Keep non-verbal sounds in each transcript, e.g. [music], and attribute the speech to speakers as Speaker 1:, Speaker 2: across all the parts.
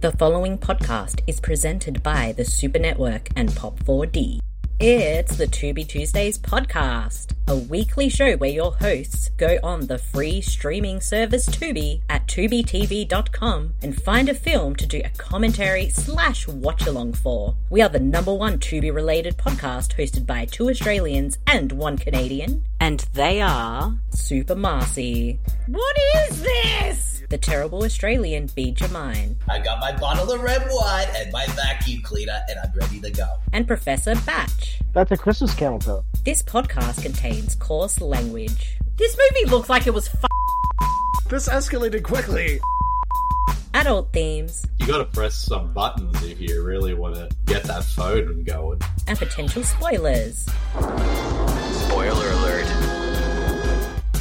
Speaker 1: The following podcast is presented by the Super Network and Pop4D. It's the To Be Tuesdays podcast, a weekly show where your hosts go on the free streaming service Tubi at tubitv.com and find a film to do a commentary slash watch along for. We are the number one Tubi related podcast hosted by two Australians and one Canadian,
Speaker 2: And they are.
Speaker 1: Super Marcy,
Speaker 2: What is this?
Speaker 1: the terrible Australian Bee Jamine,
Speaker 3: I got my bottle of red wine and my vacuum cleaner, and I'm ready to go.
Speaker 1: and Professor Batch.
Speaker 4: That's a Christmas counter.
Speaker 1: This podcast contains coarse language.
Speaker 2: This movie looks like it was f-
Speaker 5: This escalated quickly.
Speaker 1: adult themes,
Speaker 6: you gotta press some buttons if you really wanna get that phone going.
Speaker 1: and potential spoilers.
Speaker 7: Spoiler alert.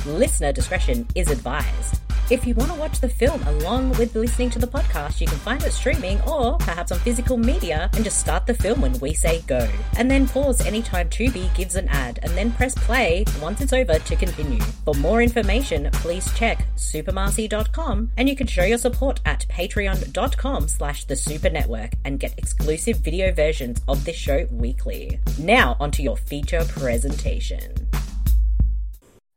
Speaker 1: Listener discretion is advised. If you want to watch the film along with listening to the podcast, you can find it streaming or perhaps on physical media and just start the film when we say go. And then pause anytime Tubi gives an ad and then press play once it's over to continue. For more information, please check supermarcy.com and you can show your support at patreon.com slash the super network and get exclusive video versions of this show weekly. Now onto your feature presentation.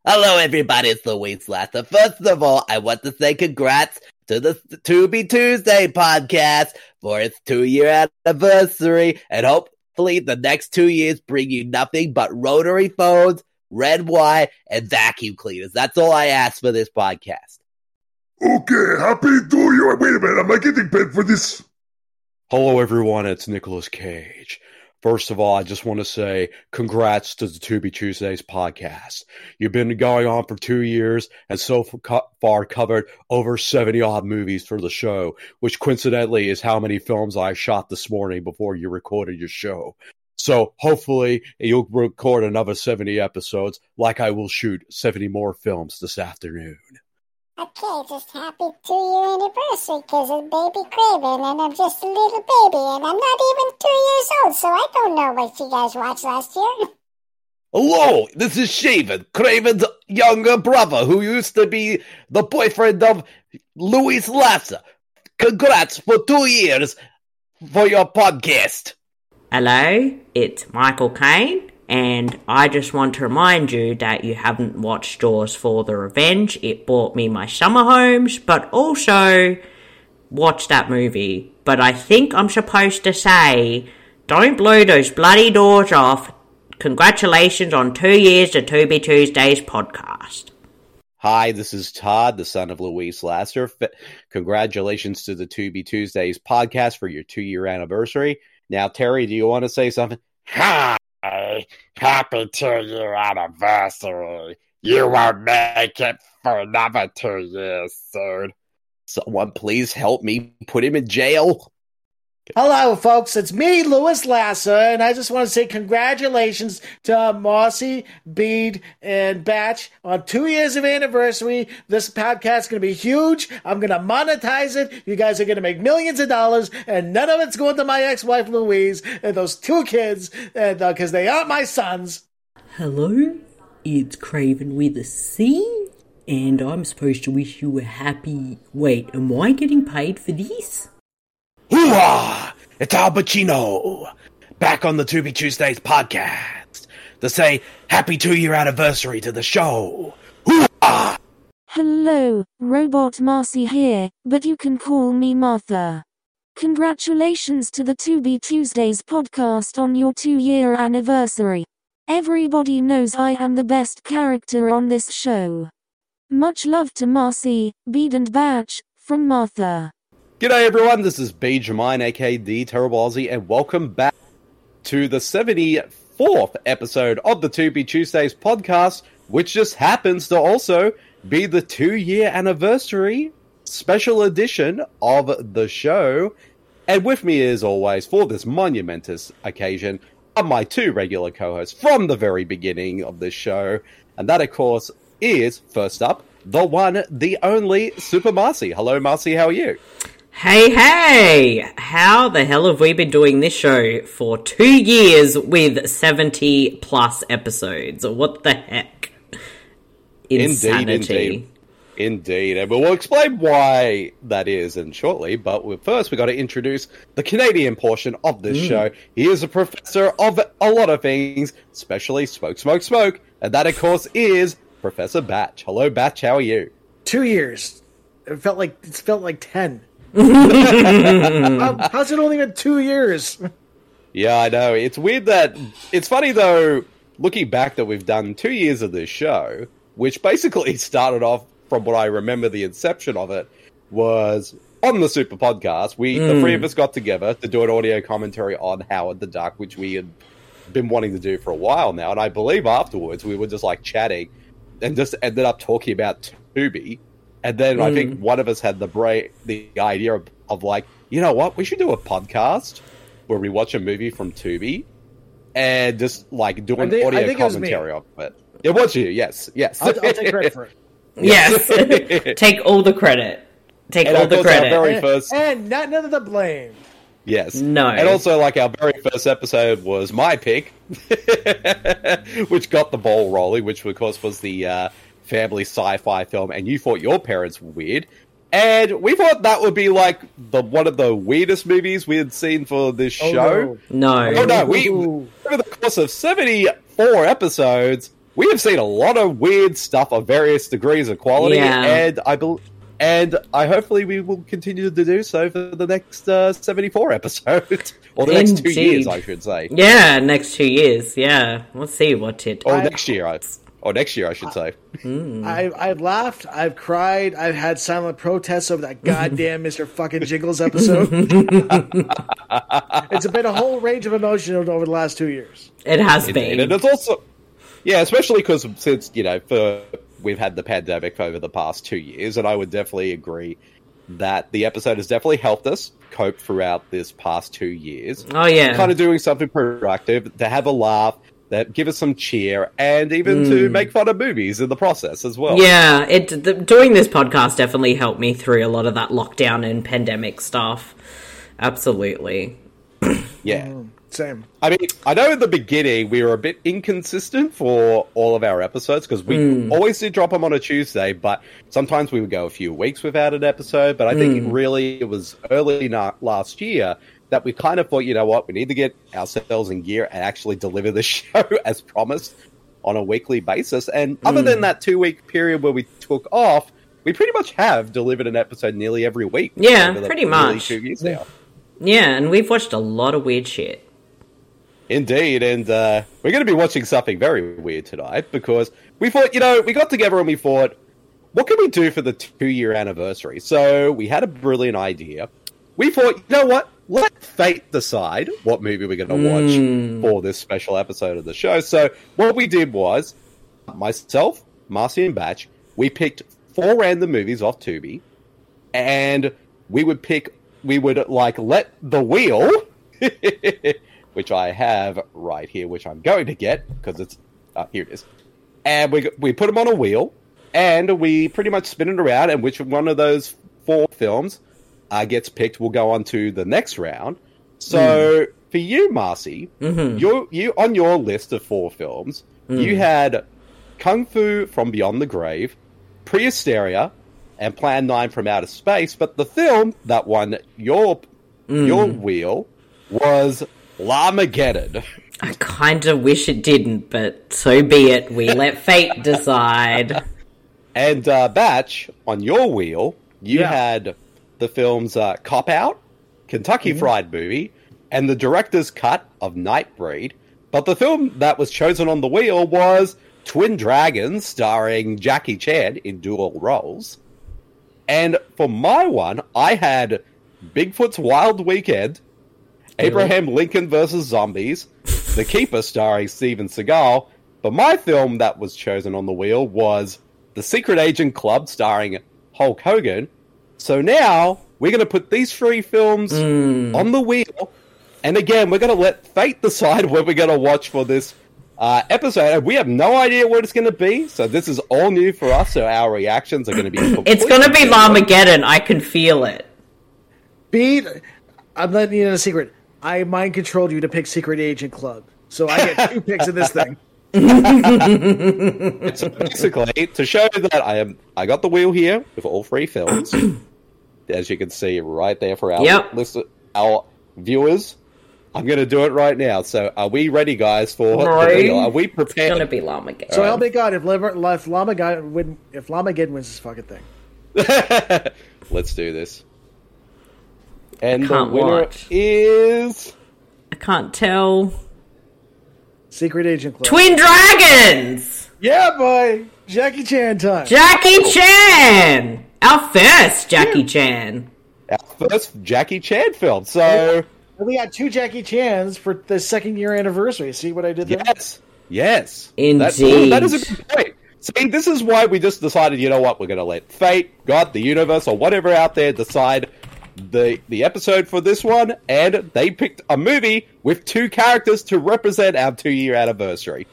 Speaker 3: Hello, everybody. It's Louise Lather. First of all, I want to say congrats to the To Be Tuesday podcast for its two-year anniversary, and hopefully the next two years bring you nothing but rotary phones, red wine, and vacuum cleaners. That's all I ask for this podcast.
Speaker 8: Okay, happy New Year. Wait a minute, am I getting paid for this?
Speaker 9: Hello, everyone. It's Nicolas Cage. First of all, I just want to say congrats to the To Be Tuesdays podcast. You've been going on for two years and so f- co- far covered over 70 odd movies for the show, which coincidentally is how many films I shot this morning before you recorded your show. So hopefully you'll record another 70 episodes like I will shoot 70 more films this afternoon.
Speaker 10: Okay, just happy two-year anniversary because of baby Craven, and I'm just a little baby, and I'm not even two years old, so I don't know what you guys watched last year.
Speaker 3: Hello, this is Shaven, Craven's younger brother, who used to be the boyfriend of Luis Lassa. Congrats for two years for your podcast.
Speaker 2: Hello, it's Michael Caine, and I just want to remind you that you haven't watched Jaws for the Revenge. It bought me my summer homes, but also watch that movie. But I think I'm supposed to say, don't blow those bloody doors off. Congratulations on two years of To Be Tuesdays podcast.
Speaker 6: Hi, this is Todd, the son of Luis Lasser. F- Congratulations to the To Be Tuesdays podcast for your two year anniversary. Now, Terry, do you want to say something?
Speaker 7: Hi. Happy two year anniversary. You won't make it for another two years soon.
Speaker 6: Someone please help me put him in jail.
Speaker 4: Hello, folks. It's me, Louis Lasser, and I just want to say congratulations to Marcy, Bede, and Batch on two years of anniversary. This podcast is going to be huge. I'm going to monetize it. You guys are going to make millions of dollars, and none of it's going to my ex-wife, Louise, and those two kids, and because they aren't my sons.
Speaker 1: Hello, Oh, it's Craven with a C, and I'm supposed to wish you a happy. Wait, am I getting paid for this?
Speaker 6: Hoo-ah! It's Al Pacino back on the To Be Tuesdays podcast to say happy two year anniversary to the show.
Speaker 11: [laughs] Hello, Robot Marcy here, but you can call me Martha. Congratulations to the To Be Tuesdays podcast on your two year anniversary. Everybody knows I am the best character on this show. Much love to Marcy, Bede, and Batch, from Martha.
Speaker 6: G'day everyone, this is B. Jamine, aka The Terrible Aussie, and welcome back to the 74th episode of the 2 Be Tuesdays podcast, which just happens to also be the two year anniversary special edition of the show. And with me, as always, for this monumentous occasion, are my two regular co hosts from the very beginning of this show. And that, of course, is first up, the one, the only Super Marcy. Hello, Marcy, how are you?
Speaker 2: Hey, hey! How the hell have we been doing this show for two years with 70 plus episodes? What the heck?
Speaker 6: Indeed,
Speaker 2: Insanity.
Speaker 6: indeed. Indeed, and we'll explain why that is in shortly. But we- first, we got to introduce the Canadian portion of this
Speaker 12: Mm.
Speaker 6: show. He is a professor of a lot of things, especially smoke, smoke, smoke, and that, of course, is Professor Batch. Hello, Batch. How are you?
Speaker 4: Two years. It felt like it felt like ten.
Speaker 6: Um,
Speaker 4: How- how's it only been two years?
Speaker 6: Yeah, I know. It's weird that it's funny though. Looking back, that we've done two years of this show, which basically [laughs] started off from what I remember the inception of it was on the Super Podcast. We the
Speaker 12: Mm.
Speaker 6: three of us got together to do an audio commentary on Howard the Duck, which we had been wanting to do for a while now. And I believe afterwards we were just like chatting and just ended up talking about Tubi. And then I
Speaker 12: Mm.
Speaker 6: think one of us had the brain, the idea of, of like, you know what, we should do a podcast where we watch a movie from Tubi and just like do
Speaker 4: I
Speaker 6: an
Speaker 4: think- I
Speaker 6: audio
Speaker 4: think it was me.
Speaker 6: commentary of it. It was you, yes, yes.
Speaker 4: I'll, I'll take credit for it.
Speaker 1: Yes. [laughs] Take all the credit. Take
Speaker 6: [laughs] And
Speaker 1: all
Speaker 6: of
Speaker 1: the
Speaker 6: course, our
Speaker 1: credit.
Speaker 6: very first
Speaker 4: And not none of the blame.
Speaker 6: Yes.
Speaker 1: No.
Speaker 6: And also, like, our very first episode was my pick, [laughs] which got the ball rolling, which, of course, was the uh, family sci fi film, and you thought your parents were weird. And we thought that would be like the one of the weirdest movies we had seen for this
Speaker 12: Oh,
Speaker 6: show.
Speaker 1: no. No.
Speaker 6: Oh no, we over the course of seventy four episodes, we have seen a lot of weird stuff of various degrees of quality,
Speaker 1: Yeah.
Speaker 6: and I believe. And I hopefully we will continue to do so for the next uh, seventy four episodes, [laughs] or the next two
Speaker 1: Indeed.
Speaker 6: years, I should say.
Speaker 1: Yeah, next two years. Yeah, we'll see what it.
Speaker 6: or next year, I, or next year, I should say.
Speaker 4: I, I've laughed, I've cried, I've had silent protests over that goddamn Mr. fucking Jiggles episode. it's been a whole range of emotion over over the last two years.
Speaker 6: Indeed, and it's also yeah, especially because since you know for we've had the pandemic over the past two years, and I would definitely agree that the episode has definitely helped us cope throughout this past two years.
Speaker 1: Oh, yeah.
Speaker 6: kind of doing something productive to have a laugh. That give us some cheer and even to
Speaker 1: Mm.
Speaker 6: make fun of movies in the process as well.
Speaker 1: yeah, it the, doing this podcast definitely helped me through a lot of that lockdown and pandemic stuff. Absolutely.
Speaker 6: yeah.
Speaker 4: Same.
Speaker 6: I mean, I know in the beginning we were a bit inconsistent for all of our episodes because we
Speaker 1: Hmm.
Speaker 12: Mm.
Speaker 6: always did drop them on a Tuesday, but sometimes we would go a few weeks without an episode. But I think
Speaker 1: Hmm.
Speaker 12: Mm.
Speaker 6: really it was early na- last year that we kind of thought, you know what, we need to get ourselves in gear and actually deliver the [laughs] show as promised on a weekly basis. And other
Speaker 1: Hmm.
Speaker 6: than that two week period where we took off, we pretty much have delivered an episode nearly every week.
Speaker 1: Yeah,
Speaker 6: over the
Speaker 1: pretty
Speaker 6: nearly
Speaker 1: much.
Speaker 6: Two years now.
Speaker 1: Yeah, and we've watched a lot of weird shit.
Speaker 6: Indeed, and uh, we're going to be watching something very weird tonight because we thought, you know, we got together and we thought, what can we do for the two year anniversary? So we had a brilliant idea. We thought, you know what? Let fate decide what movie we're going to watch
Speaker 12: Mm.
Speaker 6: for this special episode of the show. So what we did was myself, Marcy, and Batch, we picked four random movies off Tubi and we would pick we would like let the wheel [laughs] which i have right here which i'm going to get because it's uh, here it is and we we put them on a wheel and we pretty much spin it around and which one of those four films uh, gets picked will go on to the next round so for you marcy you you on your list of four films you
Speaker 12: Mm.
Speaker 6: had kung fu from beyond the grave pre-hysteria and Plan 9 from Outer Space, but the film that won your your wheel was Lamageddon.
Speaker 1: I kind of wish it didn't, but so be it. We let fate decide.
Speaker 6: And uh, Batch, on your wheel, you had the films uh, Cop Out, Kentucky Fried Movie, and the director's cut of Nightbreed. But the film that was chosen on the wheel was Twin Dragons, starring Jackie Chan in dual roles. And for my one, I had Bigfoot's Wild Weekend, Abraham Lincoln versus Zombies, The Keeper starring Steven Seagal, but my film that was chosen on the wheel was The Secret Agent Club starring Hulk Hogan. So now we're going to put these three films on the wheel, and again, we're going to let fate decide [laughs] what we're going to watch for this uh, episode. And We have no idea what it's going to be, so this is all new for us. So our reactions are going to be
Speaker 1: It's going to be Larmageddon. I can feel it.
Speaker 4: Beat, I'm letting you in a secret. I mind controlled you to pick Secret Agent Club. So I get two picks of this thing.
Speaker 6: it's basically to show that I am I got the wheel here with all
Speaker 1: [clears throat]
Speaker 6: three films, as you can see right there for our
Speaker 1: Yep.
Speaker 6: list, our viewers. I'm going to do it right now. So, are we ready, guys? For
Speaker 1: No.
Speaker 6: the wheel? Are we prepared?
Speaker 1: It's gonna be Lamageddon.
Speaker 4: So help me God, if Liber, if Lama God win, if Lama Gid wins this fucking thing,
Speaker 6: [laughs] Let's do this. And the
Speaker 1: can't
Speaker 6: winner
Speaker 1: watch.
Speaker 6: is
Speaker 1: I can't tell.
Speaker 4: Secret Agent Club.
Speaker 1: Twin Dragons!
Speaker 4: Yeah, boy, Jackie Chan time.
Speaker 1: Jackie Chan! Our first Jackie Chan.
Speaker 6: our first Jackie Chan film. So,
Speaker 4: we got two Jackie Chans for the second year anniversary. See what I did there?
Speaker 6: yes, yes, That-
Speaker 1: Indeed.
Speaker 6: that is a good point. See, this is why we just decided. You know what? We're going to let fate, God, the universe, or whatever out there decide the the episode for this one, and they picked a movie with two characters to represent our two year anniversary.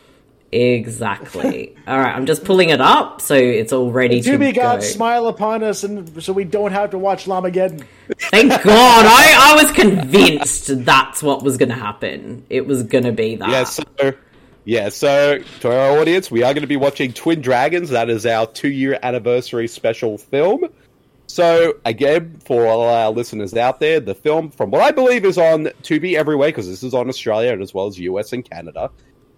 Speaker 1: Exactly. all right, I'm just pulling it up so it's all ready to
Speaker 4: To be God,
Speaker 1: go.
Speaker 4: smile upon us, and so we don't have to watch Lamageddon.
Speaker 1: Thank God. I, I was convinced that's what was going to happen. It was going to be that.
Speaker 6: Yeah, so yeah, so to our audience, we are going to be watching Twin Dragons. That is our two-year anniversary special film. So again, for all our listeners out there, the film, from what I believe, is on Tubi everywhere because this is on Australia and as well as US and Canada.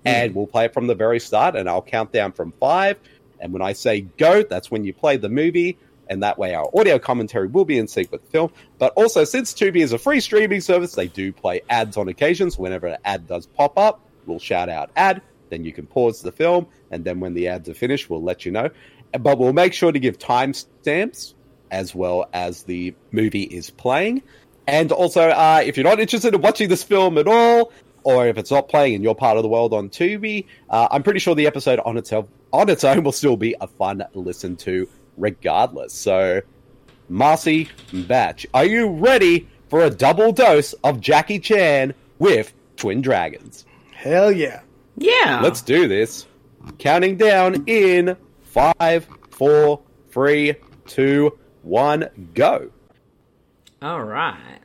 Speaker 6: And we'll play it from the very start, and I'll count down from five. And when I say go, that's when you play the movie, and that way our audio commentary will be in sync with the film. But also, since Tubi is a free streaming service, they do play ads on occasions. Whenever an ad does pop up, we'll shout out ad. Then you can pause the film, and then when the ads are finished, we'll let you know. But we'll make sure to give timestamps as well as the movie is playing. And also, uh, if you're not interested in watching this film at all, or if it's not playing in your part of the world on Tubi, uh, I'm pretty sure the episode on itself on its own will still be a fun listen to, regardless. So, Marcy Batch, are you ready for a double dose of Jackie Chan with Twin Dragons?
Speaker 4: Hell yeah!
Speaker 1: Yeah.
Speaker 6: Let's do this. Counting down in five, four, three, two, one, go.
Speaker 1: All right.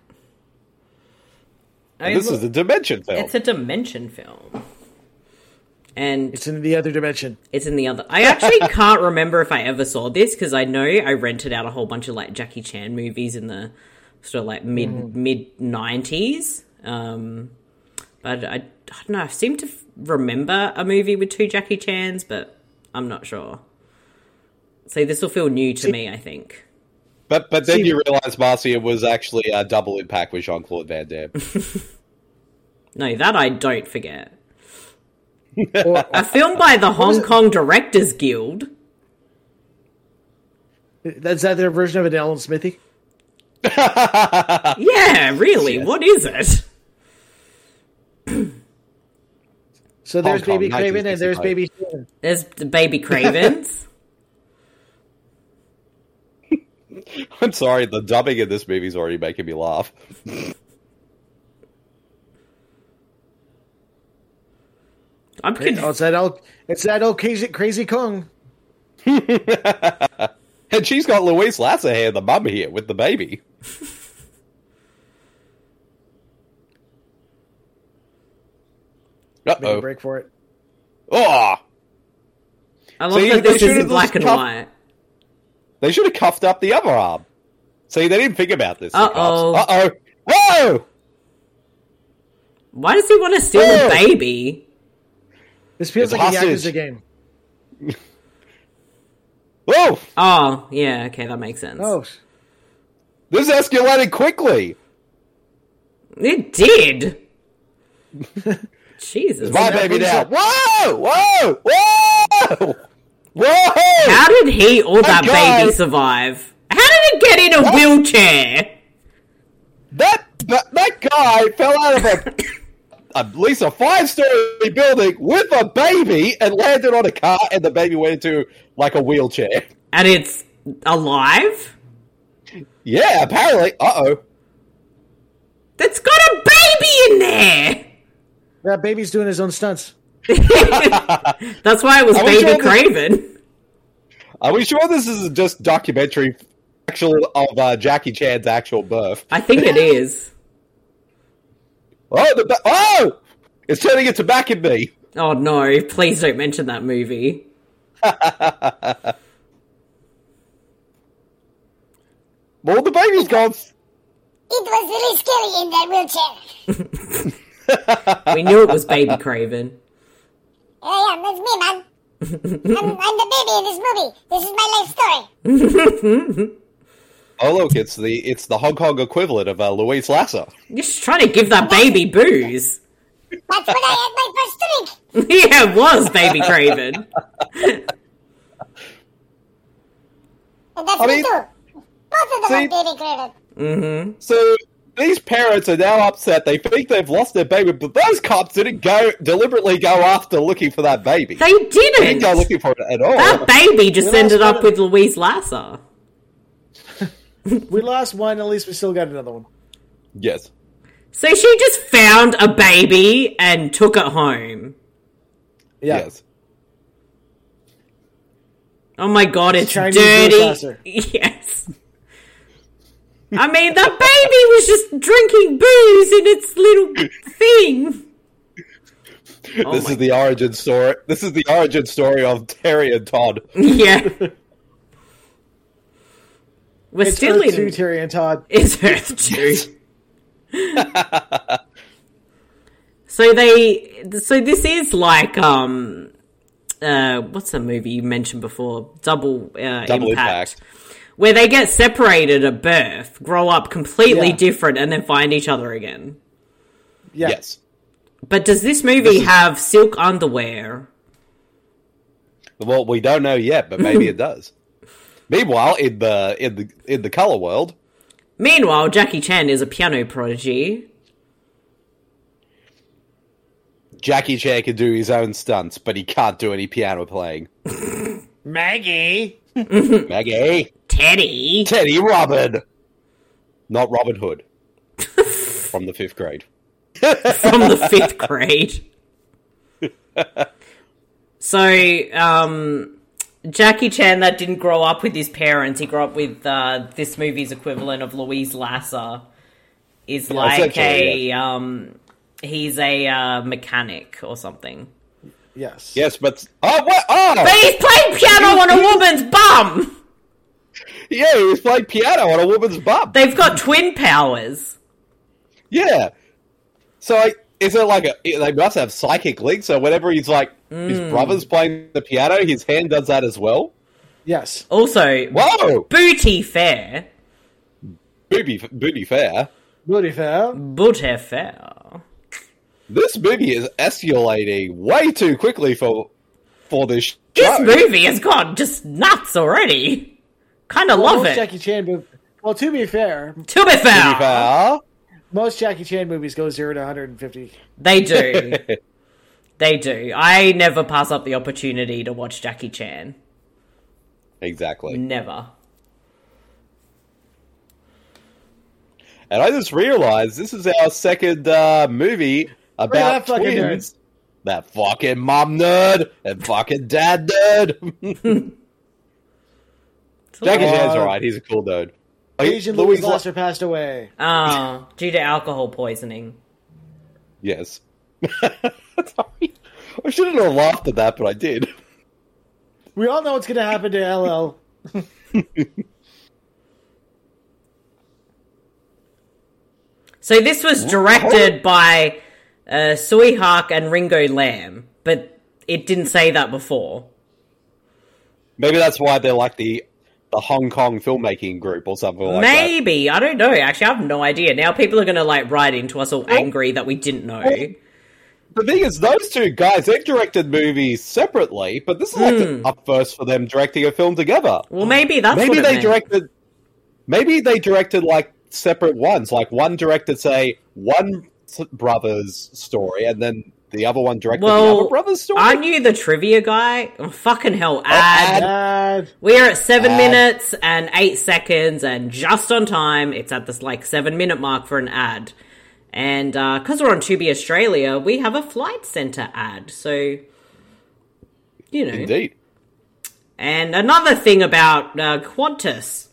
Speaker 1: I
Speaker 6: And this
Speaker 1: look-
Speaker 6: is the Dimension film.
Speaker 1: It's a dimension film. And
Speaker 4: It's in the other dimension.
Speaker 1: it's in the other. I
Speaker 6: [laughs]
Speaker 1: actually can't remember if I ever saw this because I know I rented out a whole bunch of like Jackie Chan movies in the sort of like mid
Speaker 6: Mm.
Speaker 1: mid nineties. Um, but I, I don't know. I seem to f- remember a movie with two Jackie Chans, but I'm not sure. So this will feel new to me. I think.
Speaker 6: But but then you realize, Marcy, it was actually a double impact with Jean Claude Van
Speaker 1: [laughs]
Speaker 6: Damme.
Speaker 1: No, that I don't forget.
Speaker 4: Or-
Speaker 1: A film by the Hong Kong Directors Guild.
Speaker 4: That's that their version of an Alan Smithy.
Speaker 1: Yeah, really. What is it?
Speaker 4: So there's
Speaker 6: Kong,
Speaker 4: Baby Craven, and there's
Speaker 6: 1965.
Speaker 4: Baby. Chan.
Speaker 1: There's the Baby
Speaker 6: [laughs]
Speaker 1: Cravens.
Speaker 6: I'm sorry, the dubbing in this movie's already making me laugh.
Speaker 1: I'm conf-
Speaker 4: Oh, it's that old, it's that old crazy, crazy Kong.
Speaker 6: And she's got Louise Lasser here, the mum here, with
Speaker 1: [laughs]
Speaker 6: the baby. Uh
Speaker 4: Make a
Speaker 6: oh.
Speaker 4: break for it.
Speaker 6: Oh!
Speaker 1: I love
Speaker 6: See,
Speaker 1: that
Speaker 6: they
Speaker 1: this is
Speaker 6: should've
Speaker 1: in black and
Speaker 6: just
Speaker 1: white.
Speaker 6: They should have cuffed up the other arm. See, they didn't think about this. Uh
Speaker 1: Uh-oh.
Speaker 6: oh. Whoa!
Speaker 1: Why does he want to steal
Speaker 6: Oh!
Speaker 1: the baby?
Speaker 4: This feels
Speaker 6: It's
Speaker 4: like a
Speaker 6: hostage.
Speaker 4: Yakuza game.
Speaker 6: Whoa!
Speaker 1: Oh, yeah, okay, that makes sense.
Speaker 4: Oh,
Speaker 6: This escalated quickly.
Speaker 1: It
Speaker 6: [laughs]
Speaker 1: did! Jesus.
Speaker 6: My baby now. Whoa! Whoa! Whoa! Whoa!
Speaker 1: How did he or that
Speaker 6: God.
Speaker 1: baby survive? How did it get in a wheelchair?
Speaker 6: That that, that guy fell out of a [coughs] at least a five story building with a baby and landed on a car, and the baby went into like a wheelchair.
Speaker 1: And it's alive?
Speaker 6: Yeah, apparently. Uh oh.
Speaker 1: That's got a baby in there!
Speaker 4: that baby's doing his own stunts.
Speaker 1: That's why it was
Speaker 6: Are we
Speaker 1: Baby
Speaker 6: sure this-
Speaker 1: Craven.
Speaker 6: Are we sure this is just documentary actual of uh, Jackie Chan's actual birth?
Speaker 1: I think it is.
Speaker 6: Oh, the ba- oh, it's turning into back in me.
Speaker 1: Oh no, please don't mention that movie.
Speaker 6: Well, the baby's gone.
Speaker 10: It was really scary in that wheelchair.
Speaker 1: We knew it was Baby Craven.
Speaker 10: Yeah, yeah, that's me,
Speaker 6: [laughs]
Speaker 10: man. I'm, I'm the baby in this movie. This is my life story.
Speaker 6: Oh look, it's the it's the Hong Kong equivalent of uh, Louise Lasser.
Speaker 1: You're just trying to give that baby booze. [laughs]
Speaker 10: That's when I had my first drink.
Speaker 1: yeah, it was Baby Craven.
Speaker 10: And that's
Speaker 6: I
Speaker 10: me
Speaker 6: mean-
Speaker 10: too. Both of them
Speaker 6: See-
Speaker 10: are baby created.
Speaker 6: So these parents are now upset. They think they've lost their baby, but those cops didn't go deliberately go after looking for that baby.
Speaker 1: They
Speaker 6: didn't go
Speaker 1: didn't.
Speaker 6: looking for it at all.
Speaker 1: That baby just ended up with Louise Lasser.
Speaker 4: We lost one, at least we still got another one.
Speaker 6: yes.
Speaker 1: So she just found a baby and took it home.
Speaker 4: Yeah.
Speaker 6: Yes.
Speaker 1: Oh my god, it's
Speaker 4: Chinese
Speaker 1: dirty.
Speaker 4: Lasser.
Speaker 1: Yes. I mean, that baby was just drinking booze in its little thing. Oh
Speaker 6: this
Speaker 1: my-
Speaker 6: is the origin story. This is the origin story of Terry and Todd.
Speaker 1: Yeah. We're
Speaker 4: It's
Speaker 1: still
Speaker 4: Earth two,
Speaker 1: in. [laughs]
Speaker 4: Terry and Todd.
Speaker 1: It's Earth 2. [laughs] so they. So this is like. um uh, What's the movie you mentioned before? Double, uh,
Speaker 6: Double
Speaker 1: impact.
Speaker 6: impact.
Speaker 1: Where they get separated at birth, grow up completely
Speaker 4: Yeah.
Speaker 1: different, and then find each other again.
Speaker 4: Yeah.
Speaker 6: Yes.
Speaker 1: But does this movie have silk underwear?
Speaker 6: Well, we don't know yet, but maybe
Speaker 1: [laughs]
Speaker 6: it does. Meanwhile, in the in the in the color world,
Speaker 1: Meanwhile, Jackie Chan is a piano prodigy.
Speaker 6: Jackie Chan can do his own stunts, but he can't do any
Speaker 1: [laughs]
Speaker 6: piano playing.
Speaker 4: Maggie.
Speaker 6: [laughs] Maggie,
Speaker 1: Teddy.
Speaker 6: Teddy Robin, not Robin Hood [laughs] from the fifth grade.
Speaker 1: from the fifth grade. so, um, Jackie Chan that didn't grow up with his parents. He grew up with uh, this movie's equivalent of Louise Lasser. Is like a
Speaker 6: essentially,
Speaker 1: um, he's a uh, mechanic or something.
Speaker 4: Yes.
Speaker 6: Yes, but oh what? Oh,
Speaker 1: But he's playing piano on a woman's bum.
Speaker 6: yeah, he was playing piano on a woman's bum.
Speaker 1: They've got twin powers.
Speaker 6: Yeah. So like, is it like a? They must have psychic links. So whenever he's like his brother's playing the piano, his hand does that as well.
Speaker 4: Yes.
Speaker 1: Also,
Speaker 6: Whoa,
Speaker 1: booty fair,
Speaker 6: booby booty fair.
Speaker 4: Booty fell.
Speaker 1: booty fair.
Speaker 6: This movie is escalating way too quickly for for this show.
Speaker 1: This movie has gone just nuts already. Kind of love
Speaker 4: most
Speaker 1: it.
Speaker 4: Jackie Chan mov- Well, to be fair,
Speaker 1: To be fair,
Speaker 6: Booty fair.
Speaker 4: most Jackie Chan movies go zero to 150.
Speaker 1: they do.
Speaker 6: [laughs]
Speaker 1: they do. I never pass up the opportunity to watch Jackie Chan.
Speaker 6: Exactly.
Speaker 1: Never.
Speaker 6: And I just realized this is our second uh, movie about
Speaker 4: that fucking nerd.
Speaker 6: twins. That fucking mom nerd and fucking dad
Speaker 4: [laughs]
Speaker 6: nerd. Jackie Chan's alright. He's a cool dude.
Speaker 4: Asian Louis Lasser passed away.
Speaker 1: Ah, due to alcohol poisoning.
Speaker 6: Yes. [laughs] Sorry. I shouldn't have laughed at that, but I did.
Speaker 4: We all know what's going to happen to LL.
Speaker 1: So this was directed by uh, Sui Hark and Ringo Lamb, but it didn't say that before.
Speaker 6: Maybe that's why they're like the the Hong Kong filmmaking group or something like that.
Speaker 1: Maybe I don't know. Actually, I have no idea. Now people are going to like write into us all angry that we didn't know.
Speaker 6: The thing is, those two guys they've directed movies separately, but this is like
Speaker 4: Hmm.
Speaker 6: a up first for them directing a film together.
Speaker 1: Well, maybe that's
Speaker 6: maybe
Speaker 1: what it
Speaker 6: they
Speaker 1: meant.
Speaker 6: directed. Maybe they directed like separate ones. Like one directed, say, one s- brother's story, and then the other one directed the
Speaker 1: Well,
Speaker 6: other brother's story.
Speaker 1: I knew the trivia guy. Oh, fucking hell, ad.
Speaker 4: Bad.
Speaker 1: We are at seven
Speaker 6: Ad.
Speaker 1: minutes and eight seconds, and just on time. It's at this like seven minute mark for an ad, and because we're on Tubi Australia, we have a flight center ad. So, you know.
Speaker 6: Indeed.
Speaker 1: And another thing about uh, Qantas.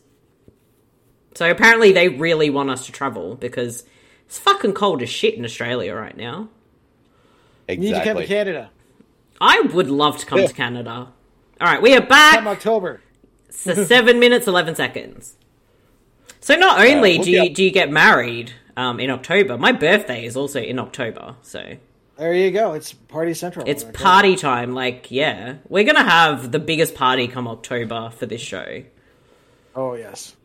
Speaker 1: So apparently they really want us to travel because it's fucking cold as shit in Australia right now.
Speaker 4: Need to come
Speaker 6: Exactly.
Speaker 4: to Canada.
Speaker 1: I would love to come to Canada. All right, we are back.
Speaker 4: Come October.
Speaker 1: So seven minutes, eleven seconds. So not only
Speaker 6: Uh, we'll
Speaker 1: do
Speaker 6: be
Speaker 1: you
Speaker 6: up.
Speaker 1: do you get married um, in October, my birthday is also in October. So
Speaker 4: There you go. It's party central.
Speaker 6: Oh
Speaker 1: it's party time. Like, yeah, we're gonna have the biggest party come October for this show.
Speaker 4: Oh yes.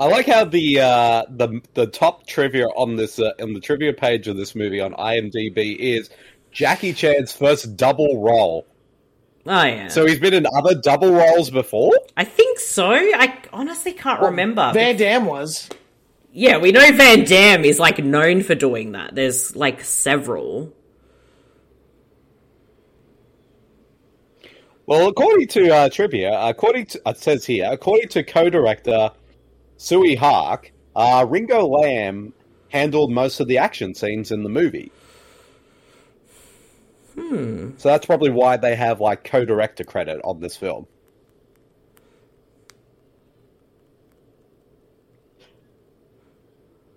Speaker 6: I like how the uh, the the top trivia on this uh, on the trivia page of this movie on IMDb is Jackie Chan's first double role.
Speaker 1: Oh yeah.
Speaker 6: So he's been in other double roles before.
Speaker 1: I think so. I honestly can't remember.
Speaker 4: Van Dam was.
Speaker 1: yeah, we know Van Damme is like known for doing that. There's like several.
Speaker 6: Well, according to uh, trivia, according to it says here, according to co-director Sui Hark, uh, Ringo Lamb handled most of the action scenes in the movie.
Speaker 1: Hmm.
Speaker 6: So that's probably why they have like co-director credit on this film.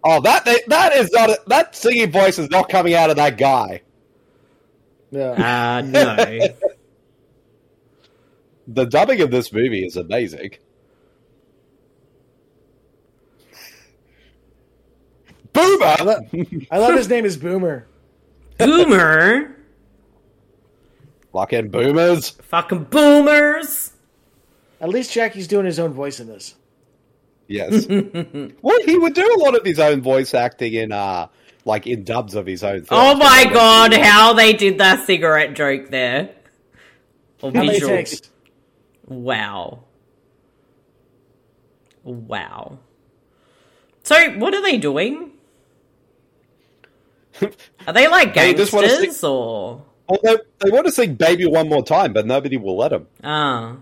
Speaker 6: Oh, that that is not that singing voice is not coming out of that guy.
Speaker 4: Yeah.
Speaker 1: Uh, no.
Speaker 6: [laughs] The dubbing of this movie is amazing. Boomer.
Speaker 4: I, lo- I love his name is Boomer.
Speaker 1: Boomer.
Speaker 6: Fucking boomers.
Speaker 1: Fucking boomers.
Speaker 4: At least Jackie's doing his own voice in this. [laughs]
Speaker 6: Yes. well, he would do a lot of his own voice acting in uh like in dubs of his own.
Speaker 1: Oh
Speaker 6: films.
Speaker 1: my god, how they did that cigarette joke there. Or
Speaker 4: How many
Speaker 1: visual.
Speaker 4: takes?
Speaker 1: Wow. Wow. So, what are they doing? Are they like
Speaker 6: [laughs] They just wanna
Speaker 1: gangsters
Speaker 6: see-
Speaker 1: or?
Speaker 6: Well, they, they want to sing "Baby" one more time, but nobody will let him.
Speaker 1: Ah.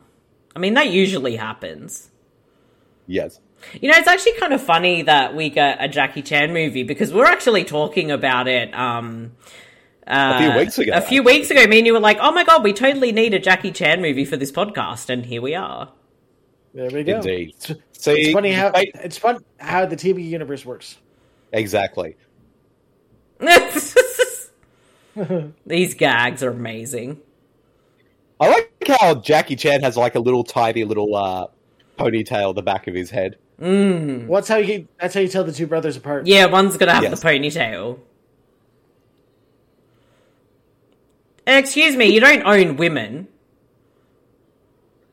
Speaker 1: I mean, that usually happens.
Speaker 6: Yes.
Speaker 1: You know, it's actually kind of funny that we get a Jackie Chan movie because we we're actually talking about it. Um, uh,
Speaker 6: few weeks ago,
Speaker 1: A few weeks ago, me and you were like, "Oh my god, we totally need a Jackie Chan movie for this podcast," and here we are.
Speaker 4: There we go.
Speaker 6: Indeed.
Speaker 4: It's,
Speaker 6: See,
Speaker 4: it's funny how
Speaker 6: wait-
Speaker 4: it's fun how the TV universe works.
Speaker 6: exactly.
Speaker 1: [laughs] These gags are amazing.
Speaker 6: I like how Jackie Chan has like a little tiny little uh, ponytail at the back of his head.
Speaker 1: Mm.
Speaker 4: Well, that's how you that's how you tell the two brothers apart.
Speaker 1: Yeah, one's gonna have
Speaker 6: Yes.
Speaker 1: the ponytail. Excuse me, you don't own women.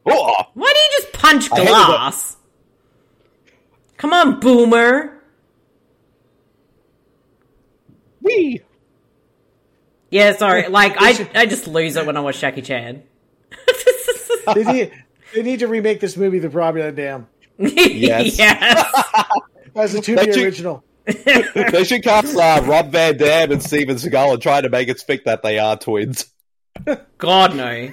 Speaker 6: Oh,
Speaker 1: Why do you just punch
Speaker 6: I hate
Speaker 1: glass? Come on, boomer.
Speaker 6: wee.
Speaker 1: Yeah, sorry. Like I, I just lose it when I watch Jackie Chan. [laughs]
Speaker 4: they, need, they need to remake this movie, The Robin and Dam,
Speaker 6: Yes.
Speaker 1: yes.
Speaker 4: as a two
Speaker 6: That
Speaker 4: D
Speaker 6: you-
Speaker 4: original.
Speaker 6: they should cast uh, Rob Van Dam and Steven Seagal and try to make it speak that they are twins.
Speaker 1: God no.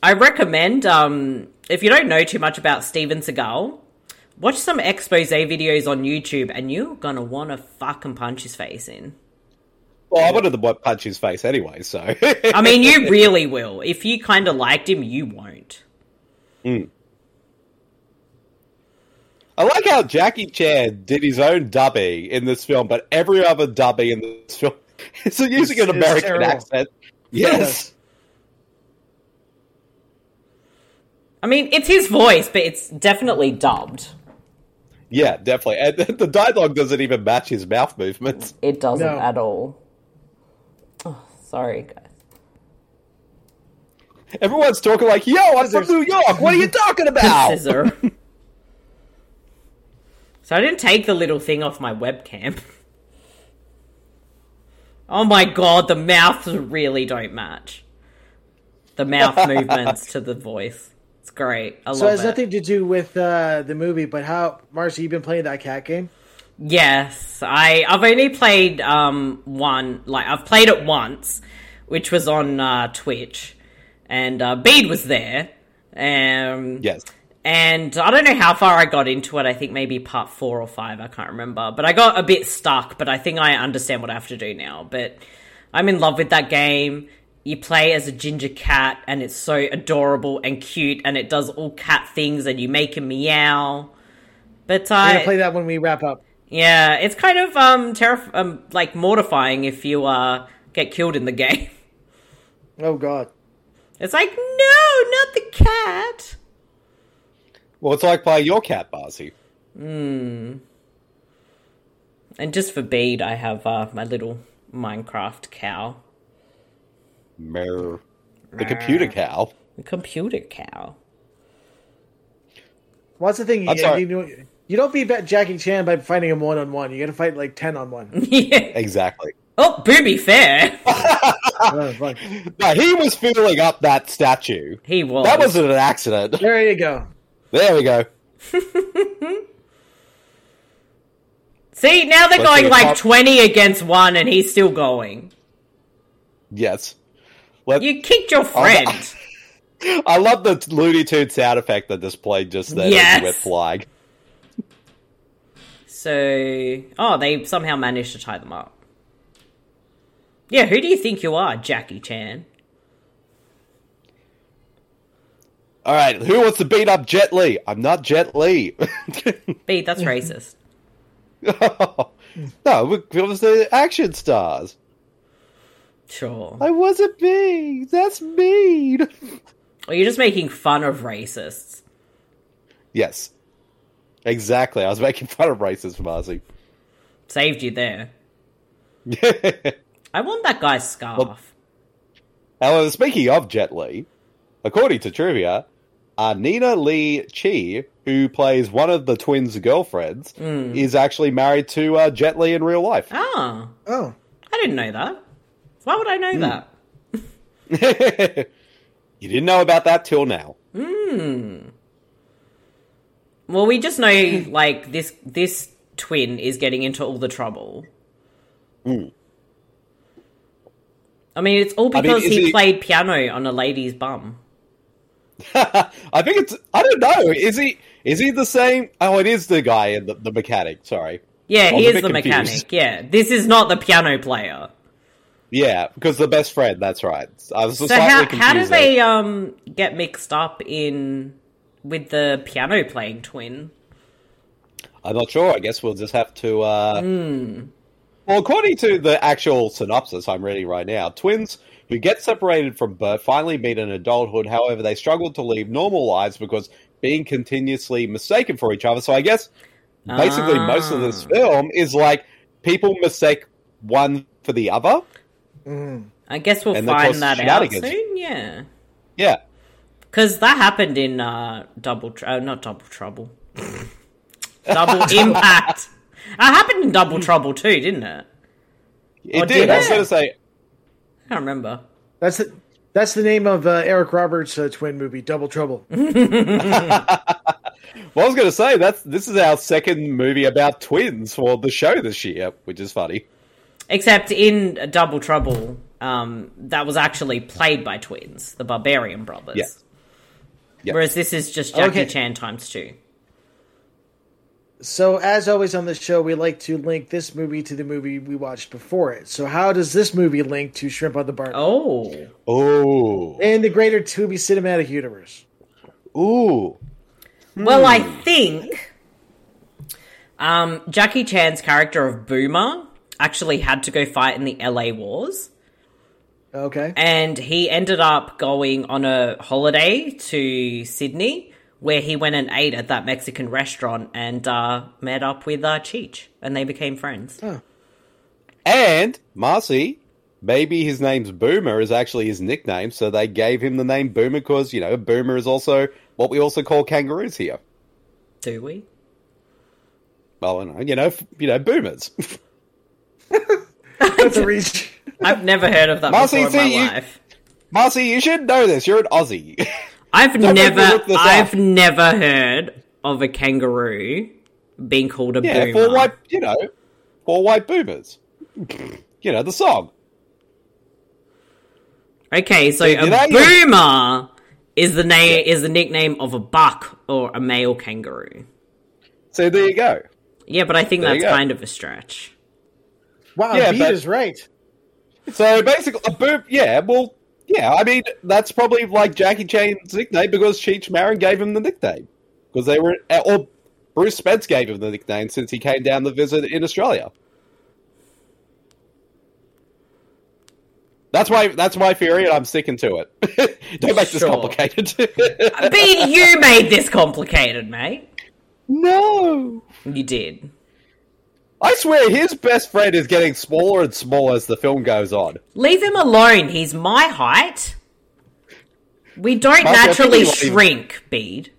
Speaker 1: I recommend um, if you don't know too much about Steven Seagal, watch some expose videos on YouTube, and you're gonna want to fucking punch his face in.
Speaker 6: Well, I wanted to punch his face anyway, so [laughs]
Speaker 1: I mean, you really will. If you kind of liked him, you won't.
Speaker 6: I like how Jackie Chan did his own dubbing in this film, but every other dubbing in this film [laughs] is using an
Speaker 4: It's- it's
Speaker 6: American
Speaker 4: terrible.
Speaker 6: accent. Yes.
Speaker 1: I mean, it's his voice, but it's definitely dubbed.
Speaker 6: Yeah, definitely. And [laughs] the dialogue doesn't even match his mouth movements.
Speaker 1: It doesn't
Speaker 4: No.
Speaker 1: at all. Oh, sorry, guys.
Speaker 6: Everyone's talking like, yo, I'm from New York. What are you talking about?
Speaker 1: Scissor. [laughs] so I didn't take the little thing off my webcam. [laughs] Oh my god, the mouths really don't match. The mouth movements to the voice. It's great. I
Speaker 4: So it
Speaker 1: love
Speaker 4: has
Speaker 1: it.
Speaker 4: nothing to do with uh, the movie, but how Marcy, you've been playing that cat game.
Speaker 1: Yes, I I've only played um one like I've played it once, which was on uh, Twitch, and uh, Bede was there. Um,
Speaker 6: [laughs] yes.
Speaker 1: and I don't know how far I got into it. I think maybe part four or five. I can't remember, but I got a bit stuck. But I think I understand what I have to do now. But I'm in love with that game. You play as a ginger cat, and it's so adorable and cute, and it does all cat things, and you make him meow. But
Speaker 4: We're
Speaker 1: I
Speaker 4: gonna play that when we wrap up.
Speaker 1: Yeah, it's kind of um, terrif- um like mortifying if you uh get killed in the [laughs] game.
Speaker 4: Oh god.
Speaker 1: It's like, no, not the cat.
Speaker 6: Well, it's like by your cat, Barzi.
Speaker 1: Mm. And just for bead, I have uh, my little Minecraft cow.
Speaker 6: Mer. The computer cow.
Speaker 1: The computer cow. [laughs]
Speaker 4: What's the thing? You,
Speaker 6: I'm sorry.
Speaker 4: you- you don't beat Jackie Chan by fighting him one on one. You got to fight like ten
Speaker 1: [laughs]
Speaker 4: on one.
Speaker 6: Exactly.
Speaker 1: Oh, booby fair.
Speaker 4: Oh, fuck.
Speaker 6: Now, he was filling up that statue.
Speaker 1: He was.
Speaker 6: That wasn't an accident. [laughs]
Speaker 4: there you go.
Speaker 6: There we go.
Speaker 1: See, now they're
Speaker 6: Let's
Speaker 1: going
Speaker 6: see,
Speaker 1: like
Speaker 6: pop-
Speaker 1: 20 against 1 and he's still going.
Speaker 6: Yes. Let,
Speaker 1: You kicked your
Speaker 6: Oh,
Speaker 1: friend.
Speaker 6: I love the Looney Tunes sound effect that this played just then.
Speaker 1: Yes.
Speaker 6: Yes. With flag.
Speaker 1: so, oh, they somehow managed to tie them up. Yeah, who do you think you are, Jackie Chan?
Speaker 6: All right, who wants to beat up Jet Li? I'm not Jet Li. [laughs]
Speaker 1: B, that's racist.
Speaker 6: no, we- it was the action stars.
Speaker 1: Sure.
Speaker 6: I wasn't me. That's mean. [laughs]
Speaker 1: Or you're just making fun of racists.
Speaker 6: Yes. Exactly. I was making fun of racism, Marcy. [laughs]
Speaker 1: Saved you there. I want that guy's scarf.
Speaker 6: However, uh, speaking of Jet Li, according to trivia, uh, Nina Lee Chi, who plays one of the twins' girlfriends,
Speaker 1: Mm.
Speaker 6: is actually married to uh, Jet Li in real life. [laughs]
Speaker 1: Ah,
Speaker 4: Oh,
Speaker 1: I didn't know that. Why would I know
Speaker 6: Hmm.
Speaker 1: that?
Speaker 6: you didn't know about that till now. [laughs]
Speaker 1: Hmm. Well, we just know like this this twin is getting into all the trouble.
Speaker 6: Mm.
Speaker 1: I mean, it's all
Speaker 6: I mean,
Speaker 1: because
Speaker 6: is
Speaker 1: he
Speaker 6: he-
Speaker 1: played piano on a lady's bum.
Speaker 6: I think it's. I don't know. Is he? Is he the same? Oh, it is the guy in the, the mechanic. Sorry.
Speaker 1: Yeah,
Speaker 6: I was
Speaker 1: he
Speaker 6: a
Speaker 1: is
Speaker 6: bit
Speaker 1: the mechanic.
Speaker 6: confused.
Speaker 1: Yeah, this is not the piano player.
Speaker 6: Yeah, because the best friend. That's right. I was
Speaker 1: so
Speaker 6: slightly
Speaker 1: how
Speaker 6: confused.
Speaker 1: how do
Speaker 6: there.
Speaker 1: they um get mixed up in with the piano playing twin?
Speaker 6: I'm not sure. I guess we'll just have to. Uh,
Speaker 1: Hmm.
Speaker 6: Well, according to the actual synopsis I'm reading right now, twins who get separated from birth finally meet in adulthood. However, they struggle to lead normal lives because being continuously mistaken for each other. So I guess basically most of this
Speaker 1: Ah.
Speaker 6: film is like people mistake one for the other.
Speaker 1: I guess we'll
Speaker 6: And they
Speaker 1: find
Speaker 6: cause
Speaker 1: that out
Speaker 6: shenanigans.
Speaker 1: soon. Yeah,
Speaker 6: Yeah.
Speaker 1: because that happened in uh, double tr- uh, not double trouble, [laughs] double impact. It happened in double trouble too, didn't it?
Speaker 6: It
Speaker 1: Or
Speaker 6: did.
Speaker 1: did
Speaker 6: I was
Speaker 1: it?
Speaker 6: going to say,
Speaker 1: I can't remember.
Speaker 4: that's the, that's the name of uh, Eric Roberts' uh, twin movie, Double Trouble.
Speaker 6: well, I was going to say that's this is our second movie about twins for the show this year, which is funny.
Speaker 1: Except in double trouble, um, that was actually played by twins, the Barbarian brothers.
Speaker 6: Yeah. Yeah.
Speaker 1: Whereas this is just Jackie
Speaker 4: Okay.
Speaker 1: Chan times two.
Speaker 4: So, as always on this show, we like to link this movie to the movie we watched before it. So, how does this movie link to Shrimp on the Barn
Speaker 1: Oh,
Speaker 6: Oh,
Speaker 4: and the greater Tubi cinematic universe?
Speaker 6: ooh,
Speaker 1: Well, I think um, Jackie Chan's character of Boomer actually had to go fight in the LA Wars,
Speaker 4: Okay.
Speaker 1: and he ended up going on a holiday to Sydney, where he went and ate at that Mexican restaurant and uh, met up with uh, Cheech, and they became friends.
Speaker 6: and Marcy. Maybe his name's Boomer is actually his nickname, so they gave him the name Boomer because you know Boomer is also what we also call kangaroos here.
Speaker 1: Do we?
Speaker 6: Well, I don't know, you know, f- you know, boomers. [laughs]
Speaker 4: That's a reach.
Speaker 1: I've never heard of that
Speaker 6: Marcy,
Speaker 1: before in
Speaker 6: see,
Speaker 1: my
Speaker 6: you-
Speaker 1: life.
Speaker 6: Marcy, you should know this. You're an Aussie. [laughs]
Speaker 1: I've
Speaker 6: make me
Speaker 1: never,
Speaker 6: look this up.
Speaker 1: I've never heard of a kangaroo being called a
Speaker 6: Yeah,
Speaker 1: boomer.
Speaker 6: four white, you know, four white boomers. [laughs] you know the song.
Speaker 1: Okay, so
Speaker 6: Did-
Speaker 1: a
Speaker 6: did I-
Speaker 1: boomer is the name is the nickname of a buck or a male kangaroo.
Speaker 6: So there you go.
Speaker 1: Yeah, but I think
Speaker 6: There you
Speaker 1: that's
Speaker 6: go.
Speaker 1: kind of a stretch.
Speaker 4: Wow,
Speaker 6: Yeah,
Speaker 4: Beat
Speaker 6: but-
Speaker 4: is right.
Speaker 6: So basically, a boom. Yeah, well, yeah. I mean, that's probably like Jackie Chan's nickname because Cheech Marin gave him the nickname because they were, uh, or Bruce Spence gave him the nickname since he came down to visit in Australia. That's my that's my theory, and I'm sticking to it. [laughs] Don't make this
Speaker 1: Sure.
Speaker 6: complicated. [laughs]
Speaker 1: Bean, you made this complicated, mate.
Speaker 6: No,
Speaker 1: you did.
Speaker 6: I swear, his best friend is getting smaller and smaller as the film goes on. [laughs]
Speaker 1: Leave him alone. He's my height. We don't
Speaker 6: Marcy, I think
Speaker 1: naturally
Speaker 6: you like-
Speaker 1: shrink, Bede.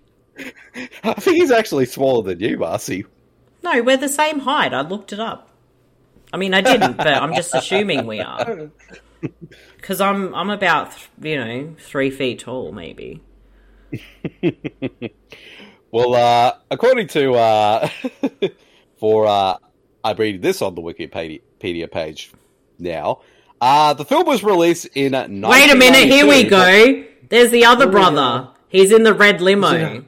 Speaker 6: I think he's actually smaller than you, Marcy.
Speaker 1: No, we're the same height. I looked it up. I mean, I didn't, but I'm just assuming we
Speaker 6: [laughs]
Speaker 1: are. Because I'm I'm about you know three feet tall, maybe.
Speaker 6: Well, uh, according to uh, [laughs] for uh, I read this on the Wikipedia page now. Uh, the film was released in.
Speaker 1: Wait a minute. Here we go. There's the
Speaker 6: Oh,
Speaker 1: other brother. He's in the red limo.
Speaker 6: and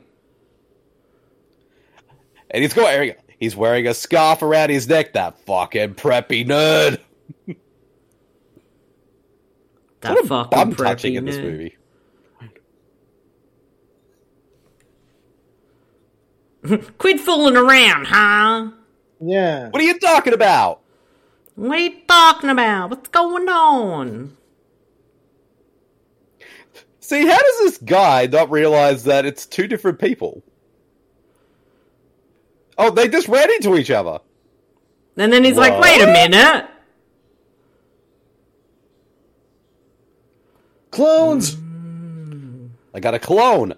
Speaker 6: he's wearing he's wearing a scarf around his neck. That fucking preppy nerd.
Speaker 1: That
Speaker 6: What a
Speaker 1: fucking
Speaker 6: bum touching
Speaker 1: preppy
Speaker 6: in this
Speaker 1: nerd.
Speaker 6: movie.
Speaker 1: Quit fooling around, huh?
Speaker 4: Yeah.
Speaker 6: What are you talking about?
Speaker 1: What are you talking about? What's going on?
Speaker 6: See, how does this guy not realize that it's two different people? Oh, they just ran into each other.
Speaker 1: And then he's like,
Speaker 6: What?
Speaker 1: wait a minute.
Speaker 4: Clones.
Speaker 6: I got a clone.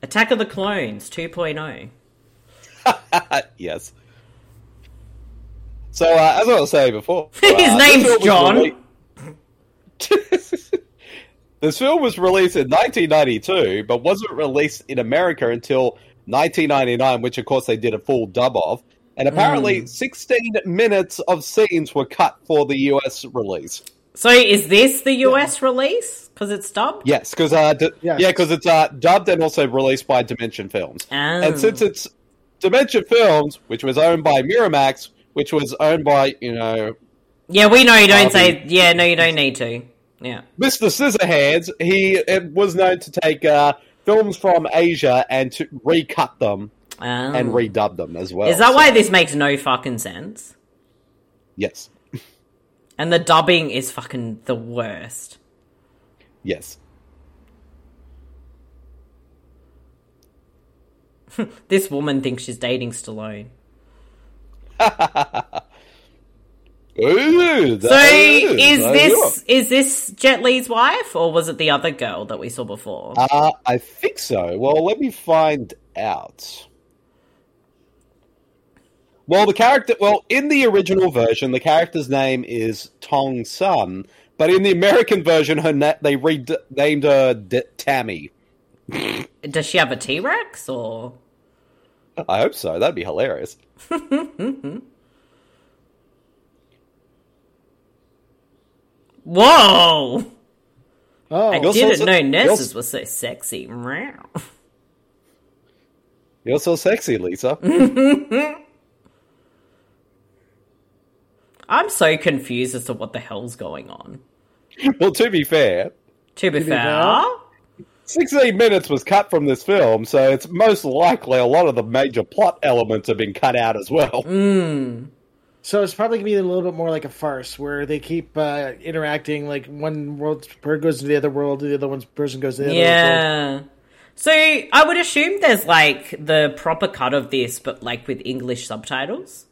Speaker 1: Attack of the Clones oh. 2.0.
Speaker 6: yes. So, uh, as I was saying before,
Speaker 1: [laughs] His
Speaker 6: uh, this
Speaker 1: name's
Speaker 6: film was
Speaker 1: John.
Speaker 6: rele- [laughs] this film was released in 1992, but wasn't released in America until 1999, which of course they did a full dub of. And
Speaker 1: Hmm.
Speaker 6: apparently, 16 minutes of scenes were cut for the US release.
Speaker 1: So is this the US release? Because it's dubbed?
Speaker 6: Yes, because uh, d-
Speaker 4: Yes.
Speaker 6: yeah, because it's uh, dubbed and also released by Dimension Films.
Speaker 1: Oh.
Speaker 6: And since it's Dimension Films, which was owned by Miramax, which was owned by you know
Speaker 1: Yeah, we know you don't
Speaker 6: Barbie.
Speaker 1: say. Yeah, no, you don't need to. Yeah.
Speaker 6: Mr. Scissorhands, he uh, was known to take uh, films from Asia and to recut them
Speaker 1: Oh.
Speaker 6: and redub them as well.
Speaker 1: is that
Speaker 6: So-
Speaker 1: why this makes no fucking sense?
Speaker 6: Yes, [laughs]
Speaker 1: And the dubbing is fucking the worst.
Speaker 6: yes.
Speaker 1: This woman thinks she's dating Stallone.
Speaker 6: Ooh, Oh,
Speaker 1: So is this is this Jet Li's wife, or was it the other girl that we saw before?
Speaker 6: Uh, I think so. Well, let me find out. Well, the character. Well, in the original version, the character's name is Tong Sun, but in the American version, her na- they renamed her D- Tammy.
Speaker 1: Does she have a T Rex or?
Speaker 6: I hope so. That'd be hilarious.
Speaker 1: Whoa!
Speaker 4: Oh,
Speaker 1: I
Speaker 6: You're
Speaker 1: didn't
Speaker 6: so-
Speaker 1: know
Speaker 6: you're-
Speaker 1: nurses were so sexy. Meow.
Speaker 6: You're so sexy, Lisa.
Speaker 1: [laughs] I'm so confused as to what the hell's going on.
Speaker 6: well, to be fair,
Speaker 1: To be fair,
Speaker 4: fair.
Speaker 6: 16 minutes was cut from this film, so it's most likely a lot of the major plot elements have been cut out as well.
Speaker 1: Mm.
Speaker 4: So it's probably gonna be a little bit more like a farce where they keep uh, interacting. Like one world person goes to the other world, the other one's person goes to the other. world.
Speaker 1: yeah. So I would assume there's like the proper cut of this, but like with English subtitles,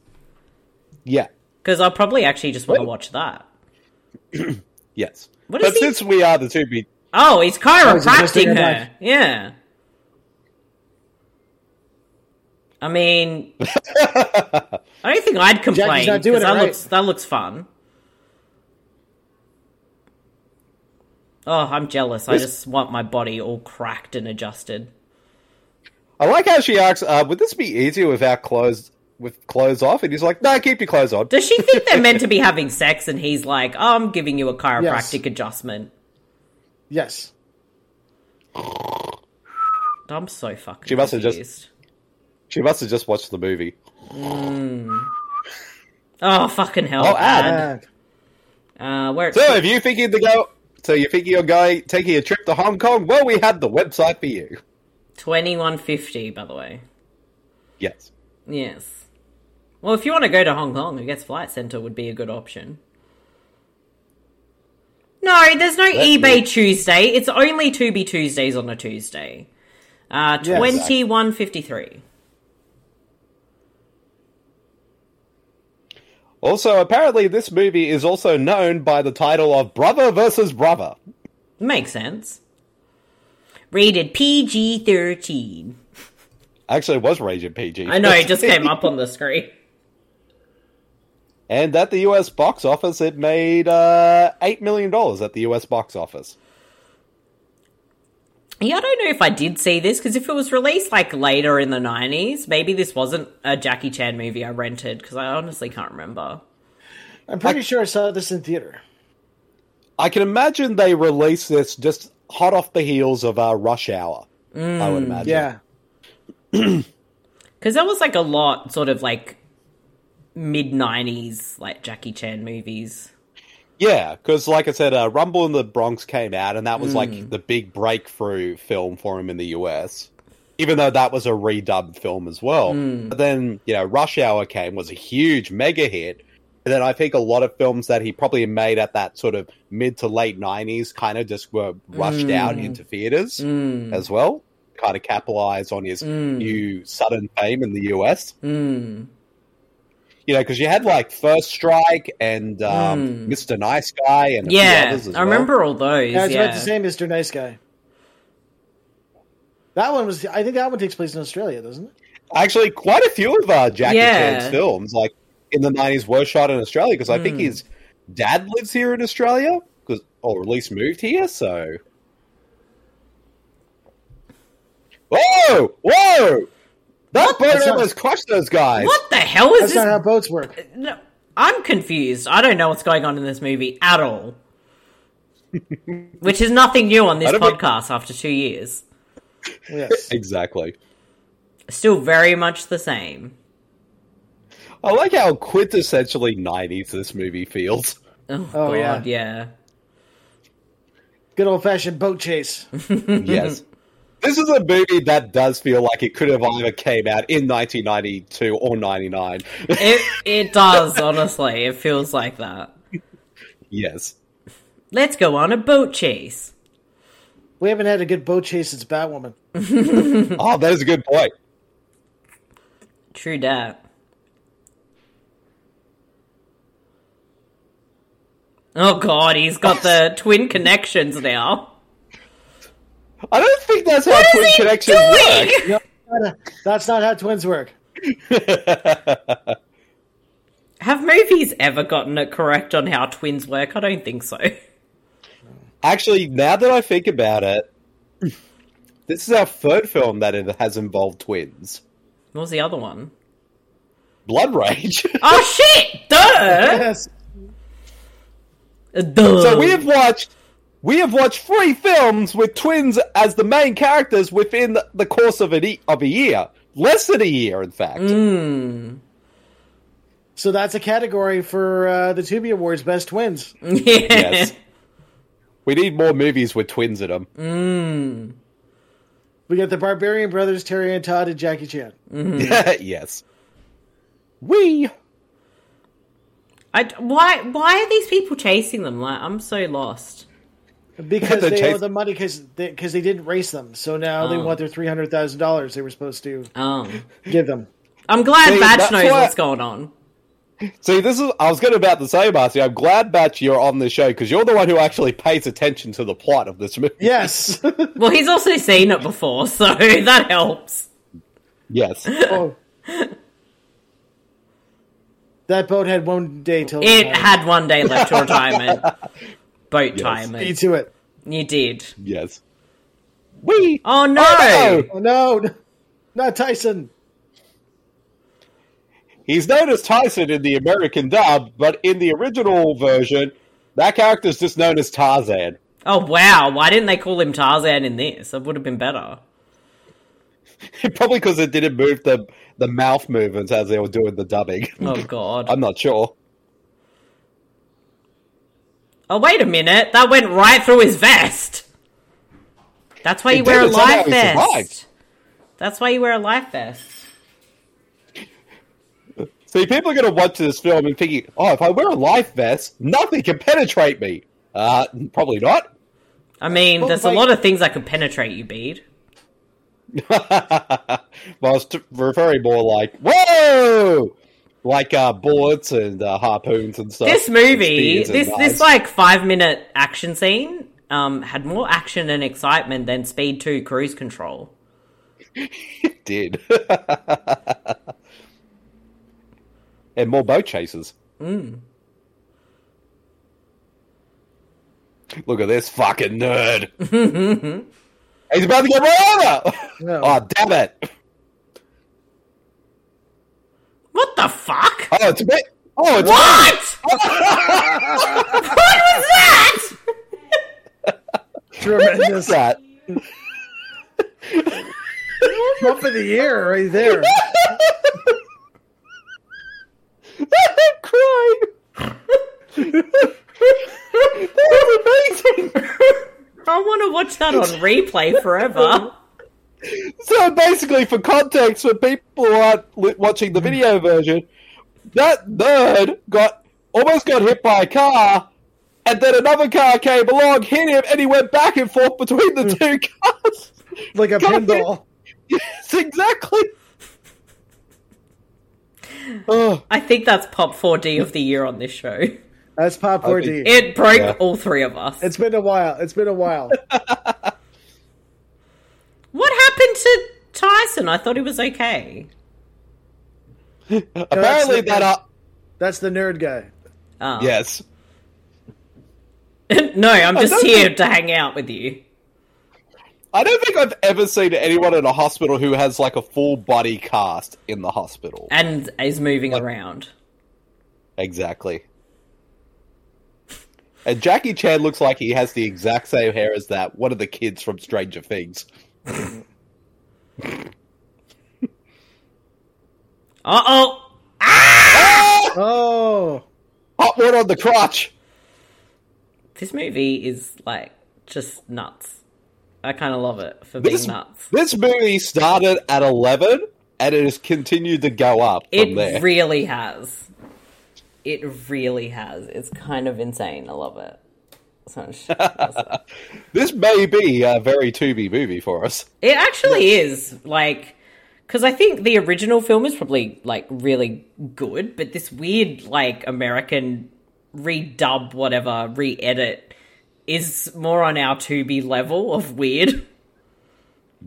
Speaker 6: Yeah.
Speaker 1: because I'll probably actually just want to
Speaker 6: What?
Speaker 1: watch that.
Speaker 6: Yes.
Speaker 1: What
Speaker 6: but
Speaker 1: is he-
Speaker 6: since we are the two be
Speaker 1: Oh, he's
Speaker 4: it's the best thing
Speaker 1: chiropractic
Speaker 4: in
Speaker 1: her.
Speaker 4: life.
Speaker 1: Yeah. I
Speaker 4: [laughs]
Speaker 1: mean, I don't think I'd complain.
Speaker 4: not
Speaker 1: 'cause
Speaker 4: doing it
Speaker 1: that
Speaker 4: right.
Speaker 1: looks that looks fun. Oh, I'm jealous. I just want my body all cracked and adjusted.
Speaker 6: I like how she asks, uh, would this be easier without clothes with clothes off? And he's like, No, keep your clothes on.
Speaker 1: Does she think they're meant to be having sex and he's like, oh, I'm giving you a chiropractic adjustment?
Speaker 4: Yes.
Speaker 1: I'm so fucking
Speaker 6: She must have just-
Speaker 1: confused.
Speaker 6: She must have just watched the movie.
Speaker 1: Oh, fucking hell.
Speaker 6: Oh,
Speaker 1: ad.
Speaker 4: Uh,
Speaker 1: Uh, where
Speaker 6: So if you thinking to go so you're thinking you're going taking a trip to Hong Kong, well we have the website for you.
Speaker 1: 2150, by the way.
Speaker 6: Yes.
Speaker 1: Yes. Well, if you want to go to Hong Kong, I guess Flight Center would be a good option. No, there's no
Speaker 13: Let
Speaker 1: eBay
Speaker 13: me-
Speaker 1: Tuesday. It's only To Be Tuesdays on a Tuesday. Uh,
Speaker 13: Yeah, exactly.
Speaker 1: twenty one fifty three.
Speaker 6: Also, apparently, this movie is also known by the title of Brother versus Brother.
Speaker 1: Makes sense. Rated PG thirteen.
Speaker 6: Actually, it was rated PG.
Speaker 1: I know it just came up on
Speaker 13: [laughs]
Speaker 1: the screen.
Speaker 6: [laughs] And at the US box office, it made uh, $8 million at the US box office.
Speaker 1: Yeah, I don't know if I did see this because if it was released like later in the nineties, maybe this wasn't a Jackie Chan movie I rented because I honestly can't remember.
Speaker 4: I'm pretty sure I saw this in theater.
Speaker 6: I can imagine they released this just hot off the heels of uh, Rush Hour. I would imagine.
Speaker 4: Yeah.
Speaker 1: Because there was like a lot, sort of like mid '90s, like Jackie Chan movies.
Speaker 6: Yeah, because like I said, uh, Rumble in the Bronx came out, and that was
Speaker 1: Mm.
Speaker 6: like the big breakthrough film for him in the US. Even though that was a redubbed film as well,
Speaker 12: Mm.
Speaker 6: but then you know Rush Hour came was a huge mega hit, and then I think a lot of films that he probably made at that sort of mid to late nineties kind of just were rushed
Speaker 12: Mm.
Speaker 6: out into theaters as well, kind of capitalize on his
Speaker 12: Mm.
Speaker 6: new sudden fame in the US
Speaker 1: Mm.
Speaker 6: you know, because you had like First Strike and um, Mr. Nice Guy and a few
Speaker 1: Hmm. Yeah,
Speaker 6: others as
Speaker 1: I remember
Speaker 6: well.
Speaker 1: all those.
Speaker 4: I was
Speaker 1: Yeah,
Speaker 4: about to say Mr. Nice Guy. That one was. I think that one takes place in Australia, doesn't it?
Speaker 6: Actually, quite a few of uh, Jackie
Speaker 4: Yeah.
Speaker 6: Chan's films, like in the nineties, were shot in Australia because I
Speaker 1: Hmm.
Speaker 6: think
Speaker 4: Mm.
Speaker 6: his dad lives here in Australia, 'cause- or at least moved here. So, whoa, whoa, that boat
Speaker 4: That's not-
Speaker 6: almost crushed those guys.
Speaker 1: What the hell is
Speaker 4: That's
Speaker 1: this?
Speaker 4: not how boats work.
Speaker 1: No, I'm confused. I don't know what's going on in this movie at
Speaker 4: [laughs]
Speaker 1: all. Which is nothing new on this
Speaker 6: I don't think-
Speaker 1: podcast after two years.
Speaker 4: Yes.
Speaker 6: exactly.
Speaker 1: Still very much the same.
Speaker 6: I like how quintessentially nineties this movie feels.
Speaker 1: Oh,
Speaker 4: Oh,
Speaker 1: God, yeah.
Speaker 4: Good old fashioned boat chase. Mm-hmm.
Speaker 6: yes. This is a movie that does feel like it could have either came out in 1992 or 99.
Speaker 1: It, it does, honestly. It feels like that.
Speaker 6: [laughs] yes.
Speaker 1: Let's go on a boat chase.
Speaker 4: We haven't had a good boat chase since Batwoman. Hmm.
Speaker 6: oh, that is a good point.
Speaker 1: True dat. Oh god, he's got
Speaker 6: [laughs]
Speaker 1: the twin connections now.
Speaker 6: I don't think that's
Speaker 4: What
Speaker 6: how
Speaker 4: is
Speaker 6: twin
Speaker 4: he
Speaker 6: connections
Speaker 4: doing?
Speaker 6: work.
Speaker 4: That's not how twins work.
Speaker 1: Have movies ever gotten it correct on how twins work? I don't think so.
Speaker 6: [laughs]
Speaker 1: [laughs]
Speaker 6: Actually, now that I think about it, [laughs] this is our third film that it has involved twins.
Speaker 1: What was the other one?
Speaker 6: Blood Rage. [laughs]
Speaker 1: Oh shit! Duh!
Speaker 4: Yes.
Speaker 1: Duh.
Speaker 6: So
Speaker 1: [laughs]
Speaker 4: Oh.
Speaker 6: we have watched we have watched three films with twins as the main characters within the- the course of an e- of a year, less than a year, in fact.
Speaker 4: So that's a category for uh, the Tubi Awards Best Twins.
Speaker 6: Yes. [laughs] We need more movies with twins in them.
Speaker 4: Mm. We got the Barbarian Brothers, Terry and Todd, and Jackie Chan.
Speaker 6: [laughs] yes. We.
Speaker 1: I d- why why are these people chasing them? Like I'm so lost.
Speaker 4: Because
Speaker 1: The
Speaker 4: they
Speaker 1: chase-
Speaker 4: owe the money because they, 'cause they didn't race them. So now they
Speaker 1: Oh.
Speaker 4: want their $300,000 they were supposed to
Speaker 1: Oh,
Speaker 4: give them.
Speaker 1: I'm glad
Speaker 6: See,
Speaker 1: Batch
Speaker 6: that's
Speaker 1: knows
Speaker 6: why-
Speaker 1: what's going on.
Speaker 6: See, this is. I was going to about to say, Marcy, I'm glad, Batch, you're on the show because you're the one who actually pays attention to the plot of this movie.
Speaker 4: Yes. [laughs]
Speaker 1: Well, he's also seen it before, [laughs] so that helps.
Speaker 6: yes.
Speaker 4: oh. That boat had one day till
Speaker 1: It
Speaker 4: retirement.
Speaker 1: had one day left to
Speaker 6: [laughs]
Speaker 1: retirement. Boat retirement.
Speaker 4: Beat to it.
Speaker 1: You did.
Speaker 6: Yes.
Speaker 4: We.
Speaker 1: Oh no!
Speaker 4: Oh no! no. Not Tyson.
Speaker 6: He's known as Tyson in the American dub, but in the original version, that character's just known as Tarzan. [laughs]
Speaker 1: Oh wow! Why didn't they call him Tarzan in this? That would have been better.
Speaker 6: Probably because it didn't move the the mouth movements as they were doing the dubbing. [laughs]
Speaker 1: Oh god!
Speaker 6: I'm not sure.
Speaker 1: Oh wait a minute! That went right through his vest. That's why
Speaker 6: It
Speaker 1: you wear a
Speaker 6: did, that's how
Speaker 1: life
Speaker 6: he
Speaker 1: vest.
Speaker 6: survived.
Speaker 1: That's why you wear a life vest.
Speaker 6: See, people are going to watch this film and thinking, oh, if I wear a life vest, nothing can penetrate me. Uh, probably not. [laughs]
Speaker 1: I mean,
Speaker 6: Well,
Speaker 1: there's a
Speaker 6: like-
Speaker 1: lot of things that can penetrate you, Bede.
Speaker 6: But I was t- referring more like, whoa! Like uh, bullets and uh, harpoons and stuff.
Speaker 1: this
Speaker 6: and
Speaker 1: movie,
Speaker 6: spears and
Speaker 1: this this
Speaker 6: knives.
Speaker 1: like five minute action scene, um, had more action and excitement than Speed Two Cruise Control.
Speaker 6: did. [laughs] and more boat chases.
Speaker 1: Mm.
Speaker 6: Look at this fucking nerd. [laughs] He's about to get run over. Oh damn it!
Speaker 1: What the fuck?
Speaker 6: Oh, it's a bit. Oh, it's
Speaker 1: What?
Speaker 6: what
Speaker 1: was that? [laughs]
Speaker 4: Tremendous.
Speaker 6: that.
Speaker 4: Bump of the year right there.
Speaker 6: I'm crying. [laughs] that was amazing.
Speaker 1: [laughs] I want to watch that on replay forever.
Speaker 6: So basically, for context, for people who aren't li- watching the video version, that nerd got almost got hit by a car, and then another car came along, hit him, and he went back and forth between the two cars
Speaker 4: like a
Speaker 6: God,
Speaker 4: pinball.
Speaker 6: Yes, exactly. Oh,
Speaker 1: I think that's pop 4D of the year on this show.
Speaker 4: That's Pop 4D.
Speaker 1: It broke
Speaker 6: Yeah.
Speaker 1: all three of us.
Speaker 4: It's been a while. It's been a while.
Speaker 1: What happened to Tyson? I thought he was okay. [laughs]
Speaker 6: apparently
Speaker 4: the-
Speaker 6: that. Uh,
Speaker 4: That's the nerd guy.
Speaker 1: Oh.
Speaker 6: yes.
Speaker 1: no, I'm
Speaker 6: I
Speaker 1: just
Speaker 6: don't
Speaker 1: here
Speaker 6: think-
Speaker 1: to hang out with you.
Speaker 6: I don't think I've ever seen anyone in a hospital who has like a full body cast in the hospital.
Speaker 1: And is moving around.
Speaker 6: Exactly. And Jackie Chan looks like he has the exact same hair as that one of the kids from Stranger Things.
Speaker 1: Uh oh!
Speaker 4: Oh,
Speaker 6: Hot one on the crotch.
Speaker 1: This movie is like just nuts. I kind of love it for being
Speaker 6: This
Speaker 1: nuts.
Speaker 6: this movie started at eleven, and it has continued to go up from there.
Speaker 1: It really has. It really has. It's kind of insane. I love it. So
Speaker 6: [laughs]
Speaker 1: much-
Speaker 6: this may be a very Tubi movie for us.
Speaker 1: It actually is like because I think the original film is probably like really good, but this weird like American redub, whatever, re-edit is more on our Tubi level of weird. [laughs]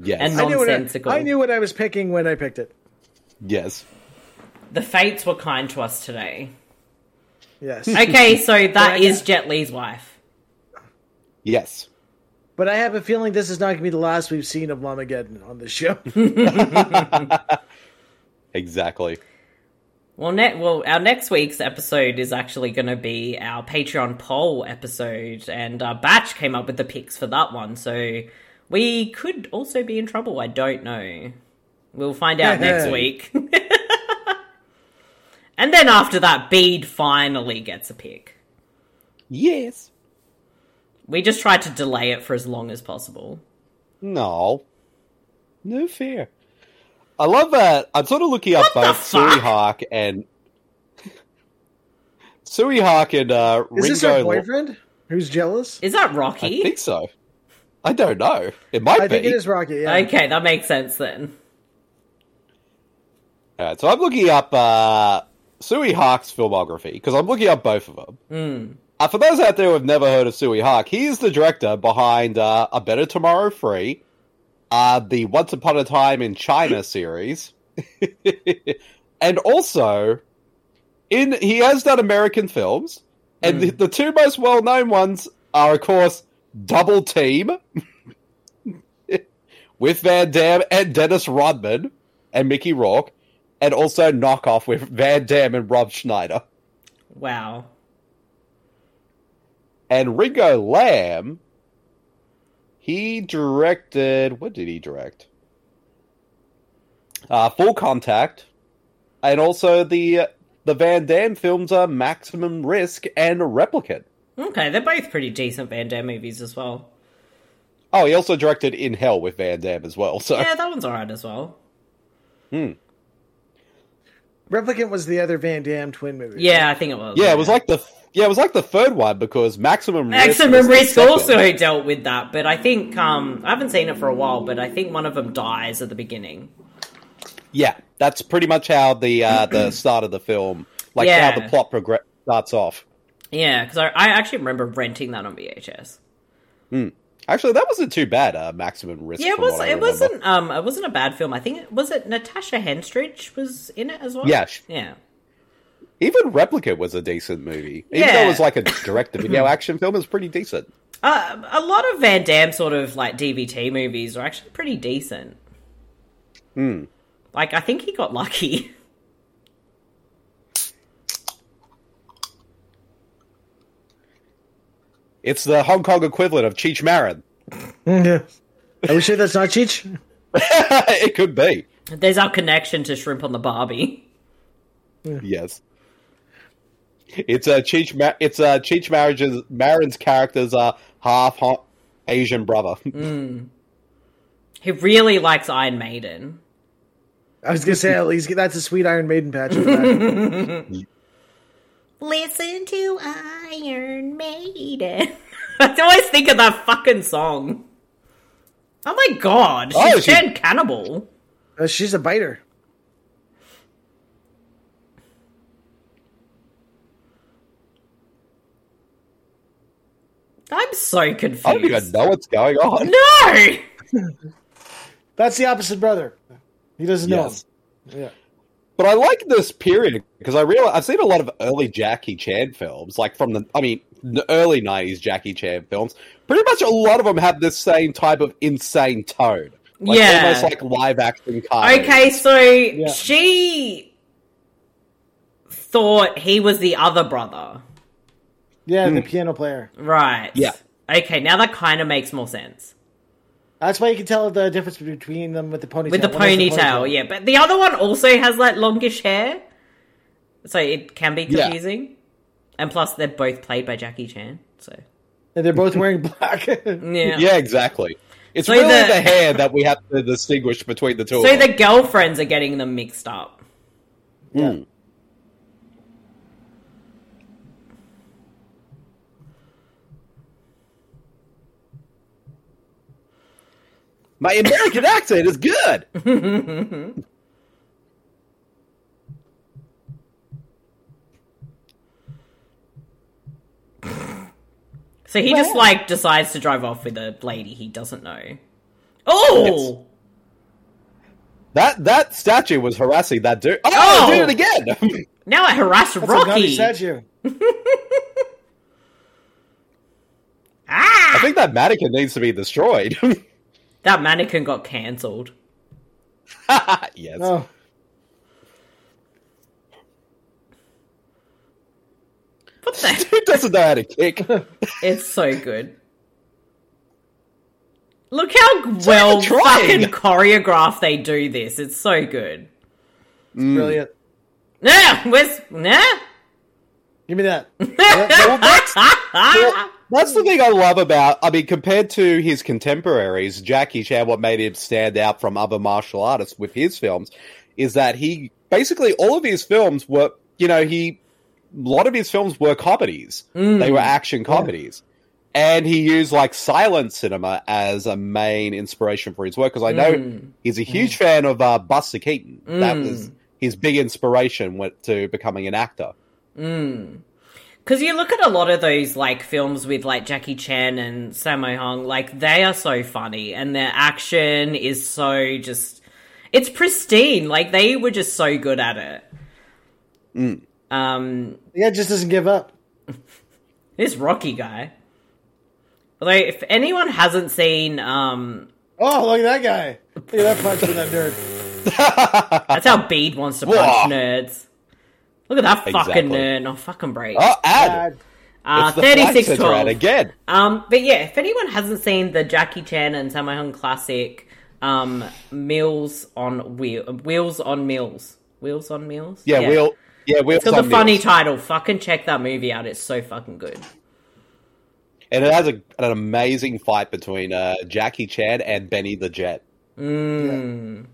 Speaker 6: Yes,
Speaker 1: And-
Speaker 4: I knew, what
Speaker 1: Nonsensical.
Speaker 4: I, I knew what I was picking when I picked it.
Speaker 6: yes.
Speaker 1: The fates were kind to us
Speaker 6: [laughs]
Speaker 1: today.
Speaker 4: Yes,
Speaker 1: Okay, so that is Jet Li's wife.
Speaker 6: Yes.
Speaker 4: but I have a feeling this is not going to be the last we've seen of Lamageddon on this show.
Speaker 6: Exactly.
Speaker 1: Well, ne- well, our next week's episode is actually going to be our Patreon poll episode, and uh, Batch came up with the picks for that one, so we could also be in trouble. I don't know. We'll find out next week. [laughs] and then after that, Bede finally gets a pick.
Speaker 6: Yes.
Speaker 1: We just tried to delay it for as long as possible.
Speaker 6: No. No fear. I love that. I'm sort of looking up
Speaker 1: What the
Speaker 6: both Sui
Speaker 1: fuck?
Speaker 6: Hawk and [laughs] Sui Hawk and uh,
Speaker 4: Is
Speaker 6: Ringo.
Speaker 4: this her
Speaker 6: Lo-
Speaker 4: boyfriend who's jealous?
Speaker 1: Is that
Speaker 6: I
Speaker 1: Rocky?
Speaker 6: think so. I don't know. It might
Speaker 4: I
Speaker 6: be.
Speaker 4: think it is Rocky. Yeah.
Speaker 1: Okay, that makes sense then.
Speaker 6: All right, so I'm looking up uh, Sui Hawk's filmography because I'm looking up both of them. Uh, for those out there who have never heard of Sui Hawk, he is the director behind uh, A Better Tomorrow Free, uh, the Once Upon a Time in China series, [laughs] and also in he has done American films, and the, the two most well known ones are, of course, Double Team [laughs] with Van Damme and Dennis Rodman and Mickey Rourke, and also Knockoff with Van Damme and Rob Schneider.
Speaker 1: Wow.
Speaker 6: And Ringo Lamb, he directed. What did he direct? Uh, Full Contact, and also the the Van Damme films are Maximum Risk and Replicant.
Speaker 1: Okay, they're both pretty decent Van Damme movies as well.
Speaker 6: Oh, he also directed In Hell with Van Damme as well. So
Speaker 1: Yeah, that one's alright as well.
Speaker 4: Replicant was the other Van Damme twin movie.
Speaker 1: Yeah, I think it was.
Speaker 6: Yeah, it was like the yeah, it was like the third one because maximum
Speaker 1: Maximum
Speaker 6: risk,
Speaker 1: Risk
Speaker 6: was the
Speaker 1: also
Speaker 6: second.
Speaker 1: dealt with that, but I think um, I haven't seen it for a while. But I think one of them dies at the beginning.
Speaker 6: Yeah, that's pretty much how the uh,
Speaker 1: [clears throat]
Speaker 6: the start of the film, like
Speaker 1: Yeah.
Speaker 6: how the plot progress starts off.
Speaker 1: Yeah, because I, I actually remember renting that on VHS.
Speaker 6: Hmm. Actually, that wasn't too bad. Uh, maximum risk.
Speaker 1: yeah, it
Speaker 6: from
Speaker 1: was.
Speaker 6: what I
Speaker 1: It
Speaker 6: remember.
Speaker 1: wasn't. Um, it wasn't a bad film. I think it was it Natasha Henstridge was in it as well.
Speaker 6: Yeah, she-
Speaker 1: yeah.
Speaker 6: Even Replicate was a decent movie. Even though
Speaker 1: Yeah.
Speaker 6: it was like
Speaker 1: [clears throat]
Speaker 6: a direct-to-video action film, it was pretty decent.
Speaker 1: Uh, a lot of Van Damme sort of like DVT movies are actually pretty decent.
Speaker 6: Hmm.
Speaker 1: Like I think he got lucky. [laughs]
Speaker 6: It's the Hong Kong equivalent of Cheech Marin. [laughs]
Speaker 4: Yeah. Are we sure that's not Cheech?
Speaker 6: it could be.
Speaker 1: There's our connection to Shrimp on the Barbie.
Speaker 6: Yes. It's a Cheech. Ma- it's a Cheech Marin's, Marin's character's uh, half Hon- Asian brother. [laughs]
Speaker 1: Mm. He really likes Iron Maiden.
Speaker 4: I was gonna say at least that's a sweet Iron Maiden patch. for that.
Speaker 1: Listen to Iron Maiden. [laughs] I always think of that fucking song. Oh my god,
Speaker 4: Oh,
Speaker 1: she's
Speaker 4: she-
Speaker 1: turned cannibal.
Speaker 4: Uh, she's a biter.
Speaker 1: I'm so confused.
Speaker 6: I don't even know what's going on.
Speaker 1: No.
Speaker 4: That's the opposite brother. He doesn't
Speaker 6: Yes.
Speaker 4: know. Him. Yeah.
Speaker 6: But I like this period because I realize I've seen a lot of early Jackie Chan films, like from the, I mean, the early '90s Jackie Chan films. Pretty much, a lot of them have this same type of insane tone, like
Speaker 1: Yeah.
Speaker 6: almost like live action. Kind
Speaker 1: Okay, so she thought he was the other brother.
Speaker 4: Yeah, the piano player.
Speaker 1: Right.
Speaker 4: Yeah.
Speaker 1: Okay, now that kind of makes more sense.
Speaker 4: That's why you can tell the difference between them with the ponytail.
Speaker 1: With the
Speaker 4: One has
Speaker 1: ponytail, yeah. But the other one also has like longish hair. So it can be
Speaker 4: Yeah.
Speaker 1: confusing. And plus they're both played by Jackie Chan, so
Speaker 4: And they're both wearing black. [laughs]
Speaker 1: Yeah.
Speaker 6: yeah, exactly. It's
Speaker 1: So
Speaker 6: really
Speaker 1: the-
Speaker 6: the... hair that we have to distinguish between the two.
Speaker 1: So
Speaker 6: of them.
Speaker 1: the girlfriends are getting them mixed up.
Speaker 6: Mm. My American accent is good.
Speaker 1: So he just
Speaker 13: Wow.
Speaker 1: like decides to drive off with a lady he doesn't know. Oh,
Speaker 6: That that statue was harassing that dude. Oh,
Speaker 1: Oh!
Speaker 6: I did it again. [laughs]
Speaker 1: now I harass
Speaker 4: That's a
Speaker 1: Rocky.
Speaker 4: gummy statue.
Speaker 6: I think that mannequin needs to be destroyed.
Speaker 1: Ah!
Speaker 6: [laughs]
Speaker 1: that mannequin got cancelled.
Speaker 6: yes.
Speaker 4: Oh.
Speaker 1: What the?
Speaker 6: [laughs] Dude doesn't know how to kick.
Speaker 1: It's so good. Look how
Speaker 6: It's
Speaker 1: well
Speaker 6: even trying.
Speaker 1: fucking choreographed they do this. It's so good.
Speaker 4: Brilliant.
Speaker 1: Nah, where's nah?
Speaker 4: Give me that.
Speaker 1: [laughs]
Speaker 9: [laughs]
Speaker 6: Well, that's the thing I love about. I mean, compared to his contemporaries, Jackie Chan, what made him stand out from other martial artists with his films is that he basically all of his films were, you know, he a lot of his films were comedies.
Speaker 9: Mm.
Speaker 6: They were action comedies. And he used like silent cinema as a main inspiration for his work because I know
Speaker 9: Mm.
Speaker 6: he's a huge fan of uh, Buster Keaton. That
Speaker 1: Mm.
Speaker 6: was his big inspiration when, to becoming an actor.
Speaker 1: Mm. Because you look at a lot of those like films with like Jackie Chan and Sammo Hung, like they are so funny and their action is so just it's pristine. Like they were just so good at it.
Speaker 6: Mm.
Speaker 1: Um,
Speaker 4: yeah, just doesn't give up.
Speaker 1: This Rocky guy. Although, if anyone hasn't seen, um,
Speaker 4: Oh, look at that guy. Look at that punch with that nerd.
Speaker 1: that's how Bede wants to punch
Speaker 4: Whoa.
Speaker 1: nerds. Look at that fucking
Speaker 6: Exactly.
Speaker 1: nerd! Oh, fucking break.
Speaker 6: Oh, ad!
Speaker 1: Uh,
Speaker 9: Ah,
Speaker 6: It's the Flight
Speaker 1: thirty-six
Speaker 6: Center ad
Speaker 1: twelve.
Speaker 6: again.
Speaker 1: Um, but yeah, if anyone hasn't seen the Jackie Chan and Sammo Hung classic, um, Meals on Wheel, Wheels on Meals, Wheels on Meals.
Speaker 6: Yeah, Wheel- yeah, Wheels
Speaker 1: Still the
Speaker 6: on
Speaker 1: funny
Speaker 6: Meals.
Speaker 1: title. Fucking check that movie out. It's so fucking good.
Speaker 6: And it has a, an amazing fight between uh, Jackie Chan and Benny the Jet.
Speaker 1: Mm.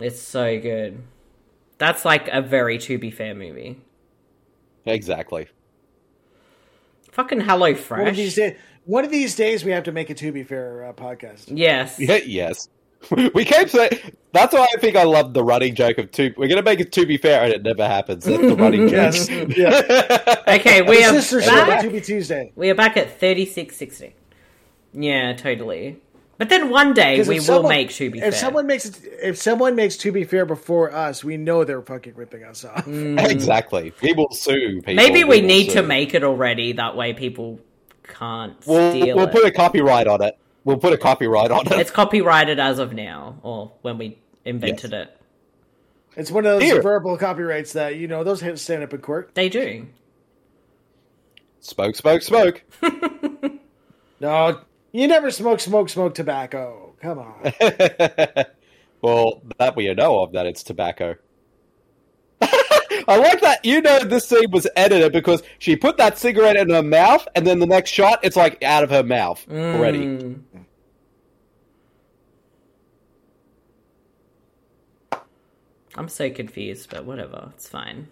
Speaker 1: It's so good. That's like a very to be fair movie.
Speaker 6: Exactly.
Speaker 1: Fucking Hello
Speaker 4: One of these,
Speaker 1: Fresh.
Speaker 4: day, one of these days, we have to make a To Be Fair uh, podcast.
Speaker 1: Yes.
Speaker 6: Yeah, yes. [laughs] We keep saying that's why I think I love the running joke of two. We're gonna make it to be fair, and it never happens. That's the running joke.
Speaker 4: [laughs] Yes. yeah.
Speaker 1: Okay, we are
Speaker 4: Sister show
Speaker 1: back.
Speaker 4: on To Be Tuesday.
Speaker 1: We are back at thirty six sixty. Yeah, totally. But then one day
Speaker 4: 'Cause
Speaker 1: we
Speaker 4: if
Speaker 1: will
Speaker 4: someone-
Speaker 1: make to be
Speaker 4: if
Speaker 1: fair.
Speaker 4: someone makes it, if someone makes to be fair before us, we know they're fucking ripping us
Speaker 6: [laughs]
Speaker 4: off.
Speaker 1: Mm.
Speaker 6: Exactly. We will sue people.
Speaker 1: Maybe we
Speaker 6: will
Speaker 1: need to
Speaker 6: sue.
Speaker 1: make it already. That way people can't
Speaker 6: We'll,
Speaker 1: steal
Speaker 6: we'll
Speaker 1: it.
Speaker 6: put a copyright on it. We'll put a copyright on it.
Speaker 1: It's copyrighted as of now, or when we invented it.
Speaker 4: It's one of those
Speaker 6: Here.
Speaker 4: verbal copyrights that you know those hits stand up in court.
Speaker 1: They do.
Speaker 6: Smoke, smoke, smoke.
Speaker 4: No, you never smoke, smoke, smoke tobacco. Come [laughs] on,
Speaker 6: [laughs] Well, that we know of that it's tobacco. [laughs] I like that you know this scene was edited because she put that cigarette in her mouth, and then the next shot, it's like out of her mouth already.
Speaker 1: Mm. I'm so confused, but whatever. It's fine.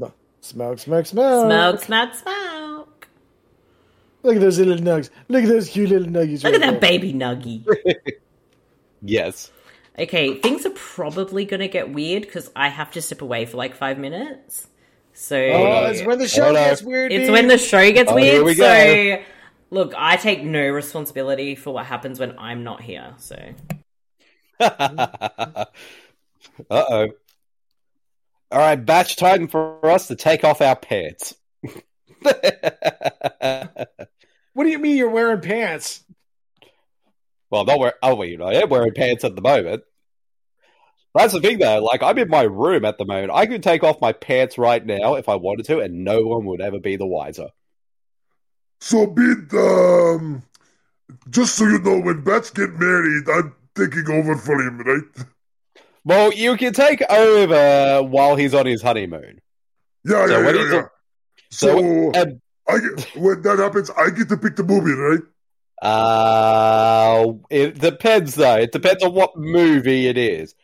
Speaker 4: Smoke, smoke, smoke, smoke.
Speaker 1: Smoke, smoke, smoke.
Speaker 4: Look at those little nugs. Look at those cute little nuggies.
Speaker 1: Look
Speaker 4: right
Speaker 1: at that
Speaker 4: there.
Speaker 1: baby nuggy.
Speaker 6: Yes. [laughs]
Speaker 1: Okay, things are probably going to get weird because I have to step away for like five minutes. So
Speaker 4: Oh, it's when the show
Speaker 6: Hold on.
Speaker 4: gets weird.
Speaker 1: It's
Speaker 4: dude.
Speaker 1: when the show gets
Speaker 6: Oh, here
Speaker 1: weird.
Speaker 6: we
Speaker 1: so,
Speaker 6: go.
Speaker 1: look, I take no responsibility for what happens when I'm not here. So,
Speaker 6: uh oh. All right, batch time for us to take off our pants. [laughs]
Speaker 4: What do you mean you're wearing [laughs] pants?
Speaker 6: Well, not wear. Oh, well, you know, I am wearing pants at the moment. That's the thing, though. Like, I'm in my room at the moment. I could take off my pants right now if I wanted to, and no one would ever be the wiser.
Speaker 7: So, beat, um, just so you know, when Bats get married, I'm taking over for him, right? [laughs]
Speaker 6: Well, you can take over while he's on his honeymoon.
Speaker 7: Yeah,
Speaker 6: So
Speaker 7: yeah,
Speaker 6: what
Speaker 7: yeah,
Speaker 6: is
Speaker 7: yeah.
Speaker 6: it-
Speaker 7: So,
Speaker 6: So, um,
Speaker 7: I get, when that happens, I get to pick the movie, right?
Speaker 6: uh, it depends, though. It depends on what movie it is.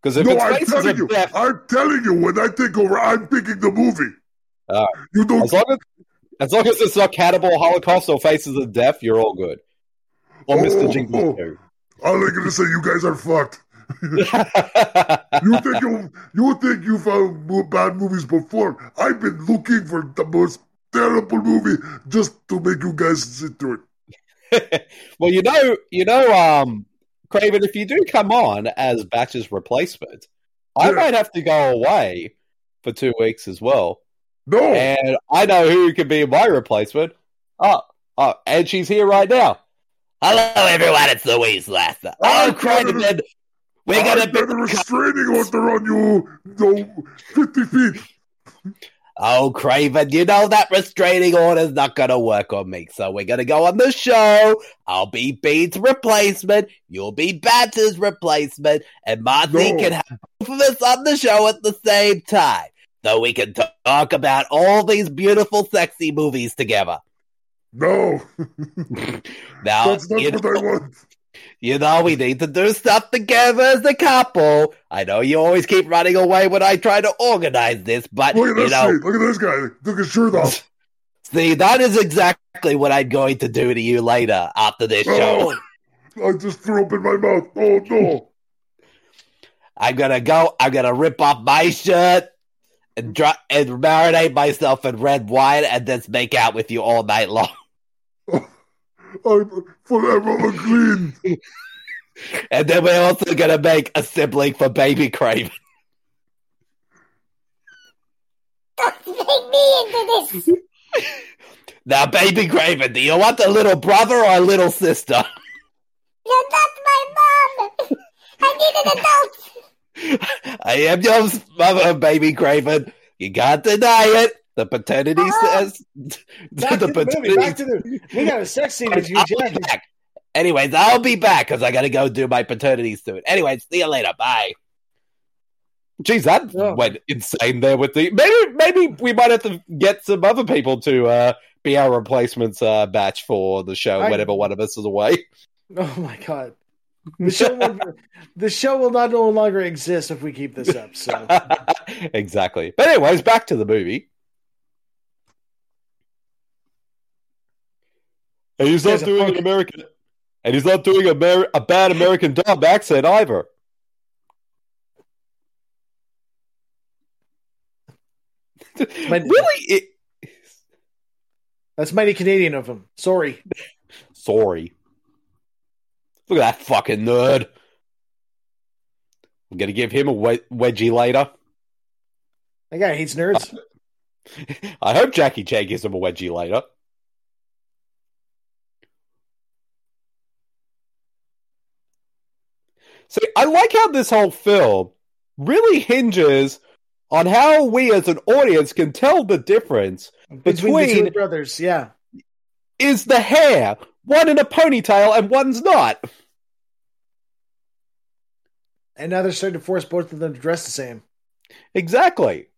Speaker 6: Because if
Speaker 7: no,
Speaker 6: it's
Speaker 7: I'm
Speaker 6: Faces
Speaker 7: telling
Speaker 6: of
Speaker 7: you,
Speaker 6: Death,
Speaker 7: I'm telling you, when I take over, I'm picking the movie.
Speaker 6: All
Speaker 7: You don't [laughs]
Speaker 6: as long as as long as it's not Cannibal Holocaust or Faces of Death, you're all good. Or Mr.
Speaker 7: Oh,
Speaker 6: Jenkins
Speaker 7: oh.
Speaker 6: too.
Speaker 7: I was gonna say you guys are fucked. [laughs]
Speaker 6: [laughs]
Speaker 7: You think you you think you found mo- bad movies before? I've been looking for the most terrible movie just to make you guys sit through it.
Speaker 6: [laughs] well, you know, you know, um, Craven, if you do come on as Batch's replacement, I
Speaker 7: Yeah.
Speaker 6: might have to go away for two weeks as well.
Speaker 7: No,
Speaker 6: And I know who could be my replacement. Oh, oh, and she's here right now.
Speaker 3: Hello, everyone. It's the Weaslasta.
Speaker 6: Oh,
Speaker 7: I'm
Speaker 6: Craven,
Speaker 7: gonna-
Speaker 6: we're gonna
Speaker 7: I've got
Speaker 6: pick
Speaker 7: a restraining order on you. No, fifty feet.
Speaker 3: Oh, Craven, you know that restraining order's not going to work on me, so we're going to go on the show. I'll be Bean's replacement, you'll be Batch's replacement, and Marcy
Speaker 7: No.
Speaker 3: can have both of us on the show at the same time. So we can talk about all these beautiful, sexy movies together.
Speaker 6: [laughs]
Speaker 7: No,
Speaker 3: Now,
Speaker 7: that's not
Speaker 3: you
Speaker 7: what I want.
Speaker 3: You know, we need to do stuff together as a couple. I know you always keep running away when I try to organize this, but
Speaker 7: Look at
Speaker 3: you
Speaker 7: this
Speaker 3: know,
Speaker 7: shit. Look at this guy. Took his
Speaker 6: [laughs]
Speaker 7: shirt off.
Speaker 3: see, that is exactly what I'm going to do to you later after this show.
Speaker 7: Oh, I just threw up in my mouth. Oh no.
Speaker 3: I'm gonna go. I'm gonna rip off my shirt and dry, and marinate myself in red wine, and then make out with you all night long. [laughs]
Speaker 7: I'm forever unclean.
Speaker 3: And then we're also gonna make a sibling for Baby Craven.
Speaker 10: Don't [laughs] make me into this.
Speaker 3: Now, Baby Craven, do you want a little brother or a little sister? [laughs]
Speaker 10: You're not my mom. [laughs] I need an adult.
Speaker 3: I am your mother, baby Craven. You can't deny it. The paternity says
Speaker 4: Ah.
Speaker 3: [laughs]
Speaker 4: Back to the movie. Back to
Speaker 3: paternity-
Speaker 4: the. We got a sex scene [laughs] with you,
Speaker 3: I'll be
Speaker 4: Jack.
Speaker 3: back. Anyways, I'll be back because I gotta go do my paternity suit. Anyways, see you later. Bye.
Speaker 6: Jeez, that
Speaker 4: Yeah.
Speaker 6: went insane there with the maybe. Maybe we might have to get some other people to uh, be our replacements uh, batch for the show
Speaker 4: I-
Speaker 6: whenever one of us is away.
Speaker 4: Oh my god. The show will, the show will not no longer exist if we keep this up. So
Speaker 6: [laughs] exactly. But anyways, back to the movie. And he's not
Speaker 4: There's a
Speaker 6: doing an
Speaker 4: punk-
Speaker 6: American. And he's not doing a, Mer- a bad American dub accent either. [laughs] really? It-
Speaker 4: that's mighty Canadian of him. Sorry.
Speaker 6: Sorry. Look at that fucking nerd. I'm gonna give him a we- wedgie later.
Speaker 4: That guy hates nerds.
Speaker 6: I hope Jackie Chan gives him a wedgie later. See, I like how this whole film really hinges on how we as an audience can tell the difference
Speaker 4: Between, the two
Speaker 6: between
Speaker 4: brothers, yeah.
Speaker 6: is the hair, one in a ponytail and one's not.
Speaker 4: And now they're starting to force both of them to dress the same.
Speaker 6: Exactly.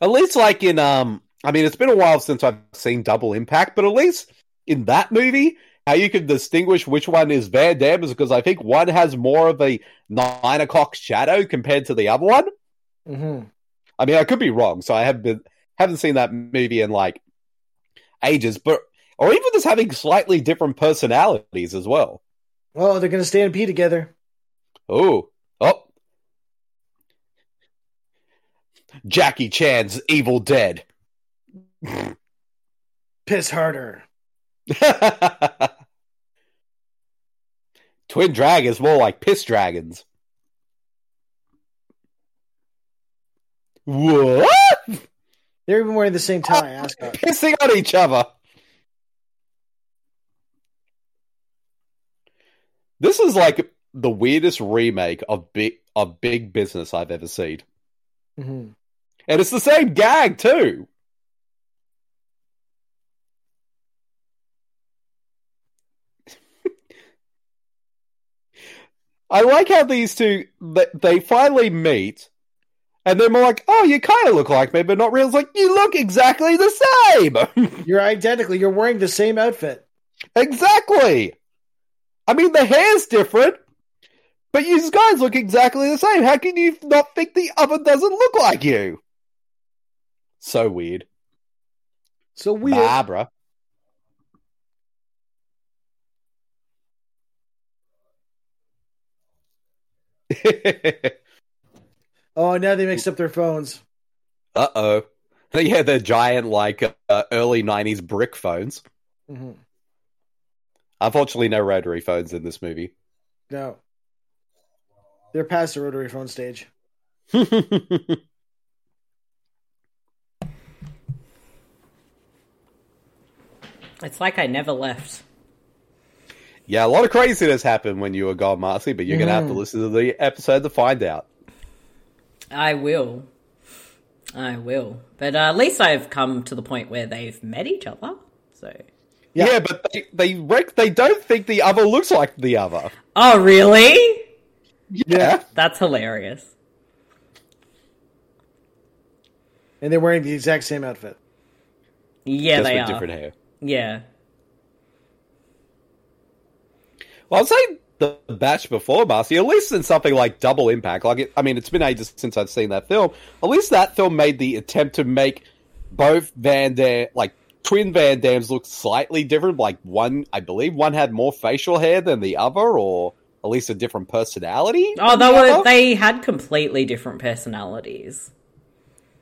Speaker 6: At least, like in um, I mean, it's been a while since I've seen Double Impact, but at least in that movie, how you can distinguish which one is Van Damme is because I think one has more of a nine o'clock shadow compared to the other one.
Speaker 4: Mm-hmm.
Speaker 6: I mean, I could be wrong, so I haven't been haven't seen that movie in like ages, but or even just having slightly different personalities as well.
Speaker 4: Oh, they're going to stand pee together.
Speaker 6: Oh, oh. Jackie Chan's Evil Dead.
Speaker 4: Piss harder.
Speaker 6: Twin dragons, more like piss dragons. What?
Speaker 4: They're even wearing the same tie. Ascot.
Speaker 6: Pissing on each other. This is like the weirdest remake of big of big business I've ever seen.
Speaker 4: Mm-hmm.
Speaker 6: And it's the same gag too. I like how these two th- they finally meet, and they're more like, "Oh, you kind of look like me, but not real." It's like you look exactly the same. [laughs]
Speaker 4: You're identical. You're wearing the same outfit.
Speaker 6: exactly. I mean, the hair's different, but you guys look exactly the same. How can you not think the other doesn't look like you? So weird.
Speaker 4: So weird.
Speaker 6: Barbara.
Speaker 4: Oh, now they mixed up their phones.
Speaker 6: uh oh. Yeah, they're giant, like uh, early 90s brick phones.
Speaker 4: Mm-hmm.
Speaker 6: Unfortunately, no rotary phones in this movie. [laughs]
Speaker 4: No. They're past the rotary phone stage.
Speaker 1: It's like I never left.
Speaker 6: yeah, a lot of craziness happened when you were gone, Marcy, but you're going to have to
Speaker 1: Mhm.
Speaker 6: listen to the episode to find out.
Speaker 1: I will. I will. But uh, at least I've come to the point where they've met each other. So.
Speaker 6: Yeah, but they they, rec- they don't think the other looks like the other.
Speaker 1: Oh, really?
Speaker 6: Yeah.
Speaker 1: That's hilarious.
Speaker 4: And they're wearing the exact same outfit.
Speaker 1: Yeah,
Speaker 6: Just
Speaker 1: they
Speaker 6: with
Speaker 1: are.
Speaker 6: different hair.
Speaker 1: Yeah.
Speaker 6: Well, I'll say the batch before Marcy, at least in something like Double Impact. Like, it, I mean, it's been ages since I've seen that film. At least that film made the attempt to make both Van Dam, like twin Van Dams, look slightly different. Like one, I believe one had more facial hair than the other, or at least a different personality.
Speaker 1: Oh,
Speaker 6: than
Speaker 1: they
Speaker 6: the
Speaker 1: were.
Speaker 6: other.
Speaker 1: They had completely different personalities.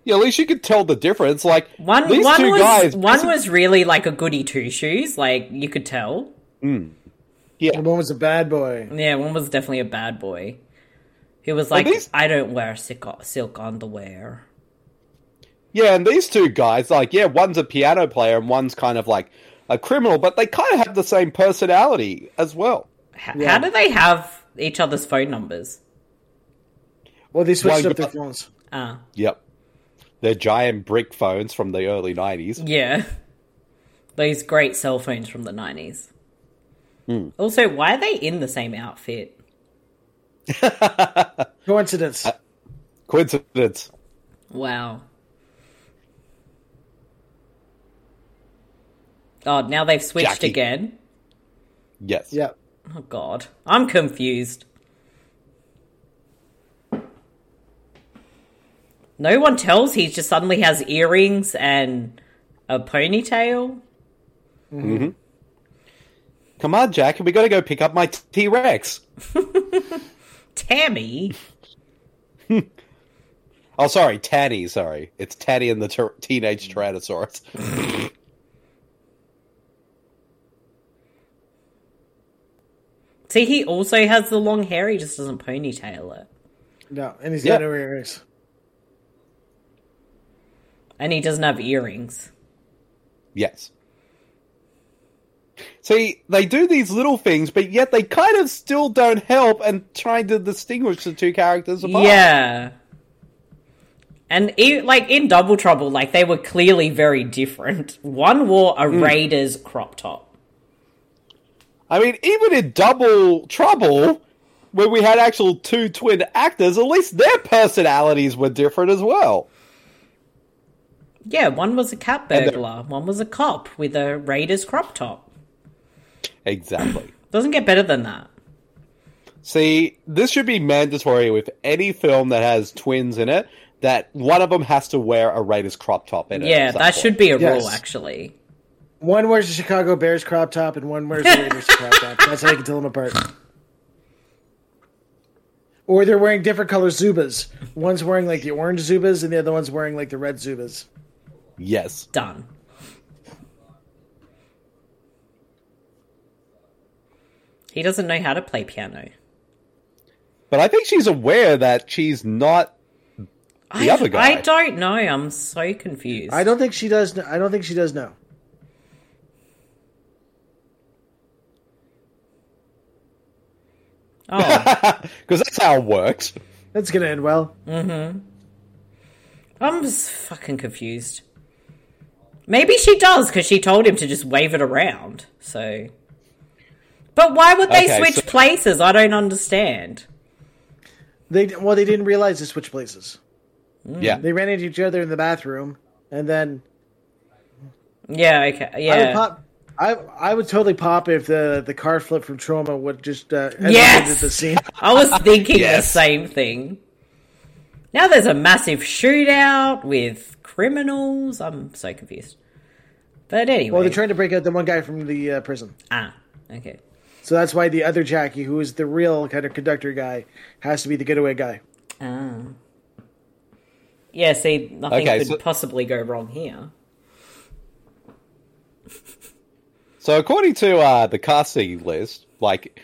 Speaker 6: Yeah, at least you could tell the difference. Like
Speaker 1: One,
Speaker 6: these
Speaker 1: one
Speaker 6: two
Speaker 1: was
Speaker 6: guys,
Speaker 1: one was really like a goody two shoes. Like you could tell.
Speaker 6: Mm. Yeah.
Speaker 4: The one was a bad boy.
Speaker 1: Yeah, one was definitely a bad boy. He was like,
Speaker 6: these-
Speaker 1: I don't wear silk silk underwear.
Speaker 6: Yeah, and these two guys, like, yeah, one's a piano player and one's kind of like a criminal, but they kind of have the same personality as well.
Speaker 1: H- How do they have each other's phone numbers?
Speaker 4: Well, they switched
Speaker 6: Well,
Speaker 4: up their phones.
Speaker 1: Ah,
Speaker 6: Yep. They're giant brick phones from the early 90s.
Speaker 1: yeah. [laughs] Those great cell phones from the nineties.
Speaker 6: Hmm.
Speaker 1: Also, why are they in the same outfit?
Speaker 4: Coincidence.
Speaker 6: Coincidence.
Speaker 1: Wow. Oh, now they've switched
Speaker 6: Jackie.
Speaker 1: again.
Speaker 6: Yes.
Speaker 4: Yep.
Speaker 1: Oh God, I'm confused. No one tells he just suddenly has earrings and a ponytail.
Speaker 6: Mm-hmm. Come on, Jack, we gotta go pick up my T Rex.
Speaker 1: Tammy.
Speaker 6: oh, sorry, Tanny. Sorry, it's Tanny and the ter- teenage Tyrannosaurus.
Speaker 1: See, he also has the long hair. He just doesn't ponytail it,
Speaker 4: No, and he's
Speaker 6: Yep.
Speaker 4: got no earrings.
Speaker 1: and he doesn't have earrings.
Speaker 6: yes. See, they do these little things, but yet they kind of still don't help and trying to distinguish the two characters apart.
Speaker 1: Yeah. And e like in Double Trouble, like they were clearly very different. One wore a
Speaker 6: Hmm.
Speaker 1: Raiders crop top.
Speaker 6: I mean, even in Double Trouble, when we had actual two twin actors, at least their personalities were different as well.
Speaker 1: Yeah, one was a cat
Speaker 6: And the-
Speaker 1: burglar, one was a cop with a Raiders crop top.
Speaker 6: Exactly.
Speaker 1: Doesn't get better than that.
Speaker 6: See, this should be mandatory with any film that has twins in it. That one of them has to wear a Raiders crop top in it.
Speaker 1: Yeah,
Speaker 6: at some
Speaker 1: that
Speaker 6: point.
Speaker 1: should be a
Speaker 4: Yes.
Speaker 1: rule actually.
Speaker 4: One wears a Chicago Bears crop top, and one
Speaker 1: [laughs]
Speaker 4: wears a Raiders crop top. That's how you can tell them apart. Or they're wearing different color Zubas. One's wearing like the orange Zubas, and the other one's wearing like the red Zubas.
Speaker 6: Yes.
Speaker 1: Done. He doesn't know how to play piano.
Speaker 6: But I think she's aware that she's not the
Speaker 1: I,
Speaker 6: other guy.
Speaker 1: I don't know. I'm so confused.
Speaker 4: I don't think she does. Know, I don't think she does know.
Speaker 1: Oh.
Speaker 6: Because that's how it works.
Speaker 4: That's gonna end well.
Speaker 1: Mm-hmm. I'm just fucking confused. Maybe she does because she told him to just wave it around. So, but why would they
Speaker 6: Okay,
Speaker 1: switch
Speaker 6: so-
Speaker 1: places? I don't understand.
Speaker 4: They well, they didn't realize they switched places.
Speaker 1: Hmm.
Speaker 6: Yeah.
Speaker 4: They ran into each other in the bathroom, and then
Speaker 1: Yeah. Okay.
Speaker 4: I would
Speaker 1: Yeah.
Speaker 4: pop. I I would totally pop if the the car flip from Trauma would just uh, end
Speaker 1: Yes!
Speaker 4: the scene.
Speaker 1: I was thinking
Speaker 6: Yes.
Speaker 1: the same thing. Now there's a massive shootout with criminals. I'm so confused. But anyway.
Speaker 4: Well, they're trying to break out the one guy from the uh, prison,
Speaker 1: ah. Okay.
Speaker 4: so that's why the other Jackie, who is the real kind of conductor guy, has to be the getaway guy.
Speaker 1: Ah. Yeah. See, nothing
Speaker 6: Okay,
Speaker 1: could
Speaker 6: so-
Speaker 1: possibly go wrong here.
Speaker 6: So, according to uh, the casting list, like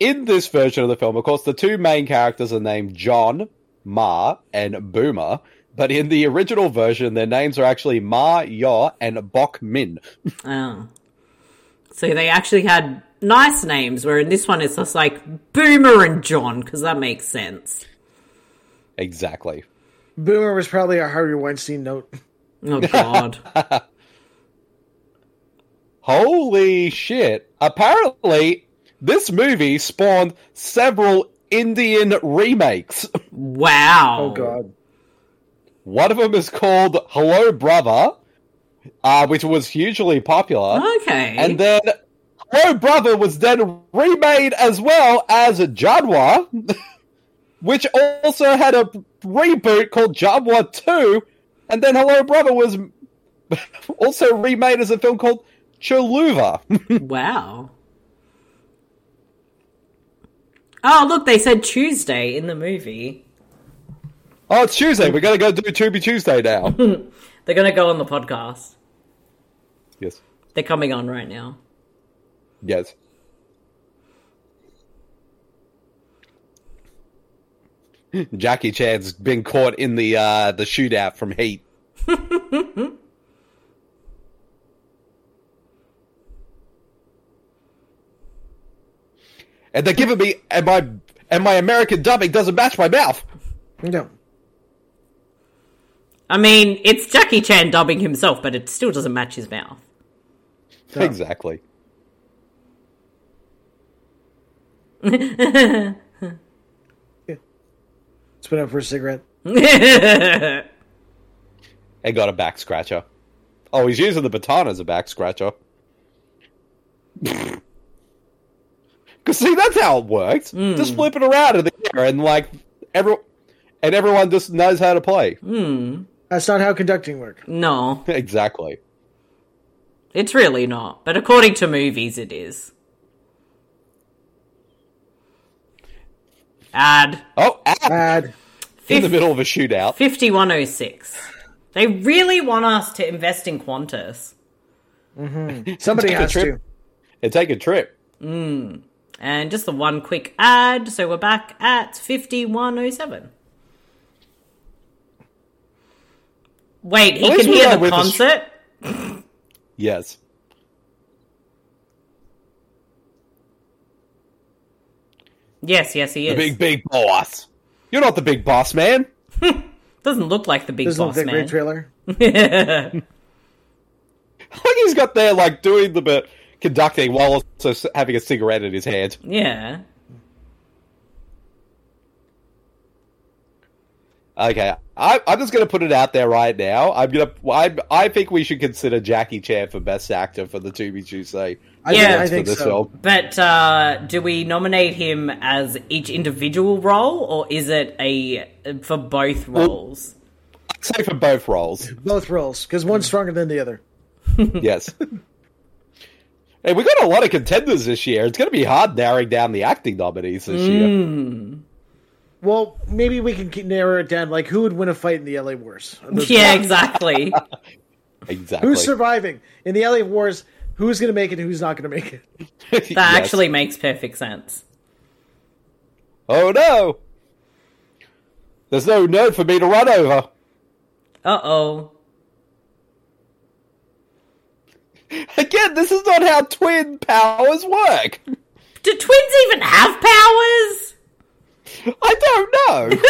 Speaker 6: in this version of the film, of course, the two main characters are named John, Ma, and Boomer. But in the original version, their names are actually Ma Yaw and Bok Min. [laughs]
Speaker 1: Oh. So they actually had nice names, where in this one it's just like Boomer and John, because that makes sense.
Speaker 6: Exactly.
Speaker 4: Boomer was probably a Harvey Weinstein note. [laughs]
Speaker 1: Oh, God.
Speaker 6: Holy shit. Apparently, this movie spawned several Indian remakes. [laughs]
Speaker 1: wow.
Speaker 4: Oh God,
Speaker 6: One of them is called Hello Brother, uh, which was hugely popular.
Speaker 1: Okay.
Speaker 6: And then Hello Brother was then remade as well as Jadwa, [laughs] which also had a reboot called Jadwa 2. And then Hello Brother was [laughs] also remade as a film called [laughs] Choluva.
Speaker 1: wow. Oh, look, they said Tuesday in the movie.
Speaker 6: oh, it's Tuesday. We're going to go do Tubi Tuesday now.
Speaker 1: They're going to go on the podcast.
Speaker 6: yes.
Speaker 1: They're coming on right now.
Speaker 6: Yes. Jackie Chan's been caught in the uh, the shootout from Heat. and they're giving me and my and my American dubbing doesn't match my mouth.
Speaker 4: no.
Speaker 1: I mean, it's Jackie Chan dubbing himself, but it still doesn't match his mouth. [laughs]
Speaker 6: Exactly.
Speaker 4: It's been up for a cigarette.
Speaker 6: And got a back scratcher. [laughs] Oh, he's using the baton as a back scratcher. Because see, that's how it works.
Speaker 1: Mm.
Speaker 6: Just flip it around in the air, and like every and everyone just knows how to play.
Speaker 1: Mm.
Speaker 4: That's not how conducting works.
Speaker 1: No,
Speaker 6: [laughs] Exactly.
Speaker 1: it's really not. But according to movies, it is. Ad
Speaker 6: Oh, ah,
Speaker 4: Bad.
Speaker 6: in the
Speaker 1: Fif-
Speaker 6: middle of a shootout.
Speaker 1: 5106. They really want us to invest in Qantas.
Speaker 4: Somebody
Speaker 6: Take a
Speaker 4: has to.
Speaker 6: trip. And take a trip.
Speaker 1: And just the one quick ad. So we're back at 5107. Wait, he
Speaker 6: At least
Speaker 1: can
Speaker 6: we
Speaker 1: hear
Speaker 6: are
Speaker 1: the
Speaker 6: with a sh-
Speaker 1: concert?
Speaker 6: Yes.
Speaker 1: Yes, yes, he
Speaker 6: The
Speaker 1: is.
Speaker 6: big, big boss. You're not the big boss, man. [laughs]
Speaker 1: Doesn't look like the big
Speaker 4: Doesn't look
Speaker 1: boss
Speaker 4: like a great
Speaker 1: man.
Speaker 4: trailer.
Speaker 6: Like he's got there, like doing the bit, conducting while also s- having a cigarette in his hand.
Speaker 1: yeah.
Speaker 6: Okay, I, I'm just going to put it out there right now. I'm going to. I, I think we should consider Jackie Chan for best actor for the To Be Tuesday.
Speaker 4: I
Speaker 1: Yeah.
Speaker 4: think- I
Speaker 6: awards
Speaker 4: think
Speaker 6: for this
Speaker 4: so.
Speaker 6: film.
Speaker 1: But uh, do we nominate him as each individual role, or is it a for both roles?
Speaker 6: I'd say for both
Speaker 4: [laughs]
Speaker 6: roles.
Speaker 4: Both roles, because one's stronger than the other.
Speaker 6: yes. Hey, we got a lot of contenders this year. It's going to be hard narrowing down the acting nominees this year.
Speaker 4: Mm. Well, maybe we can ke- narrow it down. Like, who would win a fight in the LA Wars?
Speaker 1: [laughs] yeah, exactly.
Speaker 6: Exactly.
Speaker 4: Who's surviving in the LA Wars? Who's going to make it? and Who's not going to make it?
Speaker 6: [laughs]
Speaker 4: [laughs]
Speaker 6: Yes.
Speaker 1: That actually makes perfect sense.
Speaker 6: Oh no! There's no nerd for me to run over.
Speaker 1: Uh oh.
Speaker 6: Again, this is not how twin powers work.
Speaker 1: Do twins even have powers?
Speaker 6: I don't know.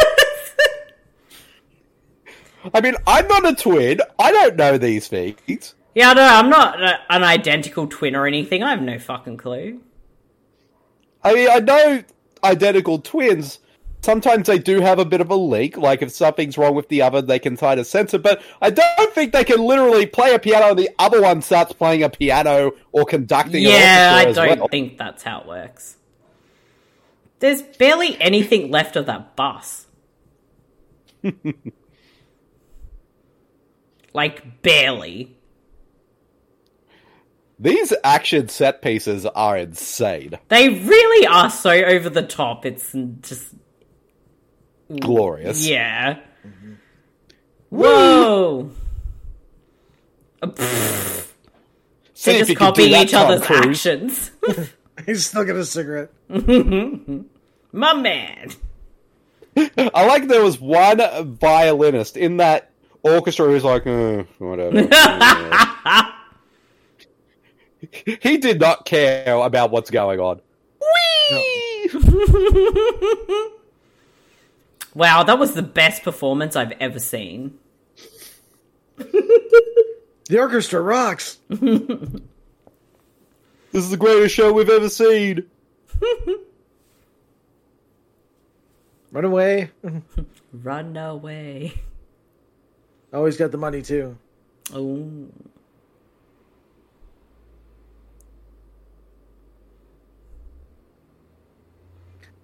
Speaker 6: I mean, I'm not a twin. I don't know these things.
Speaker 1: Yeah, no, I'm not uh, an identical twin or anything. I have no fucking clue.
Speaker 6: I mean, I know identical twins. Sometimes they do have a bit of a leak, like if something's wrong with the other, they can try to sense it, but I don't think they can literally play a piano and the other one starts playing a piano or conducting
Speaker 1: yeah,
Speaker 6: an
Speaker 1: I
Speaker 6: orchestra as
Speaker 1: don't
Speaker 6: well.
Speaker 1: think that's how it works. There's barely anything left of that
Speaker 6: [laughs]
Speaker 1: bus. like barely.
Speaker 6: These action set pieces are insane.
Speaker 1: They really are so over the top. It's just
Speaker 6: Glorious.
Speaker 1: yeah. Oh, Whoa. Uh, pfft,
Speaker 6: See
Speaker 1: They're
Speaker 6: if you
Speaker 1: just
Speaker 6: can do
Speaker 1: copying
Speaker 6: that,
Speaker 1: each
Speaker 6: Tom
Speaker 1: other's
Speaker 6: Cruise.
Speaker 1: actions. [laughs]
Speaker 4: He's still got a cigarette.
Speaker 1: My man. [laughs]
Speaker 6: I like there was one violinist in that orchestra who's like, "Uh, whatever. he did not care about what's going on.
Speaker 1: Wow, that was the best performance I've ever seen.
Speaker 4: The orchestra rocks.
Speaker 6: [laughs] This is the greatest show we've ever seen.
Speaker 4: Run away.
Speaker 1: Run away.
Speaker 4: Always got the money too.
Speaker 1: Oh.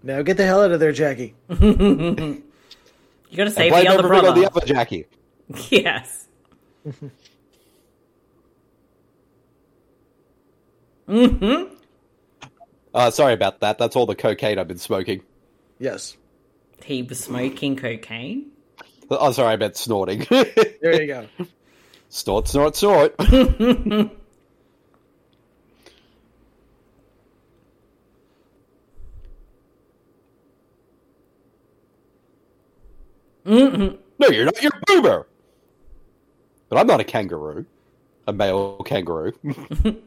Speaker 4: Now get the hell out of there, Jackie.
Speaker 1: You gotta
Speaker 6: And
Speaker 1: save the other
Speaker 6: everything
Speaker 1: brother.
Speaker 6: on the other Jackie.
Speaker 1: Yes.
Speaker 6: Uh, sorry about that. That's all the cocaine I've been smoking.
Speaker 4: Yes.
Speaker 1: He was smoking cocaine.
Speaker 6: Oh, sorry, I meant snorting. [laughs]
Speaker 4: There you go.
Speaker 6: snort, snort, snort. [laughs] No, you're not. You're a boomer. But I'm not a kangaroo. A male kangaroo. [laughs]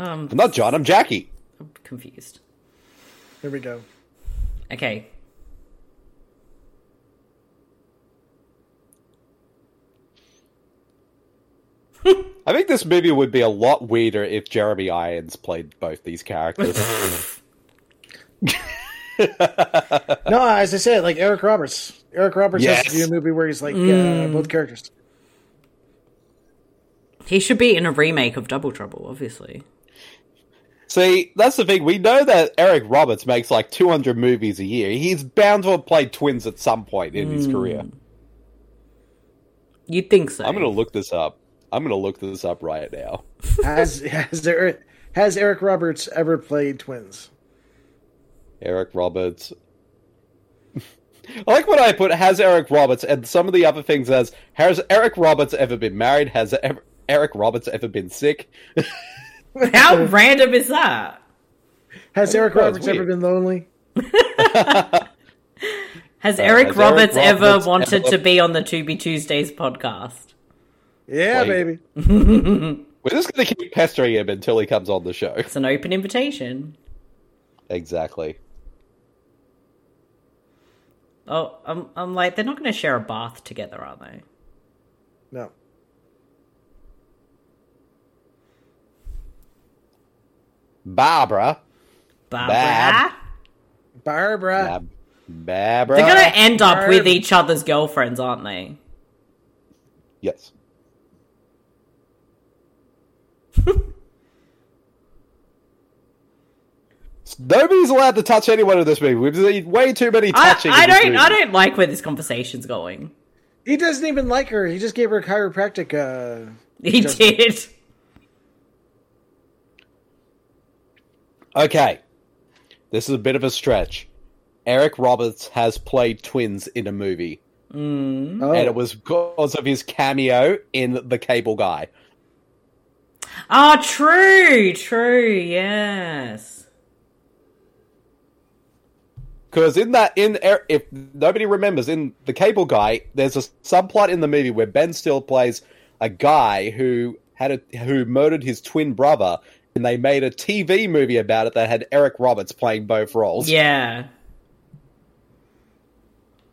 Speaker 1: Um,
Speaker 6: I'm not John. I'm Jackie.
Speaker 1: I'm confused.
Speaker 4: Here we go.
Speaker 1: Okay.
Speaker 6: I think this movie would be a lot weirder if Jeremy Irons played both these characters.
Speaker 4: No, as I said, like Eric Roberts. Eric Roberts has
Speaker 6: Yes.
Speaker 4: to do a movie where he's like uh, both characters.
Speaker 1: He should be in a remake of Double Trouble, obviously.
Speaker 6: See, that's the thing. We know that Eric Roberts makes like 200 movies a year. He's bound to have played twins at some point in his
Speaker 1: Hmm.
Speaker 6: career.
Speaker 1: You'd think so.
Speaker 6: I'm going to look this up. I'm going to look this up right now.
Speaker 4: has [laughs] has there has Eric Roberts ever played twins?
Speaker 6: Eric Roberts. [laughs] I like what I put has Eric Roberts and some of the other things as has Eric Roberts ever been married? Has ever, Eric Roberts ever been sick?
Speaker 1: How random is that?
Speaker 4: [laughs] Has Eric
Speaker 6: That's
Speaker 4: Roberts ever
Speaker 6: weird.
Speaker 4: been lonely?
Speaker 1: Has
Speaker 6: Uh,
Speaker 1: Eric
Speaker 6: has Eric
Speaker 1: Roberts ever
Speaker 6: Roberts
Speaker 1: wanted
Speaker 6: ever-
Speaker 1: to be on the To Be Tuesdays podcast?
Speaker 4: Yeah,
Speaker 6: Like-
Speaker 4: baby.
Speaker 6: We're just going to keep pestering him until he comes on the show. [laughs]
Speaker 1: It's an open invitation.
Speaker 6: Exactly.
Speaker 1: Oh, I'm, I'm like, they're not going to share a bath together, are they?
Speaker 4: No.
Speaker 6: Barbara.
Speaker 1: Barbara?
Speaker 6: Bab.
Speaker 4: Barbara.
Speaker 6: Bab- Barbara.
Speaker 1: Uh, They're going to end up with
Speaker 4: Barb.
Speaker 1: each other's girlfriends, aren't they? [laughs]
Speaker 6: Yes. Nobody's allowed to touch anyone in this movie. We've seen way too many
Speaker 1: I,
Speaker 6: touching.
Speaker 1: I
Speaker 6: in this
Speaker 1: don't
Speaker 6: movie.
Speaker 1: I don't like where this conversation's going.
Speaker 4: He doesn't even like her. He just gave her a chiropractic. Uh,
Speaker 1: He
Speaker 4: Just-
Speaker 1: did.
Speaker 6: Okay. This is a bit of a stretch. Eric Roberts has played twins in a movie,
Speaker 1: Mm.
Speaker 4: oh,
Speaker 6: and it was because of his cameo in The Cable Guy.
Speaker 1: Oh, true, true, yes.
Speaker 6: Because in that, in Er- if nobody remembers, in the Cable Guy, there's a subplot in the movie where Ben Still plays a guy who had a who murdered his twin brother, and they made a TV movie about it that had Eric Roberts playing both roles.
Speaker 1: Yeah.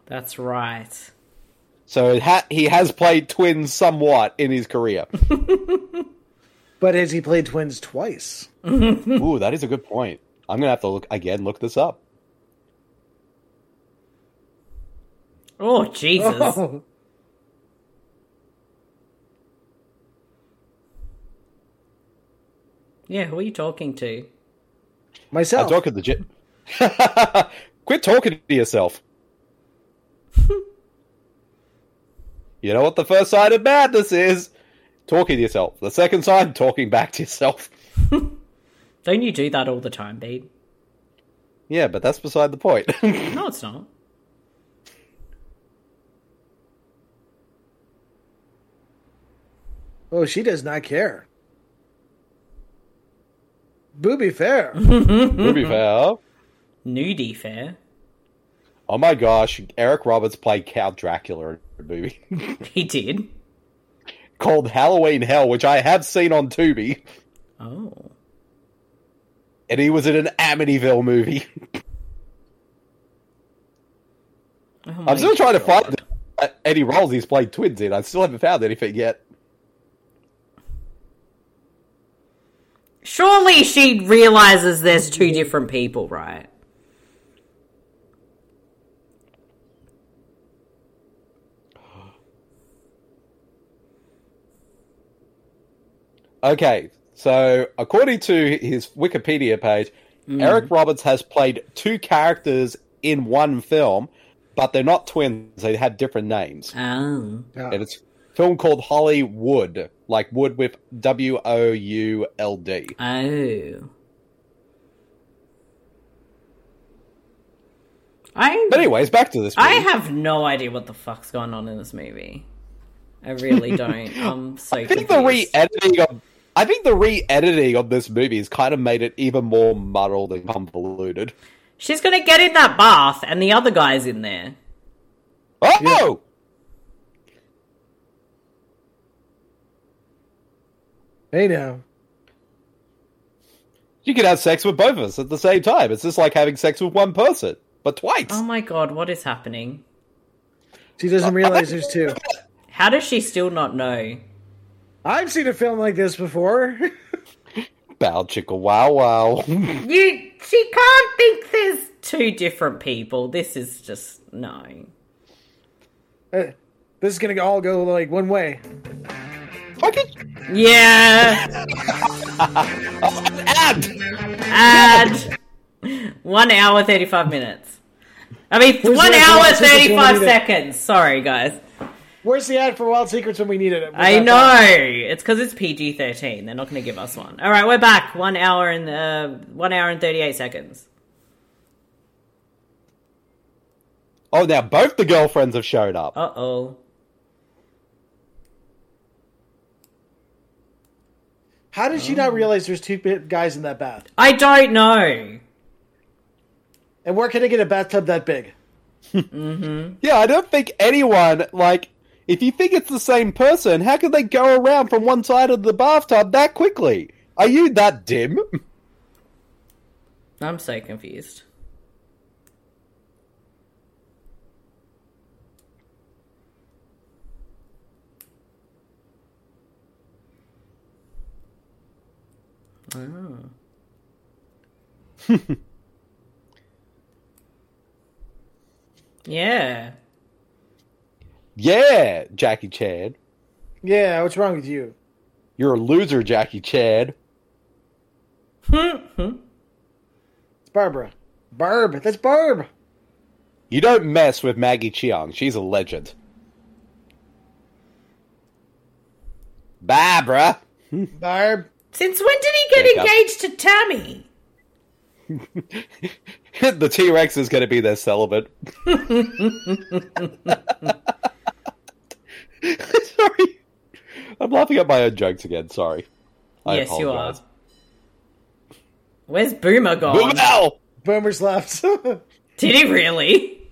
Speaker 1: That's right.
Speaker 6: So it ha- he has played twins somewhat in his career.
Speaker 4: but has he played twins twice?
Speaker 6: Ooh, that is a good point. I'm gonna have to look again. Look this up.
Speaker 1: Oh, Jesus.
Speaker 4: Oh,
Speaker 1: Yeah, who are you talking to?
Speaker 6: I'm
Speaker 4: myself.
Speaker 6: talking legit. [laughs] Quit talking to yourself. you know what the first sign of madness is? Talking to yourself. The second sign, talking back to yourself. [laughs]
Speaker 1: Don't you do that all the time, babe?
Speaker 6: Yeah, but that's beside the point. [laughs]
Speaker 1: No, it's not.
Speaker 4: oh, she does not care. Booby fair.
Speaker 6: to be fair.
Speaker 1: Nudie fair.
Speaker 6: Oh my gosh, Eric Roberts played Count Dracula in a movie [laughs]
Speaker 1: He did.
Speaker 6: called Halloween Hell, which I have seen on Tubi,
Speaker 1: Oh.
Speaker 6: and he was in an Amityville movie.
Speaker 1: Oh my
Speaker 6: I'm still trying to
Speaker 1: God.
Speaker 6: find the- any roles he's played twins in. I still haven't found anything yet.
Speaker 1: Surely she realizes there's two different people, right?
Speaker 6: Okay, so according to his Wikipedia page,
Speaker 1: Hmm.
Speaker 6: Eric Roberts has played two characters in one film, but they're not twins. They have different names.
Speaker 1: Oh.
Speaker 6: And it's a film called Holly Wood, like Wood with W O U L D.
Speaker 1: Oh. I
Speaker 6: But anyways, back to this. Movie.
Speaker 1: I have no idea what the fuck's going on in this movie. I
Speaker 6: [laughs]
Speaker 1: really don't. I'm so
Speaker 6: I think the
Speaker 1: confused.
Speaker 6: re-editing of I think the re-editing of this movie has kind of made it even more muddled and convoluted.
Speaker 1: She's gonna get in that bath, and the other guy's in there.
Speaker 6: Oh,
Speaker 4: Hey now.
Speaker 6: you can have sex with both of us at the same time. It's just like having sex with one person, but twice.
Speaker 1: Oh my god, what is happening?
Speaker 4: She [laughs] doesn't realize there's two.
Speaker 1: How does she still not know?
Speaker 4: I've seen a film like this before. [laughs]
Speaker 6: Bow chicka wow [laughs] wow.
Speaker 1: You, she can't think there's two different people. This is just no.
Speaker 4: Uh, this is gonna all go like one way.
Speaker 6: Fucking
Speaker 1: Yeah.
Speaker 6: ad.
Speaker 1: Ad. One hour, 35 minutes. I mean,
Speaker 4: Where's
Speaker 1: one
Speaker 4: the ad for
Speaker 1: hour,
Speaker 4: Wild Secrets when we
Speaker 1: 35
Speaker 4: need it?
Speaker 1: seconds. Sorry, guys.
Speaker 4: Where's the ad for Wild Secrets when we needed it?
Speaker 1: I know. It's because it's PG 13. They're not going to give us one. All right, we're back. One hour and, uh, one hour and 38 seconds.
Speaker 6: Oh, now both the girlfriends have showed up.
Speaker 1: Uh oh.
Speaker 4: How did she not realize there's two bi- guys in that bath?
Speaker 1: I don't know.
Speaker 4: And where can I get a bathtub that big?
Speaker 6: Yeah, I don't think anyone like. If you think it's the same person, how could they go around from one side of the bathtub that quickly? Are you that dim? [laughs]
Speaker 1: I'm so confused. Oh. yeah.
Speaker 6: Yeah, Jackie Chan.
Speaker 4: Yeah, what's wrong with you?
Speaker 6: You're a loser, Jackie Chan.
Speaker 1: Hmm,
Speaker 4: It's Barbara. Barb. That's Barb.
Speaker 6: You don't mess with Maggie Cheong. She's a legend. Barbara.
Speaker 4: Barb.
Speaker 1: Since when did he get
Speaker 6: Pick up.
Speaker 1: engaged to Tammy?
Speaker 6: [laughs] the T Rex is going to be their celibate. [laughs] sorry. I'm laughing at my own jokes again. Sorry. I
Speaker 1: yes, you are.
Speaker 6: apologize.
Speaker 1: Where's Boomer gone?
Speaker 6: Boom ow!
Speaker 4: Boomer's left. [laughs]
Speaker 1: Did he really?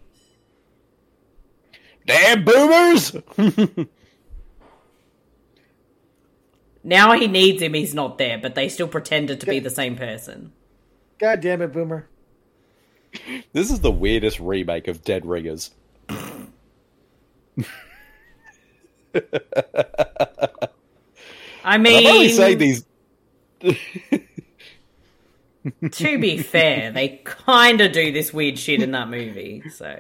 Speaker 6: Damn boomers! [laughs]
Speaker 1: Now he needs him, he's not there, but they still pretended to be the same person.
Speaker 4: God damn it, Boomer.
Speaker 6: this is the weirdest remake of Dead Ringers.
Speaker 1: I
Speaker 6: I
Speaker 1: mean,
Speaker 6: probably say these.
Speaker 1: to be fair, they kind of do this weird shit in that movie. So,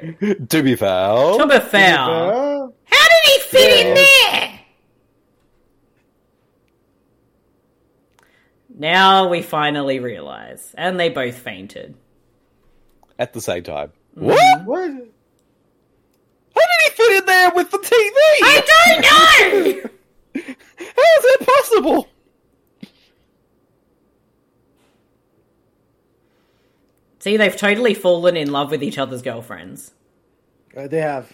Speaker 6: to be fair.
Speaker 1: Chumba Fowl.
Speaker 4: Uh,
Speaker 1: How did he fit in there? Now we finally realize, and they both fainted.
Speaker 6: At the same time. What? How
Speaker 4: what?
Speaker 6: did he fit in there with the TV?
Speaker 1: [laughs] I don't know.
Speaker 6: How is that possible?
Speaker 1: See, they've totally fallen in love with each other's girlfriends.
Speaker 4: Uh, they have.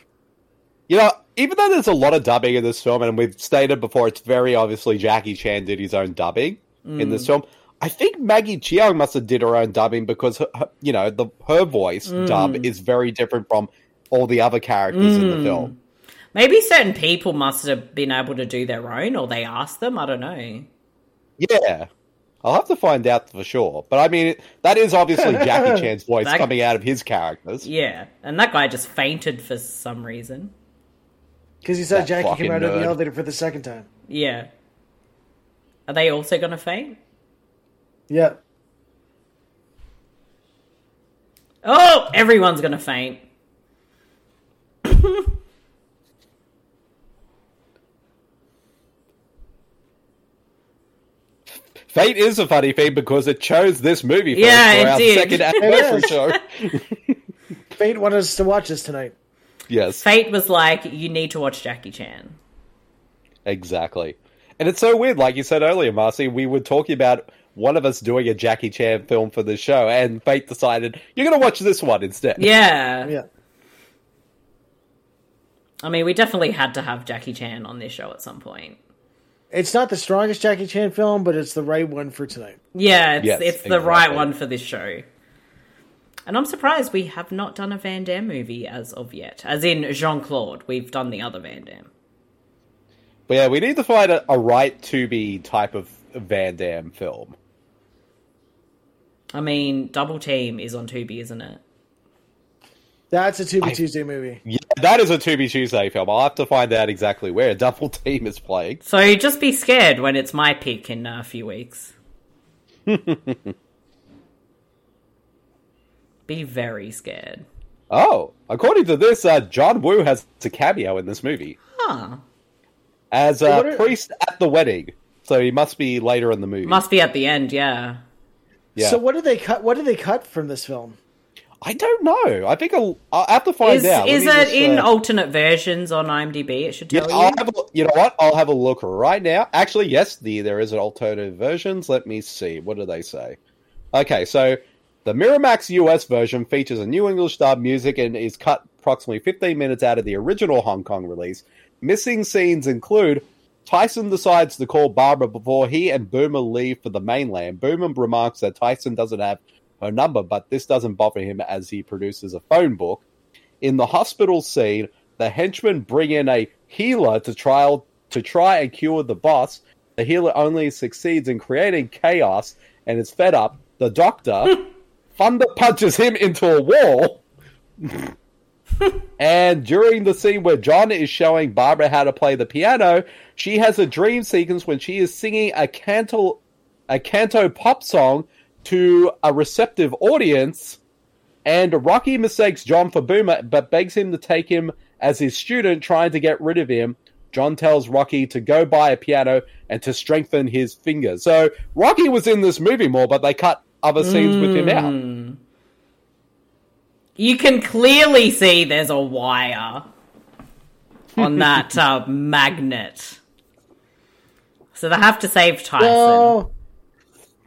Speaker 6: You know, even though there's a lot of dubbing in this film, and we've stated before, it's very obviously Jackie Chan did his own dubbing in
Speaker 1: Mm.
Speaker 6: this film. I think Maggie Cheung must have did her own dubbing because her, her- you know the her voice
Speaker 1: Mm.
Speaker 6: dub is very different from all the other characters in
Speaker 1: Mm.
Speaker 6: the film.
Speaker 1: Maybe certain people must have been able to do their own, or they asked them. I don't know.
Speaker 6: Yeah, I'll have to find out for sure. But I mean, that is obviously
Speaker 1: [laughs]
Speaker 6: Jackie Chan's voice
Speaker 1: That-
Speaker 6: coming out of his characters.
Speaker 1: Yeah, and that guy just fainted for some reason.
Speaker 4: Because he saw
Speaker 6: That
Speaker 4: Jackie
Speaker 6: fucking
Speaker 4: come out of the
Speaker 6: nerd.
Speaker 4: elevator for the second time.
Speaker 1: Yeah. Are they also going to faint?
Speaker 4: Yeah.
Speaker 1: Oh, everyone's going to faint.
Speaker 6: Fate is a funny thing because it chose this movie first
Speaker 1: Yeah,
Speaker 6: for
Speaker 1: it
Speaker 6: our
Speaker 1: did. [laughs]
Speaker 6: second anniversary show.
Speaker 4: Fate wanted us to watch this tonight.
Speaker 6: Yes.
Speaker 1: Fate was like, you need to watch Jackie Chan.
Speaker 6: Exactly. And it's so weird, like you said earlier, Marcy, we were talking about one of us doing a Jackie Chan film for the show, and Fate decided, you're going to watch this one instead.
Speaker 1: Yeah.
Speaker 4: Yeah.
Speaker 1: I mean, we definitely had to have Jackie Chan on this show at some point.
Speaker 4: It's not the strongest Jackie Chan film, but it's the right one for tonight.
Speaker 1: Yeah, it's,
Speaker 6: Yes,
Speaker 1: it's the right
Speaker 6: exactly.
Speaker 1: one for this show. And I'm surprised we have not done a Van Damme movie as of yet. As in Jean Claude. We've done the other Van Damme.
Speaker 6: But yeah, we need to find a, a right to be type of Van Damme film.
Speaker 1: I mean, Double Team is on Tubi, isn't it?
Speaker 4: That's a Tubi Tuesday movie.
Speaker 6: Yeah, that is a To Be Tuesday film. I'll have to find out exactly where Double [laughs] Team is playing.
Speaker 1: So just be scared when it's my pick in a few
Speaker 6: [laughs]
Speaker 1: weeks. be very scared. Ah,
Speaker 6: Oh, according to this, uh, John Woo has a cameo in this movie.
Speaker 1: Huh.
Speaker 6: as a priest at the wedding. So he must be later in the movie.
Speaker 1: Must be at the end, yeah.
Speaker 6: Yeah.
Speaker 4: So what did they cut? What did they cut from this film?
Speaker 6: I don't know. I think I'll, I'll have to find
Speaker 1: is
Speaker 6: out. Let
Speaker 1: is it
Speaker 6: me just,
Speaker 1: in
Speaker 6: uh,
Speaker 1: alternate versions on IMDb? It should
Speaker 6: Yeah,
Speaker 1: tell
Speaker 6: I'll
Speaker 1: you.
Speaker 6: have a, you know what? I'll have a look right now. Actually, yes, the there is an alternative versions. Let me see. What do they say? Okay, so the Miramax US version features a new English dub music and is cut approximately 15 minutes out of the original Hong Kong release. Missing scenes include Tyson decides to call Barbara before he and Boomer leave for the mainland. Boomer remarks that Tyson doesn't have her number, but this doesn't bother him as he produces a phone book. In the hospital scene, the henchmen bring in a healer to trial to try and cure the boss. The healer only succeeds in creating chaos and is fed up. The doctor thunder punches him into a wall. and during the scene where John is showing Barbara how to play the piano, she has a dream sequence when she is singing a canto a canto pop song to a receptive audience. And Rocky mistakes John for Boomer, but begs him to take him as his student, trying to get rid of him. John tells Rocky to go buy a piano and to strengthen his fingers. So Rocky was in this movie more, but they cut other scenes with him out.
Speaker 1: You can clearly see there's a wire on that uh, magnet. So they have to save Tyson.
Speaker 4: Well,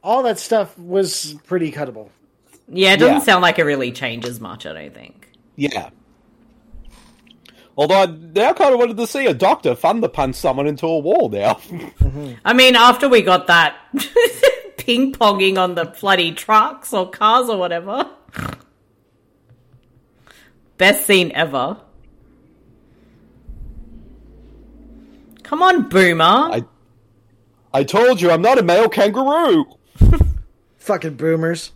Speaker 4: all that stuff was pretty cuttable.
Speaker 1: yeah, it doesn't
Speaker 6: yeah.
Speaker 1: sound like it really changes much, I don't think.
Speaker 6: Yeah. Although I now kind of wanted to see a doctor thunder punch someone into a wall now. [laughs]
Speaker 1: I mean, after we got that [laughs] ping ponging on the bloody trucks or cars or whatever. Best scene ever. Come on, Boomer.
Speaker 6: I told you I'm not a male kangaroo.
Speaker 4: Fucking boomers.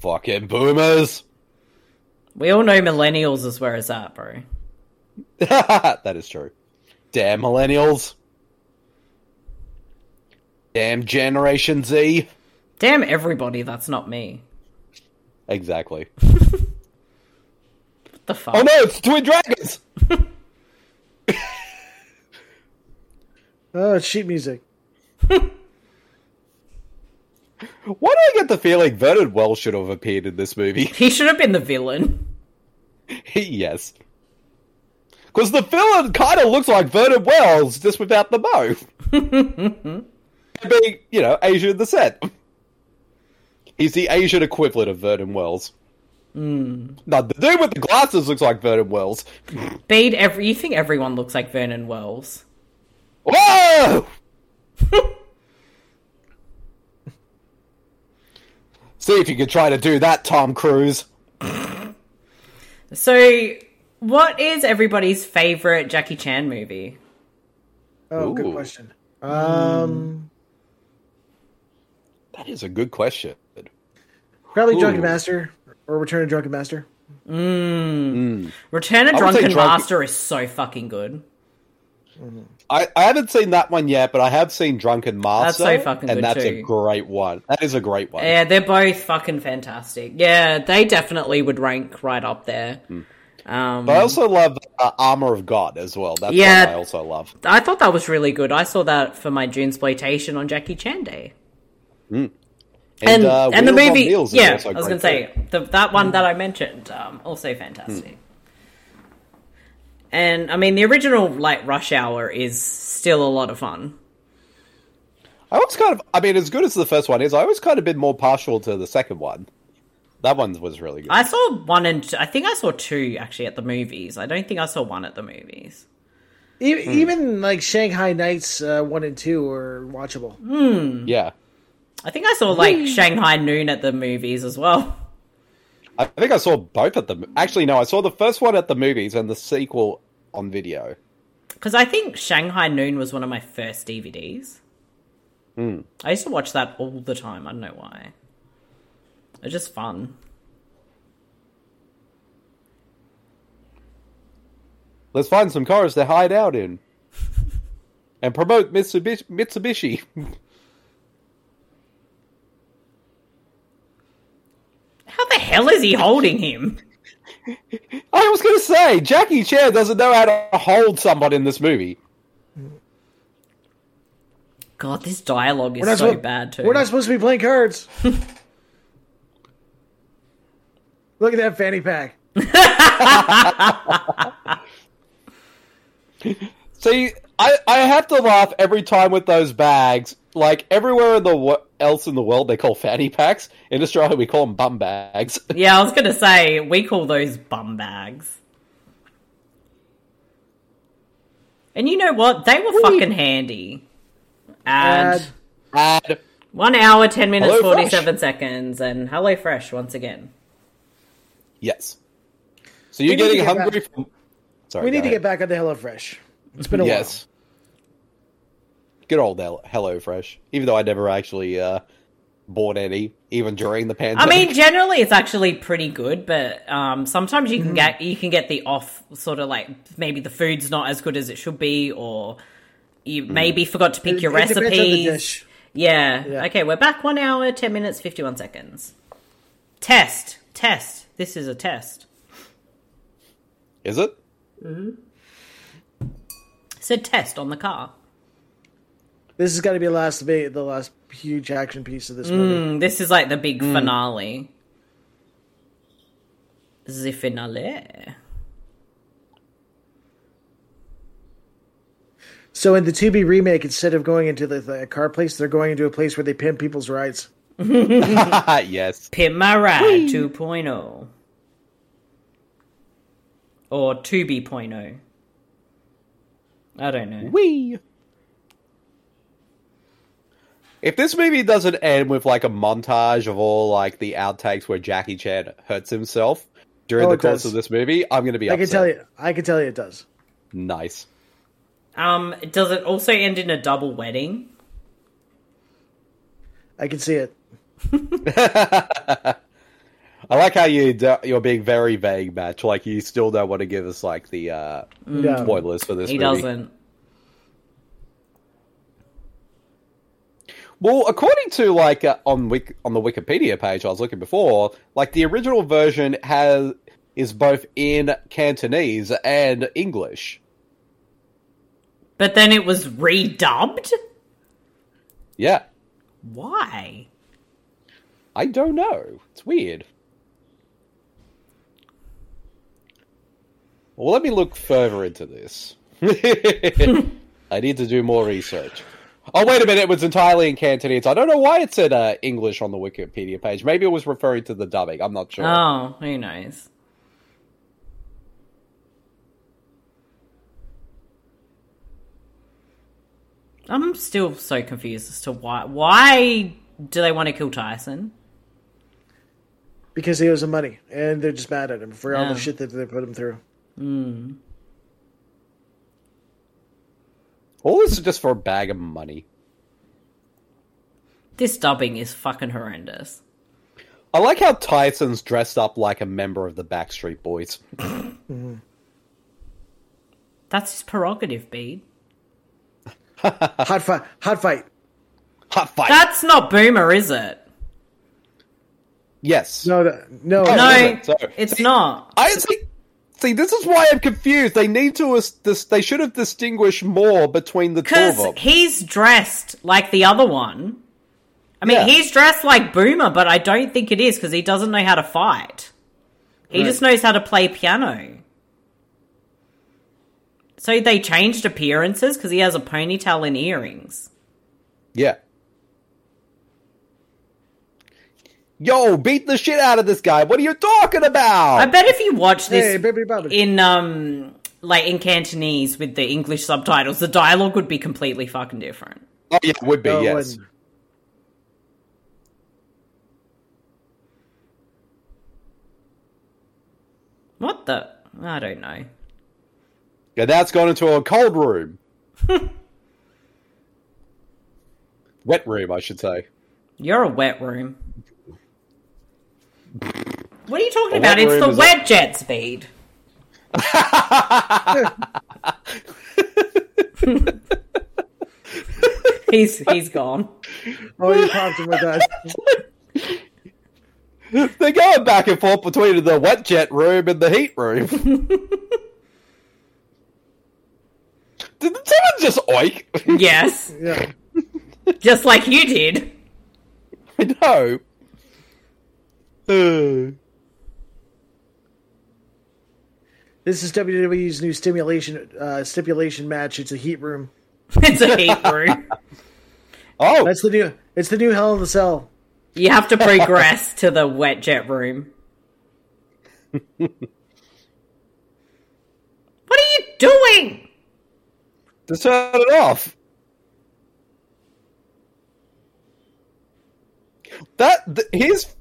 Speaker 6: Fucking boomers.
Speaker 1: We all know millennials as where it's at, bro.
Speaker 6: [laughs] that is true. Damn millennials. Damn Generation Z.
Speaker 1: Damn everybody, that's not me.
Speaker 6: Exactly.
Speaker 1: What the fuck?
Speaker 6: Oh no, it's Twin Dragons!
Speaker 4: Oh, it's sheet music.
Speaker 6: Why do I get the feeling Vernon Wells should have appeared in this movie? [laughs]
Speaker 1: He should have been the villain.
Speaker 6: yes. Because the villain kind of looks like Vernon Wells, just without the bow. Being, you know, Asian descent. He's the Asian equivalent of Vernon Wells. No, the dude with the glasses looks like Vernon Wells.
Speaker 1: Beat every. You think everyone looks like Vernon Wells?
Speaker 6: Whoa! [laughs] See if you can try to do that, Tom Cruise.
Speaker 1: So, what is everybody's favorite Jackie Chan movie?
Speaker 4: Oh,
Speaker 6: Ooh.
Speaker 4: good question. Um,
Speaker 6: That is a good question.
Speaker 4: probably Drunken
Speaker 6: Ooh.
Speaker 4: Master or Return of Drunken Master.
Speaker 1: Return of
Speaker 6: I would say
Speaker 1: Drunken
Speaker 6: Drunken-
Speaker 1: Master is so fucking good.
Speaker 6: I, I haven't seen that one yet, but I have seen Drunken
Speaker 1: That's
Speaker 6: Master.
Speaker 1: so fucking
Speaker 6: and
Speaker 1: good
Speaker 6: that's
Speaker 1: too.
Speaker 6: a great one. That is a great one.
Speaker 1: Yeah, they're both fucking fantastic. Yeah, they definitely would rank right up there.
Speaker 6: Hmm.
Speaker 1: Um,
Speaker 6: But I also love uh, Armor of God as well. That's
Speaker 1: Yeah.
Speaker 6: one I also love.
Speaker 1: I thought that was really good. I saw that for my June exploitation on Jackie Chan Day. and
Speaker 6: uh,
Speaker 1: and the
Speaker 6: Wheels on
Speaker 1: movie,
Speaker 6: Wheels is
Speaker 1: yeah, Mm.
Speaker 6: also
Speaker 1: I was
Speaker 6: great
Speaker 1: gonna say the, that one that I mentioned, um, also fantastic. And I mean, the original like Rush Hour is still a lot of fun.
Speaker 6: I was kind of, I mean, as good as the first one is, I was kind of been more partial to the second one. That one was really good.
Speaker 1: I saw one and t- I think I saw two actually at the movies. I don't think I saw one at the movies.
Speaker 4: E-
Speaker 6: Hmm.
Speaker 4: Even like Shanghai Nights uh, one and two are watchable.
Speaker 6: yeah.
Speaker 1: I think I saw like Shanghai Noon at the movies as well. [laughs]
Speaker 6: I think I saw both of them. Actually, no, I saw the first one at the movies and the sequel on video.
Speaker 1: Because I think Shanghai Noon was one of my first DVDs. I used to watch that all the time. I don't know why. It's just fun.
Speaker 6: Let's find some cars to hide out
Speaker 4: [laughs]
Speaker 6: in and promote Mitsubishi. Mitsubishi. [laughs]
Speaker 1: How the hell is he holding him?
Speaker 6: I was going to say, Jackie Chan doesn't know how to hold someone in this movie.
Speaker 1: God, this dialogue is
Speaker 4: We're not
Speaker 1: so
Speaker 4: suppo-
Speaker 1: bad too.
Speaker 4: We're not supposed to be
Speaker 6: [laughs]
Speaker 4: playing cards. Look at that fanny pack.
Speaker 6: See, I, I have to laugh every time with those bags. Like everywhere in the wo- else in the world, they call fanny packs. In Australia, we call them bum bags.
Speaker 4: [laughs]
Speaker 1: yeah, I was gonna say we call those bum bags. And you know what? They were fucking handy. Ad.
Speaker 6: Ad.
Speaker 1: One hour, ten minutes,
Speaker 6: Hello
Speaker 1: forty-seven seconds, and Hello Fresh once again.
Speaker 6: Yes. So you're
Speaker 4: We need to
Speaker 6: getting
Speaker 4: get
Speaker 6: hungry?
Speaker 4: back-
Speaker 6: From... Sorry,
Speaker 4: we need
Speaker 6: go
Speaker 4: to
Speaker 6: ahead.
Speaker 4: get back on the HelloFresh. It's been a
Speaker 6: yes. Good old Hel- Hello Fresh. Even though I never actually uh, bought any, even during the
Speaker 1: I
Speaker 6: pandemic.
Speaker 1: mean, generally it's actually pretty good, but um, sometimes you
Speaker 4: Mm-hmm.
Speaker 1: can get you can get the off sort of like maybe the food's not as good as it should be, or you maybe forgot to pick
Speaker 4: Mm. It-
Speaker 1: your
Speaker 4: it depends on the
Speaker 1: recipes.
Speaker 4: dish.
Speaker 1: Yeah.
Speaker 4: Yeah.
Speaker 1: Okay, we're back. One hour, ten minutes, fifty-one seconds. Test, test. This is a test.
Speaker 6: Is it? [laughs]
Speaker 1: Said test on the car.
Speaker 4: while. This is got to be the last be the last huge action piece of this movie.
Speaker 1: Mm, this is like the big finale. The finale.
Speaker 4: So in the 2B remake, instead of going into the, the car place, they're going into a place where they pimp people's rights.
Speaker 6: yes.
Speaker 1: Pimp My Ride 2.0. oh. Or 2B.0. oh. I don't know.
Speaker 6: Wee. If this movie doesn't end with like a montage of all like the outtakes where Jackie Chan hurts himself during
Speaker 4: Oh,
Speaker 6: the
Speaker 4: it
Speaker 6: course
Speaker 4: does.
Speaker 6: of this movie, I'm going to be.
Speaker 4: I can
Speaker 6: upset.
Speaker 4: tell you. I can tell you it does.
Speaker 6: Nice.
Speaker 1: Um, does it also end in a double wedding?
Speaker 4: I can see it.
Speaker 6: I like how you do, you're being very vague, Match. Like you still don't want to give us like the uh,
Speaker 1: Mm.
Speaker 4: No.
Speaker 6: spoilers for this.
Speaker 1: He
Speaker 6: movie.
Speaker 1: doesn't.
Speaker 6: Well, according to like uh, on Wik- on the Wikipedia page I was looking before, like the original version has is both in Cantonese and English.
Speaker 1: But then it was redubbed?
Speaker 6: Yeah,
Speaker 1: Why?
Speaker 6: I don't know. It's weird. Well, let me look further into this. [laughs] I need to do more research. Oh, wait a minute. It was entirely in Cantonese. I don't know why it said uh, English on the Wikipedia page. Maybe it was referring to the dubbing. I'm not sure.
Speaker 1: Oh, who knows? I'm still so confused as to why why do they want to kill Tyson?
Speaker 4: Because he owes them money, and they're just mad at him for all
Speaker 1: Yeah.
Speaker 4: the shit that they put him through.
Speaker 6: All this is just for a bag of money.
Speaker 1: This dubbing is fucking horrendous.
Speaker 6: I like how Tyson's dressed up like a member of the Backstreet Boys. [laughs]
Speaker 1: That's his prerogative, Bede.
Speaker 6: Ah.
Speaker 4: Hot fight. Hot fight.
Speaker 6: Hot fight.
Speaker 1: That's not Boomer, is it?
Speaker 6: yes.
Speaker 4: No, no, no.
Speaker 6: Oh,
Speaker 1: No,
Speaker 6: isn't it? So-
Speaker 1: it's not.
Speaker 6: I see. See, this is why I'm confused. They need to. as- This, they should have distinguished more between the two
Speaker 1: Because
Speaker 6: of them.
Speaker 1: he's dressed like the other one. I mean,
Speaker 6: Yeah.
Speaker 1: he's dressed like Boomer, but I don't think it is because he doesn't know how to fight. He just knows how to play piano. So they changed appearances because he has a ponytail and earrings.
Speaker 6: Yeah. Yo, beat the shit out of this guy. What are you talking about?
Speaker 1: I bet if you watch this
Speaker 4: Hey, baby, baby.
Speaker 1: in um like in Cantonese with the English subtitles, the dialogue would be completely fucking different.
Speaker 6: oh, yeah, it would be,
Speaker 4: No, it
Speaker 6: yes.
Speaker 4: wouldn't.
Speaker 1: What the? I don't know.
Speaker 6: Yeah, that's gone into a cold room. Wet room, I should say.
Speaker 1: You're a wet room. What are you talking
Speaker 6: A
Speaker 1: about?
Speaker 6: wet
Speaker 1: It's
Speaker 6: room
Speaker 1: the
Speaker 6: is a-
Speaker 1: wet jet
Speaker 6: [laughs]
Speaker 1: speed. he's he's gone. [laughs]
Speaker 4: Oh, you popped him with
Speaker 6: [laughs]
Speaker 4: that.
Speaker 6: They're going back and forth between the wet jet room and the heat room. Did someone just oik? [laughs]
Speaker 1: Yes. Yeah. just like you did.
Speaker 6: I know. Uh.
Speaker 4: This is WWE's new stimulation uh, stipulation match. It's a heat room.
Speaker 1: it's a heat room.
Speaker 6: oh,
Speaker 4: that's the new. It's the new Hell in the Cell.
Speaker 1: You have to progress to the wet jet room. what are you doing? [laughs]
Speaker 6: To turn it off. That th- his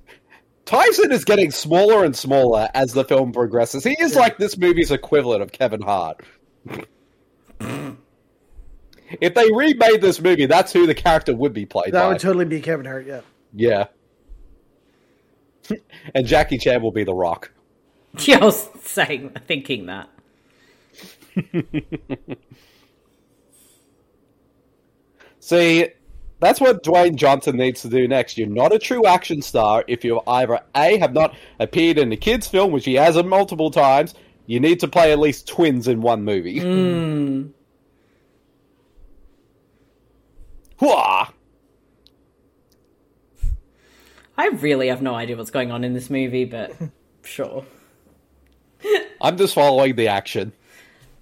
Speaker 6: Tyson is getting smaller and smaller as the film progresses. He is like this movie's equivalent of Kevin Hart. if they remade this movie, that's who the character would be played.
Speaker 4: That
Speaker 6: by.
Speaker 4: would totally be Kevin Hart. Yeah.
Speaker 6: Yeah. [laughs] and Jackie Chan will be The Rock.
Speaker 1: Yeah, I was saying, thinking that.
Speaker 6: See, that's what Dwayne Johnson needs to do next. You're not a true action star if you either A, have not appeared in a kid's film, which he has multiple times. You need to play at least twins in one movie.
Speaker 1: Mm.
Speaker 6: Hooah!
Speaker 1: I really have no idea what's going on in this movie, but [laughs] sure.
Speaker 6: I'm just following the action.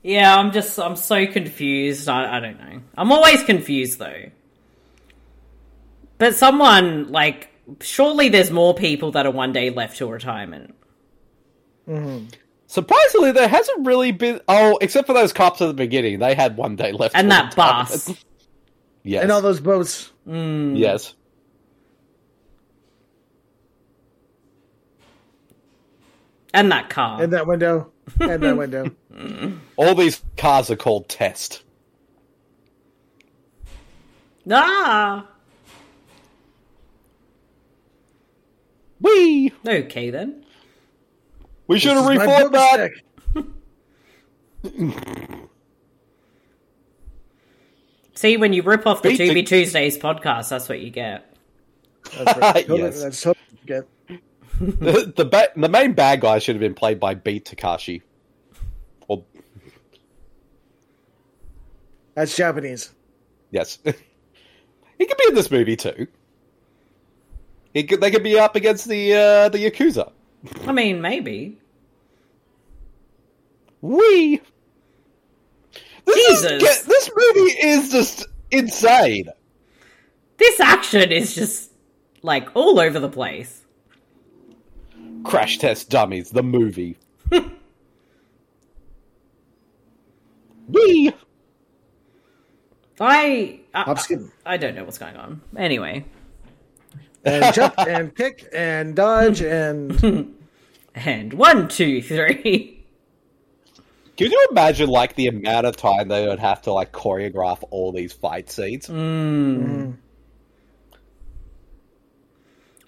Speaker 1: Yeah, I'm just I'm so confused. I, I don't know. I'm always confused though. But someone like surely there's more people that are one day left to retirement.
Speaker 4: Mm-hmm.
Speaker 6: Surprisingly, there hasn't really been. Oh, except for those cops at the beginning, they had one day left.
Speaker 1: And
Speaker 6: to [laughs]
Speaker 1: that
Speaker 6: retirement.
Speaker 1: bus.
Speaker 6: Yes.
Speaker 4: And all those boats.
Speaker 1: Mm.
Speaker 6: yes.
Speaker 1: And that car.
Speaker 4: And that window. And
Speaker 6: [laughs]
Speaker 4: that window.
Speaker 6: All these cars are called test.
Speaker 1: ah.
Speaker 6: Wee.
Speaker 1: Okay then.
Speaker 6: We should have
Speaker 4: This is my
Speaker 6: refought
Speaker 4: boob
Speaker 6: that.
Speaker 4: stick.
Speaker 1: See, when you rip off the
Speaker 6: Beat
Speaker 1: To
Speaker 6: the-
Speaker 1: Be Tuesdays podcast, that's what you get.
Speaker 4: That's right. Totally,
Speaker 6: Uh, Yes.
Speaker 4: That's totally good.
Speaker 6: the the, ba- the main bad guy should have been played by Beat Takashi. Or
Speaker 4: That's Japanese.
Speaker 6: yes, [laughs] he could be in this movie too. He could, they could be up against the uh, the yakuza.
Speaker 1: I mean, maybe.
Speaker 6: We. This is
Speaker 1: Jesus.
Speaker 6: get- this movie is just insane.
Speaker 1: This action is just like all over the place.
Speaker 6: Crash Test Dummies, the movie. [laughs] we.
Speaker 1: I
Speaker 6: Ah.
Speaker 1: I,
Speaker 4: Hopskin.
Speaker 1: I don't know what's going on. Anyway,
Speaker 4: And
Speaker 6: [laughs]
Speaker 4: jump and kick and dodge and
Speaker 1: and one, two, three. [laughs]
Speaker 6: Could you imagine like the amount of time they would have to like choreograph all these fight scenes?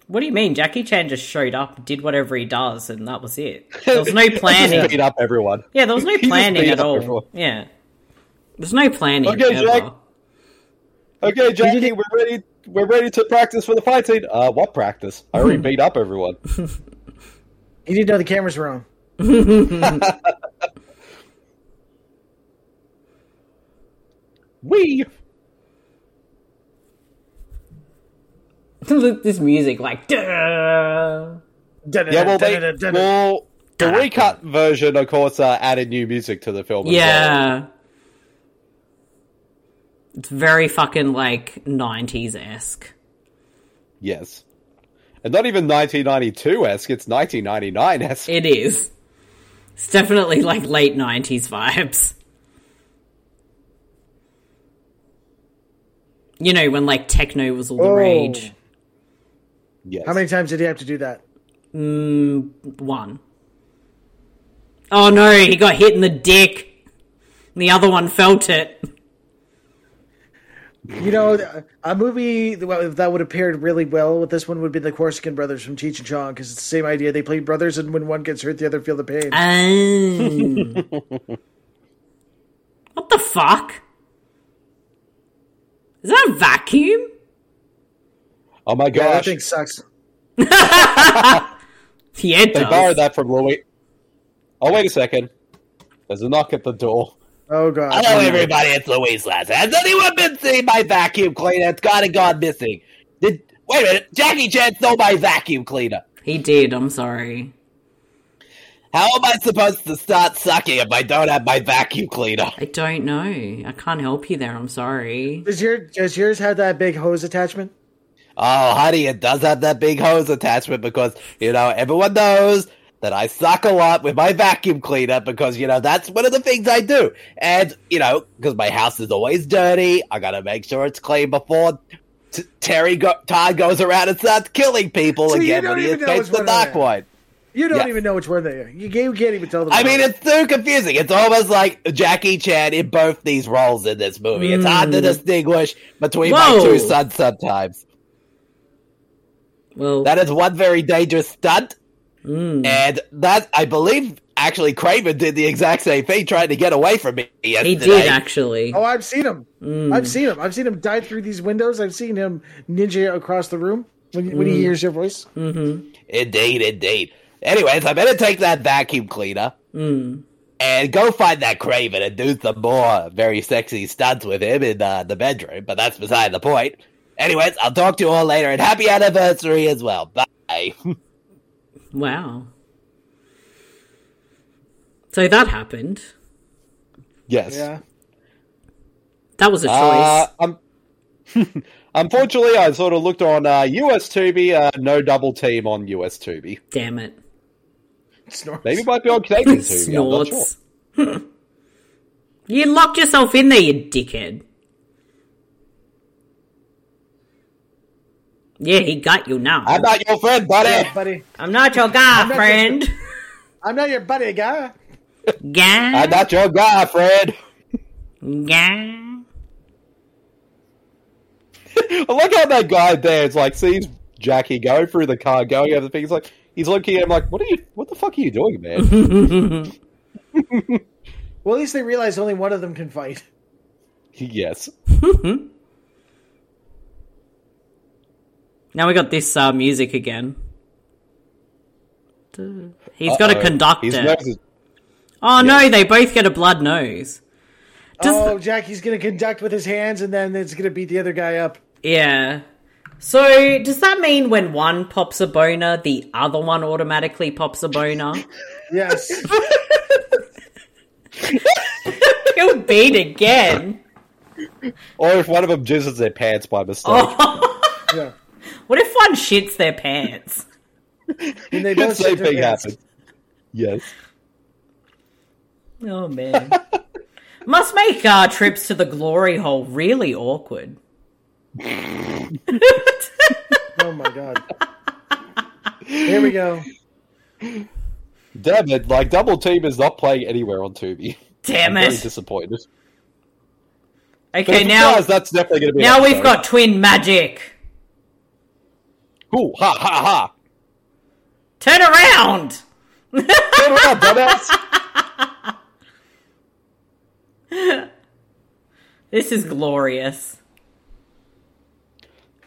Speaker 1: What do you mean? Jackie Chan just showed up, did whatever he does, and that was it. There was
Speaker 6: [laughs]
Speaker 1: no
Speaker 6: Just
Speaker 1: planning.
Speaker 6: beat up everyone.
Speaker 1: Yeah, there was no
Speaker 6: He just
Speaker 1: planning
Speaker 6: beat
Speaker 1: at
Speaker 6: up
Speaker 1: all.
Speaker 6: everyone.
Speaker 1: Yeah, there's no planning.
Speaker 6: Okay,
Speaker 1: ever. [laughs]
Speaker 6: Jack. Okay, Jackie, we're ready. We're ready to practice for the fight scene. Uh, what practice? I
Speaker 1: Hmm.
Speaker 6: already beat up everyone.
Speaker 4: you didn't know the cameras were on.
Speaker 6: We.
Speaker 1: Look, this music, like, duh.
Speaker 6: Yeah, well, they,
Speaker 1: [laughs]
Speaker 6: well, the recut version, of course, uh, added new music to the film. as well.
Speaker 1: yeah, it's very fucking like '90s esque.
Speaker 6: Yes. And not even 1992 esque. It's 1999 esque.
Speaker 1: It is. It's definitely like late '90s vibes. You know when like techno was all the
Speaker 4: Oh.
Speaker 1: rage.
Speaker 6: Yes.
Speaker 4: How many times did he have to do that?
Speaker 1: Mm, one. Oh no, he got hit in the dick. And the other one felt
Speaker 6: [laughs]
Speaker 1: it.
Speaker 4: You know, a movie that would have paired really well with this one would be the Corsican Brothers from Cheech and Chong because it's the same idea. They play brothers, and when one gets hurt, the other feel the pain.
Speaker 1: Ah. Um. what the fuck? Is that a vacuum?
Speaker 6: Oh my
Speaker 4: yeah,
Speaker 6: gosh. Oh
Speaker 4: that thing sucks.
Speaker 1: yeah,
Speaker 6: they borrowed that from Louis. Oh, wait a second. There's a knock at the door.
Speaker 4: Oh god.
Speaker 3: Hello, everybody. It's Louise Lasser. Has anyone been seeing my vacuum cleaner? It's gone and gone missing. Did wait a minute? Jackie Chan stole my vacuum cleaner.
Speaker 1: He did. I'm sorry.
Speaker 3: How am I supposed to start sucking if I don't have my vacuum cleaner?
Speaker 1: I don't know. I can't help you there. I'm sorry.
Speaker 4: Does your does yours have that big hose attachment?
Speaker 3: Oh, honey, it does have that big hose attachment because you know everyone knows that I suck a lot with my vacuum cleaner because, you know, that's one of the things I do. And, you know, because my house is always dirty, I gotta make sure it's clean before t- Terry go- Todd goes around and starts killing people
Speaker 4: So you
Speaker 3: again
Speaker 4: don't
Speaker 3: when he
Speaker 4: even know
Speaker 3: escapes
Speaker 4: which
Speaker 3: the
Speaker 4: one I
Speaker 3: knock
Speaker 4: am.
Speaker 3: one.
Speaker 4: You don't
Speaker 3: Yeah.
Speaker 4: even know which one they are. You, you can't even tell them.
Speaker 3: I mean, it's so confusing. It's almost like Jackie Chan in both these roles in this movie. It's hard to
Speaker 1: Mm.
Speaker 3: distinguish between my
Speaker 1: Whoa.
Speaker 3: two sons sometimes.
Speaker 1: Well,
Speaker 3: That is one very dangerous stunt.
Speaker 1: mm.
Speaker 3: And that, I believe, actually, Craven did the exact same thing, trying to get away from me. Yesterday.
Speaker 1: he did actually.
Speaker 4: oh, I've seen him.
Speaker 3: Hmm.
Speaker 1: Mm.
Speaker 4: I've seen him. I've seen him dive through these windows. I've seen him ninja across the room when, when he
Speaker 3: Hmm.
Speaker 1: Mm.
Speaker 4: hears your voice.
Speaker 1: Mm-hmm.
Speaker 3: Indeed, indeed. Anyways, I better take that vacuum cleaner
Speaker 1: Mm.
Speaker 3: and go find that Craven and do some more very sexy stunts with him in uh, the bedroom, but that's beside the point. Anyways, I'll talk to you all later and happy anniversary as well. Bye. [laughs]
Speaker 1: Wow. So that happened.
Speaker 6: Yes.
Speaker 4: Yeah.
Speaker 1: That was a choice.
Speaker 6: Uh, um, [laughs] unfortunately, I sort of looked on uh, US Tubi, uh, no double team on US Tubi.
Speaker 1: Damn it.
Speaker 4: Snorts. [laughs]
Speaker 6: Maybe it might be on Canadian Tubi. I'm not sure.
Speaker 1: Snorts. [laughs] you locked yourself in there, you dickhead. Yeah, he got you now.
Speaker 3: I'm not your friend, buddy.
Speaker 4: Yeah, buddy.
Speaker 1: I'm not your guy,
Speaker 4: not your-
Speaker 1: friend.
Speaker 4: I'm not your buddy, guy.
Speaker 1: Guy.
Speaker 6: I'm not your guy, Fred.
Speaker 1: Guy.
Speaker 6: I like how that guy there is like sees Jackie go through the car, going over the thing. He's like, he's looking at him like, "What are you? What the fuck are you
Speaker 1: [laughs]
Speaker 6: doing, man?" [laughs]
Speaker 4: Well, at least they realize only one of them can fight.
Speaker 6: yes.
Speaker 1: Now we got this uh, music again. Duh. He's got a
Speaker 6: Uh-oh.
Speaker 1: conductor.
Speaker 6: His nose is-
Speaker 1: Oh no, they both get a blood nose. Does
Speaker 4: oh, Jackie's gonna conduct with his hands, and then it's gonna beat the other guy up.
Speaker 1: Yeah. So does that mean when one pops a boner, the other one automatically pops a
Speaker 6: [laughs]
Speaker 1: boner?
Speaker 3: [laughs]
Speaker 4: Yes.
Speaker 1: He'll beat again.
Speaker 6: or if one of them jizzes their pants by mistake,
Speaker 1: Oh,
Speaker 4: yeah.
Speaker 1: [laughs] What if one shits their pants?
Speaker 4: And they
Speaker 6: the [laughs]
Speaker 4: both
Speaker 6: same
Speaker 4: shit their
Speaker 6: thing
Speaker 4: pants.
Speaker 6: happens. Yes.
Speaker 1: Oh
Speaker 6: [laughs]
Speaker 1: man. Must make uh, trips to the glory hole really awkward.
Speaker 4: Oh my god. Here we go.
Speaker 6: Damn it! Like double team is not playing anywhere on Tubi.
Speaker 1: Damn
Speaker 6: I'm very
Speaker 1: it.
Speaker 6: disappointed. But if
Speaker 1: Okay,
Speaker 6: it
Speaker 1: now
Speaker 6: does, that's definitely going to be.
Speaker 1: now
Speaker 6: an
Speaker 1: we've
Speaker 6: episode.
Speaker 1: got twin magic.
Speaker 6: Ooh, ha ha
Speaker 1: Turn around.
Speaker 6: ha! Turn
Speaker 1: [laughs]
Speaker 6: around, dumbass.
Speaker 1: This is glorious.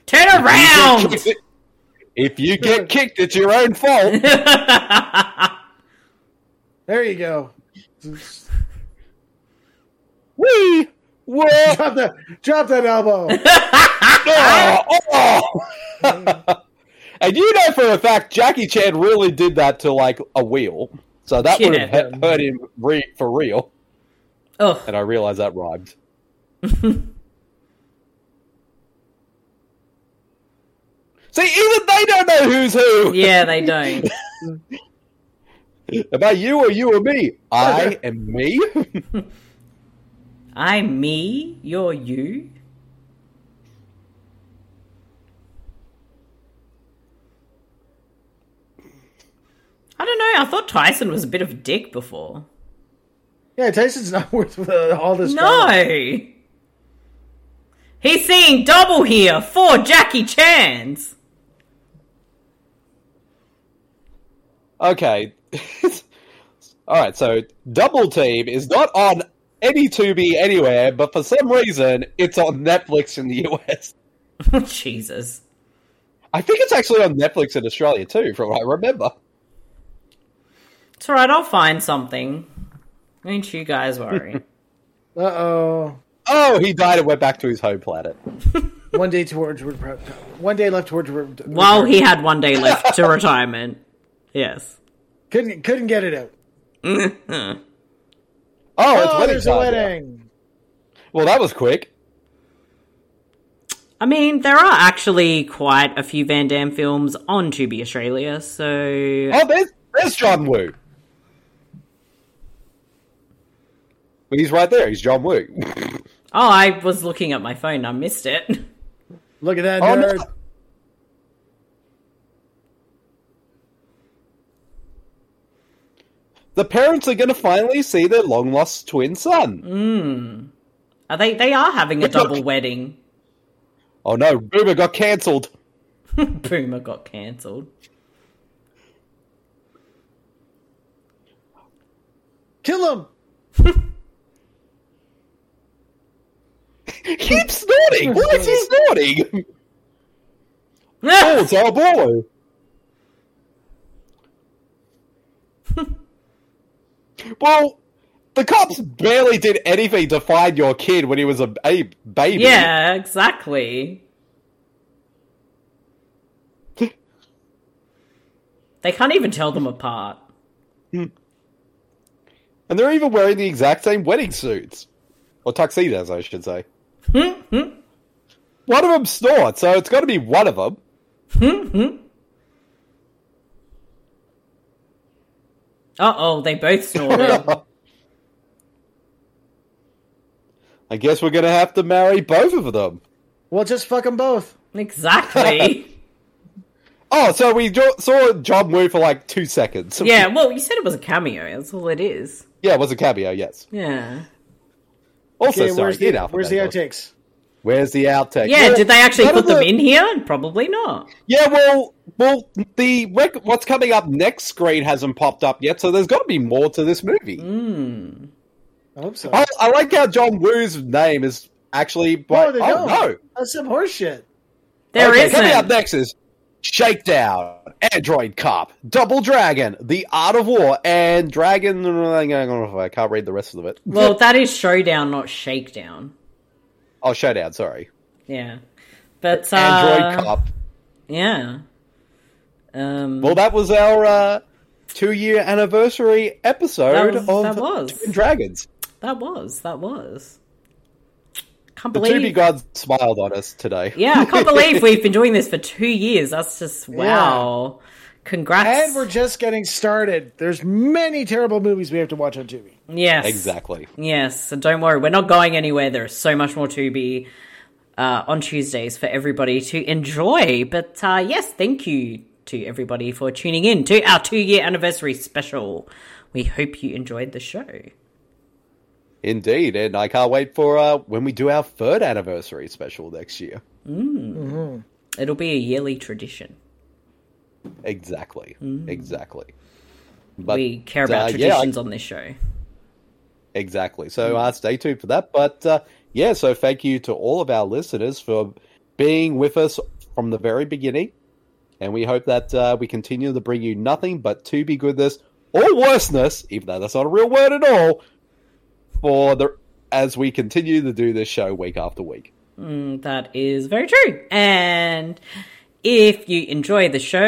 Speaker 1: Turn
Speaker 6: If you
Speaker 1: around.
Speaker 6: get kicked- If you get kicked, it's your
Speaker 1: [laughs]
Speaker 6: own fault.
Speaker 4: There you go.
Speaker 6: Wee! Whoa!
Speaker 4: Drop that. Drop that elbow.
Speaker 6: Oh, oh. [laughs] and you know for a fact Jackie Chan really did that to like a wheel, so that would have
Speaker 1: Yeah.
Speaker 6: hurt- hurt him re- for real.
Speaker 1: Oh,
Speaker 6: And I realize
Speaker 1: [laughs]
Speaker 6: that rhymed. See, even they don't know who's who.
Speaker 1: yeah, they don't. [laughs]
Speaker 6: Am I you or you or me? [laughs] I am me.
Speaker 1: I'm me, you're you. I don't know. I thought Tyson was a bit of a dick before.
Speaker 4: Yeah, Tyson's [laughs] not worth uh, all this. drama.
Speaker 1: No. He's seeing double here for Jackie Chan's. [laughs]
Speaker 6: okay. [laughs] All right. So Double Team is not on any to be anywhere, but for some reason it's on Netflix in the US.
Speaker 1: Jesus.
Speaker 6: I think it's actually on Netflix in Australia too, from what I remember.
Speaker 1: It's all right. I'll find something. Don't you guys
Speaker 6: [laughs]
Speaker 1: worry.
Speaker 4: uh oh.
Speaker 6: Oh, he died and went back to his home planet.
Speaker 4: one day towards re- one day left towards. re-
Speaker 1: While he had one day left to retirement. Yes.
Speaker 4: couldn't couldn't get it out.
Speaker 1: oh,
Speaker 6: it's
Speaker 4: oh,
Speaker 6: wedding
Speaker 4: there's a
Speaker 6: time now.
Speaker 4: wedding.
Speaker 6: Well, that was quick.
Speaker 1: I mean, there are actually quite a few Van Damme films on Tubi Australia, so
Speaker 6: Oh, there's there's John Woo. Well, he's right there. He's John Woo.
Speaker 1: Oh, I was looking at my phone. I missed it.
Speaker 4: Look at that
Speaker 6: Oh, no.
Speaker 4: nerd.
Speaker 6: the parents are going to finally see their long lost twin son.
Speaker 1: Mm. Are they? They are having a double wedding.
Speaker 6: Oh no, Boomer got cancelled.
Speaker 1: Boomer got cancelled.
Speaker 4: Kill him.
Speaker 1: [laughs]
Speaker 6: Keep snorting. Why is he snorting? oh,
Speaker 1: [laughs]
Speaker 6: it's our boy. well, the cops barely did anything to find your kid when he was a, a baby.
Speaker 1: Yeah, exactly. they can't even tell them apart.
Speaker 6: And they're even wearing the exact same wedding suits. Or tuxedos, I should say.
Speaker 1: Hmm?
Speaker 6: one of them snorts, so it's got to be one of them.
Speaker 1: Uh oh, they both
Speaker 6: [laughs]
Speaker 1: snorted.
Speaker 6: I guess we're going to have to marry both of them.
Speaker 4: Well, just fuck them both.
Speaker 6: [laughs]
Speaker 1: exactly.
Speaker 6: Oh, so we jo- saw John Woo for like two seconds.
Speaker 1: yeah. Well, you said it was a cameo. That's all it is.
Speaker 6: Yeah, it was a cameo, yes.
Speaker 1: Yeah.
Speaker 6: Also,
Speaker 4: Okay,
Speaker 6: sorry,
Speaker 4: where's the
Speaker 6: in
Speaker 4: where's the
Speaker 6: alphabetical.
Speaker 4: outtakes?
Speaker 6: Where's the outtake?
Speaker 1: Yeah.
Speaker 6: Well,
Speaker 1: did they actually
Speaker 6: none
Speaker 1: put
Speaker 6: of
Speaker 1: them
Speaker 6: the-
Speaker 1: in here? Probably not.
Speaker 6: Yeah, well, well, the rec- what's coming up next screen hasn't popped up yet, so there's got to be more to this movie.
Speaker 1: Mm.
Speaker 4: I hope so.
Speaker 6: I, I like how John Woo's name is actually. By-
Speaker 4: no, they
Speaker 6: oh
Speaker 4: don't.
Speaker 6: no,
Speaker 4: That's some horseshit.
Speaker 1: There
Speaker 6: okay, coming
Speaker 1: not
Speaker 6: up next is Shakedown, Android Cop, Double Dragon, The Art of War, and Dragon. I can't read the rest of it.
Speaker 1: Well, that is showdown, not shakedown.
Speaker 6: Oh, Showdown. Sorry,
Speaker 1: Yeah, but uh,
Speaker 6: Android Cop.
Speaker 1: Yeah. Um,
Speaker 6: Well, that was our uh, two-year anniversary episode
Speaker 1: That was-
Speaker 6: of
Speaker 1: that was.
Speaker 6: Twin Dragons.
Speaker 1: that was that was. Can't
Speaker 6: The two
Speaker 1: believe.
Speaker 6: big gods smiled on us today.
Speaker 1: yeah, I can't believe we've been doing this for two years. That's just wow. Congrats.
Speaker 4: And we're just getting started. There's many terrible movies we have to watch on Tubi.
Speaker 1: yes.
Speaker 6: [laughs] exactly.
Speaker 1: Yes, so don't worry, we're not going anywhere. There is so much more to be uh, on Tuesdays for everybody to enjoy. But uh, yes, thank you to everybody for tuning in to our two year anniversary special. We hope you enjoyed the show.
Speaker 6: Indeed, and I can't wait for uh, when we do our third anniversary special next year.
Speaker 1: It'll be a yearly tradition.
Speaker 6: Exactly, exactly. But
Speaker 1: Mm. we care about
Speaker 6: uh, yeah, I-
Speaker 1: traditions on this show.
Speaker 6: Exactly. So uh, stay tuned for that. But uh, yeah, so thank you to all of our listeners for being with us from the very beginning. And we hope that uh, we continue to bring you nothing but to be goodness or worseness, even though that's not a real word at all, for the as we continue to do this show week after week.
Speaker 1: Mm, that is very true. And if you enjoy the show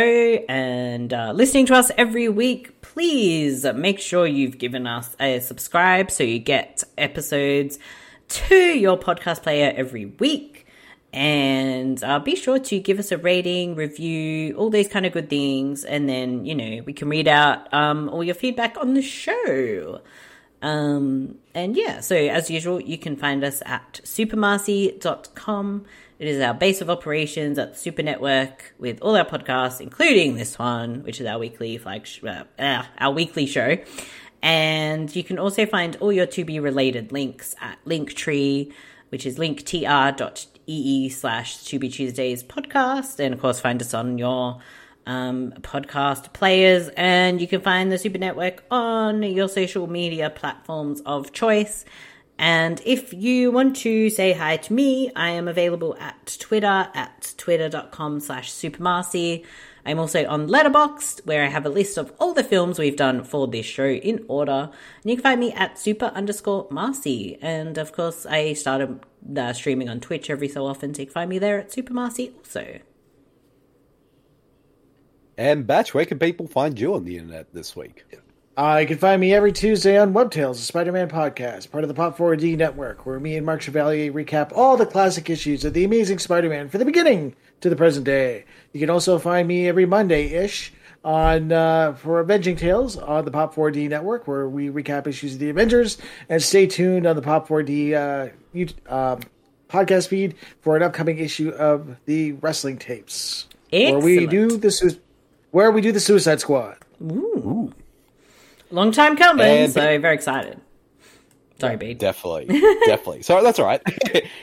Speaker 1: and uh, listening to us every week, please make sure you've given us a subscribe so you get episodes to your podcast player every week. And uh, be sure to give us a rating, review, all these kind of good things. And then, you know, we can read out um, all your feedback on the show. Um, and yeah, so as usual, you can find us at supermarcy.com. It is our base of operations at the Super Network with all our podcasts, including this one, which is our weekly flag sh- uh, uh, our weekly show. And you can also find all your to be related links at Linktree, which is linktr.ee E slash to be Tuesdays podcast. And of course, find us on your um, podcast players, and you can find the Super Network on your social media platforms of choice. And if you want to say hi to me, I am available at Twitter at twitter.com slash supermarcy. I'm also on Letterboxd, where I have a list of all the films we've done for this show in order. And you can find me at super underscore Marcy. And of course, I started uh, streaming on Twitch every so often, so you can find me there at super Marcy also.
Speaker 6: And Batch, where can people find you on the internet this week?
Speaker 4: Uh, you can find me every Tuesday on Web Tales, a Spider Man podcast, part of the Pop 4D network, where me and Mark Chevalier recap all the classic issues of The Amazing Spider Man from the beginning to the present day. You can also find me every Monday ish on uh, for Avenging Tales on the Pop 4D network, where we recap issues of The Avengers. And stay tuned on the Pop 4D uh, YouTube, uh, podcast feed for an upcoming issue of the Wrestling Tapes, where we
Speaker 1: Excellent.
Speaker 4: do the sui- where we do the Suicide Squad.
Speaker 1: Ooh. Long time coming,
Speaker 6: And-
Speaker 1: so very excited. Sorry, B.
Speaker 6: [laughs] Definitely. Definitely. So that's all right.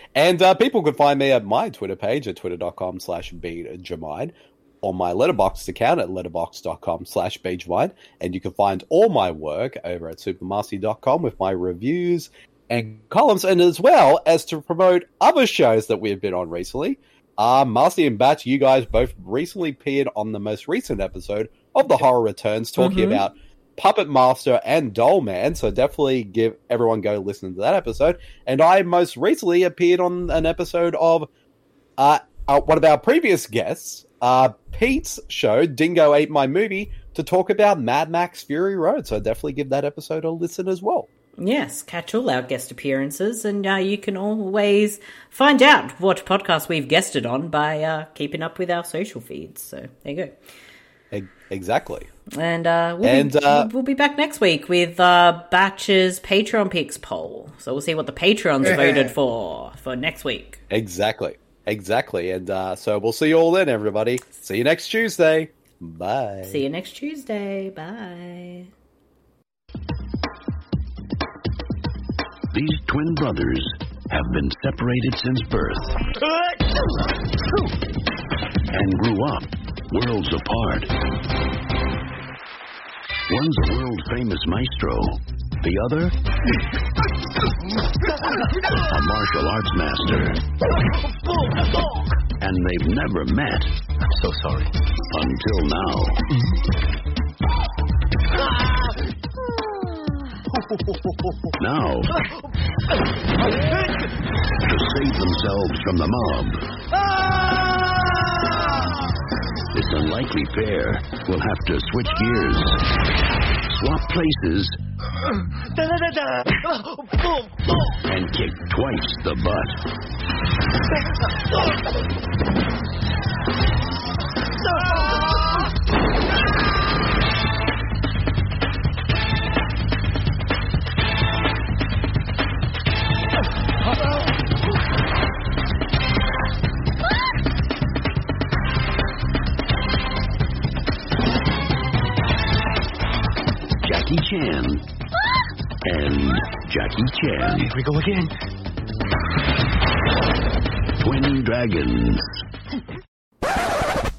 Speaker 6: [laughs] and uh, people can find me at my Twitter page at twitter.com slash beatjamide, on my Letterboxd account at letterboxd.com slash beatjamide, and you can find all my work over at supermarcy.com with my reviews and columns, and as well as to promote other shows that we've been on recently. Uh, Marcy and Batch, you guys both recently appeared on the most recent episode of The Horror Returns talking
Speaker 14: Mhm.
Speaker 6: about Puppet Master and Doll Man. So definitely give everyone go listen to that episode. And I most recently appeared on an episode of uh, uh, one of our previous guests, uh, Pete's show, Dingo Ate My Movie, to talk about Mad Max Fury Road. So definitely give that episode a listen as well.
Speaker 1: Yes, catch all our guest appearances, and uh, you can always find out what podcast we've guested on by uh, keeping up with our social feeds. So there you
Speaker 6: E- Exactly.
Speaker 1: go. And, uh, we'll,
Speaker 6: And,
Speaker 1: be,
Speaker 6: uh,
Speaker 1: we'll be back next week with uh, Batch's Patreon picks poll. So we'll see what the Patreons voted for for next week.
Speaker 6: Exactly. Exactly. And uh, so we'll see you all then, everybody. See you next Tuesday. Bye.
Speaker 1: See you next Tuesday. Bye.
Speaker 7: These twin brothers have been separated since birth and grew up worlds apart. One's a world famous maestro, the other, a martial arts master. And they've never met. So sorry. Until now. Now, to save themselves from the mob, this unlikely pair will have to switch gears, swap places, and kick twice the butt. Jackie Chan and Jackie Chan. Here we go again. Twin Dragons.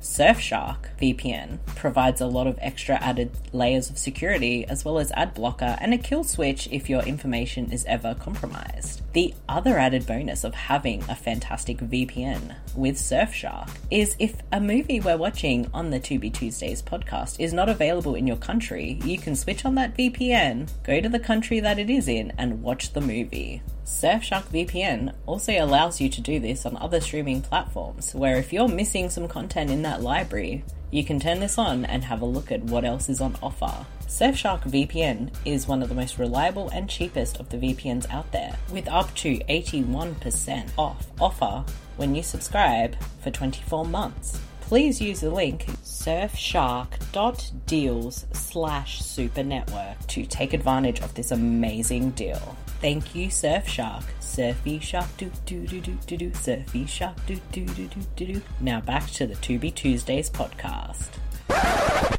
Speaker 1: Surfshark VPN provides a lot of extra added layers of security, as well as ad blocker and a kill switch if your information is ever compromised. The other added bonus of having a fantastic VPN with Surfshark is if a movie we're watching on the To Be Tuesdays podcast is not available in your country, you can switch on that VPN, go to the country that it is in, and watch the movie. Surfshark VPN also allows you to do this on other streaming platforms, where if you're missing some content in that library, you can turn this on and have a look at what else is on offer. Surfshark VPN is one of the most reliable and cheapest of the VPNs out there, with up to 81% off offer when you subscribe for 24 months. Please use the link surfshark.deals slash supernetwork to take advantage of this amazing deal. Thank you, Surfshark. Surfy shark doo doo doo doo doo doo. Surfy shark doo doo doo doo doo doo. Now back to the To Be Tuesdays podcast.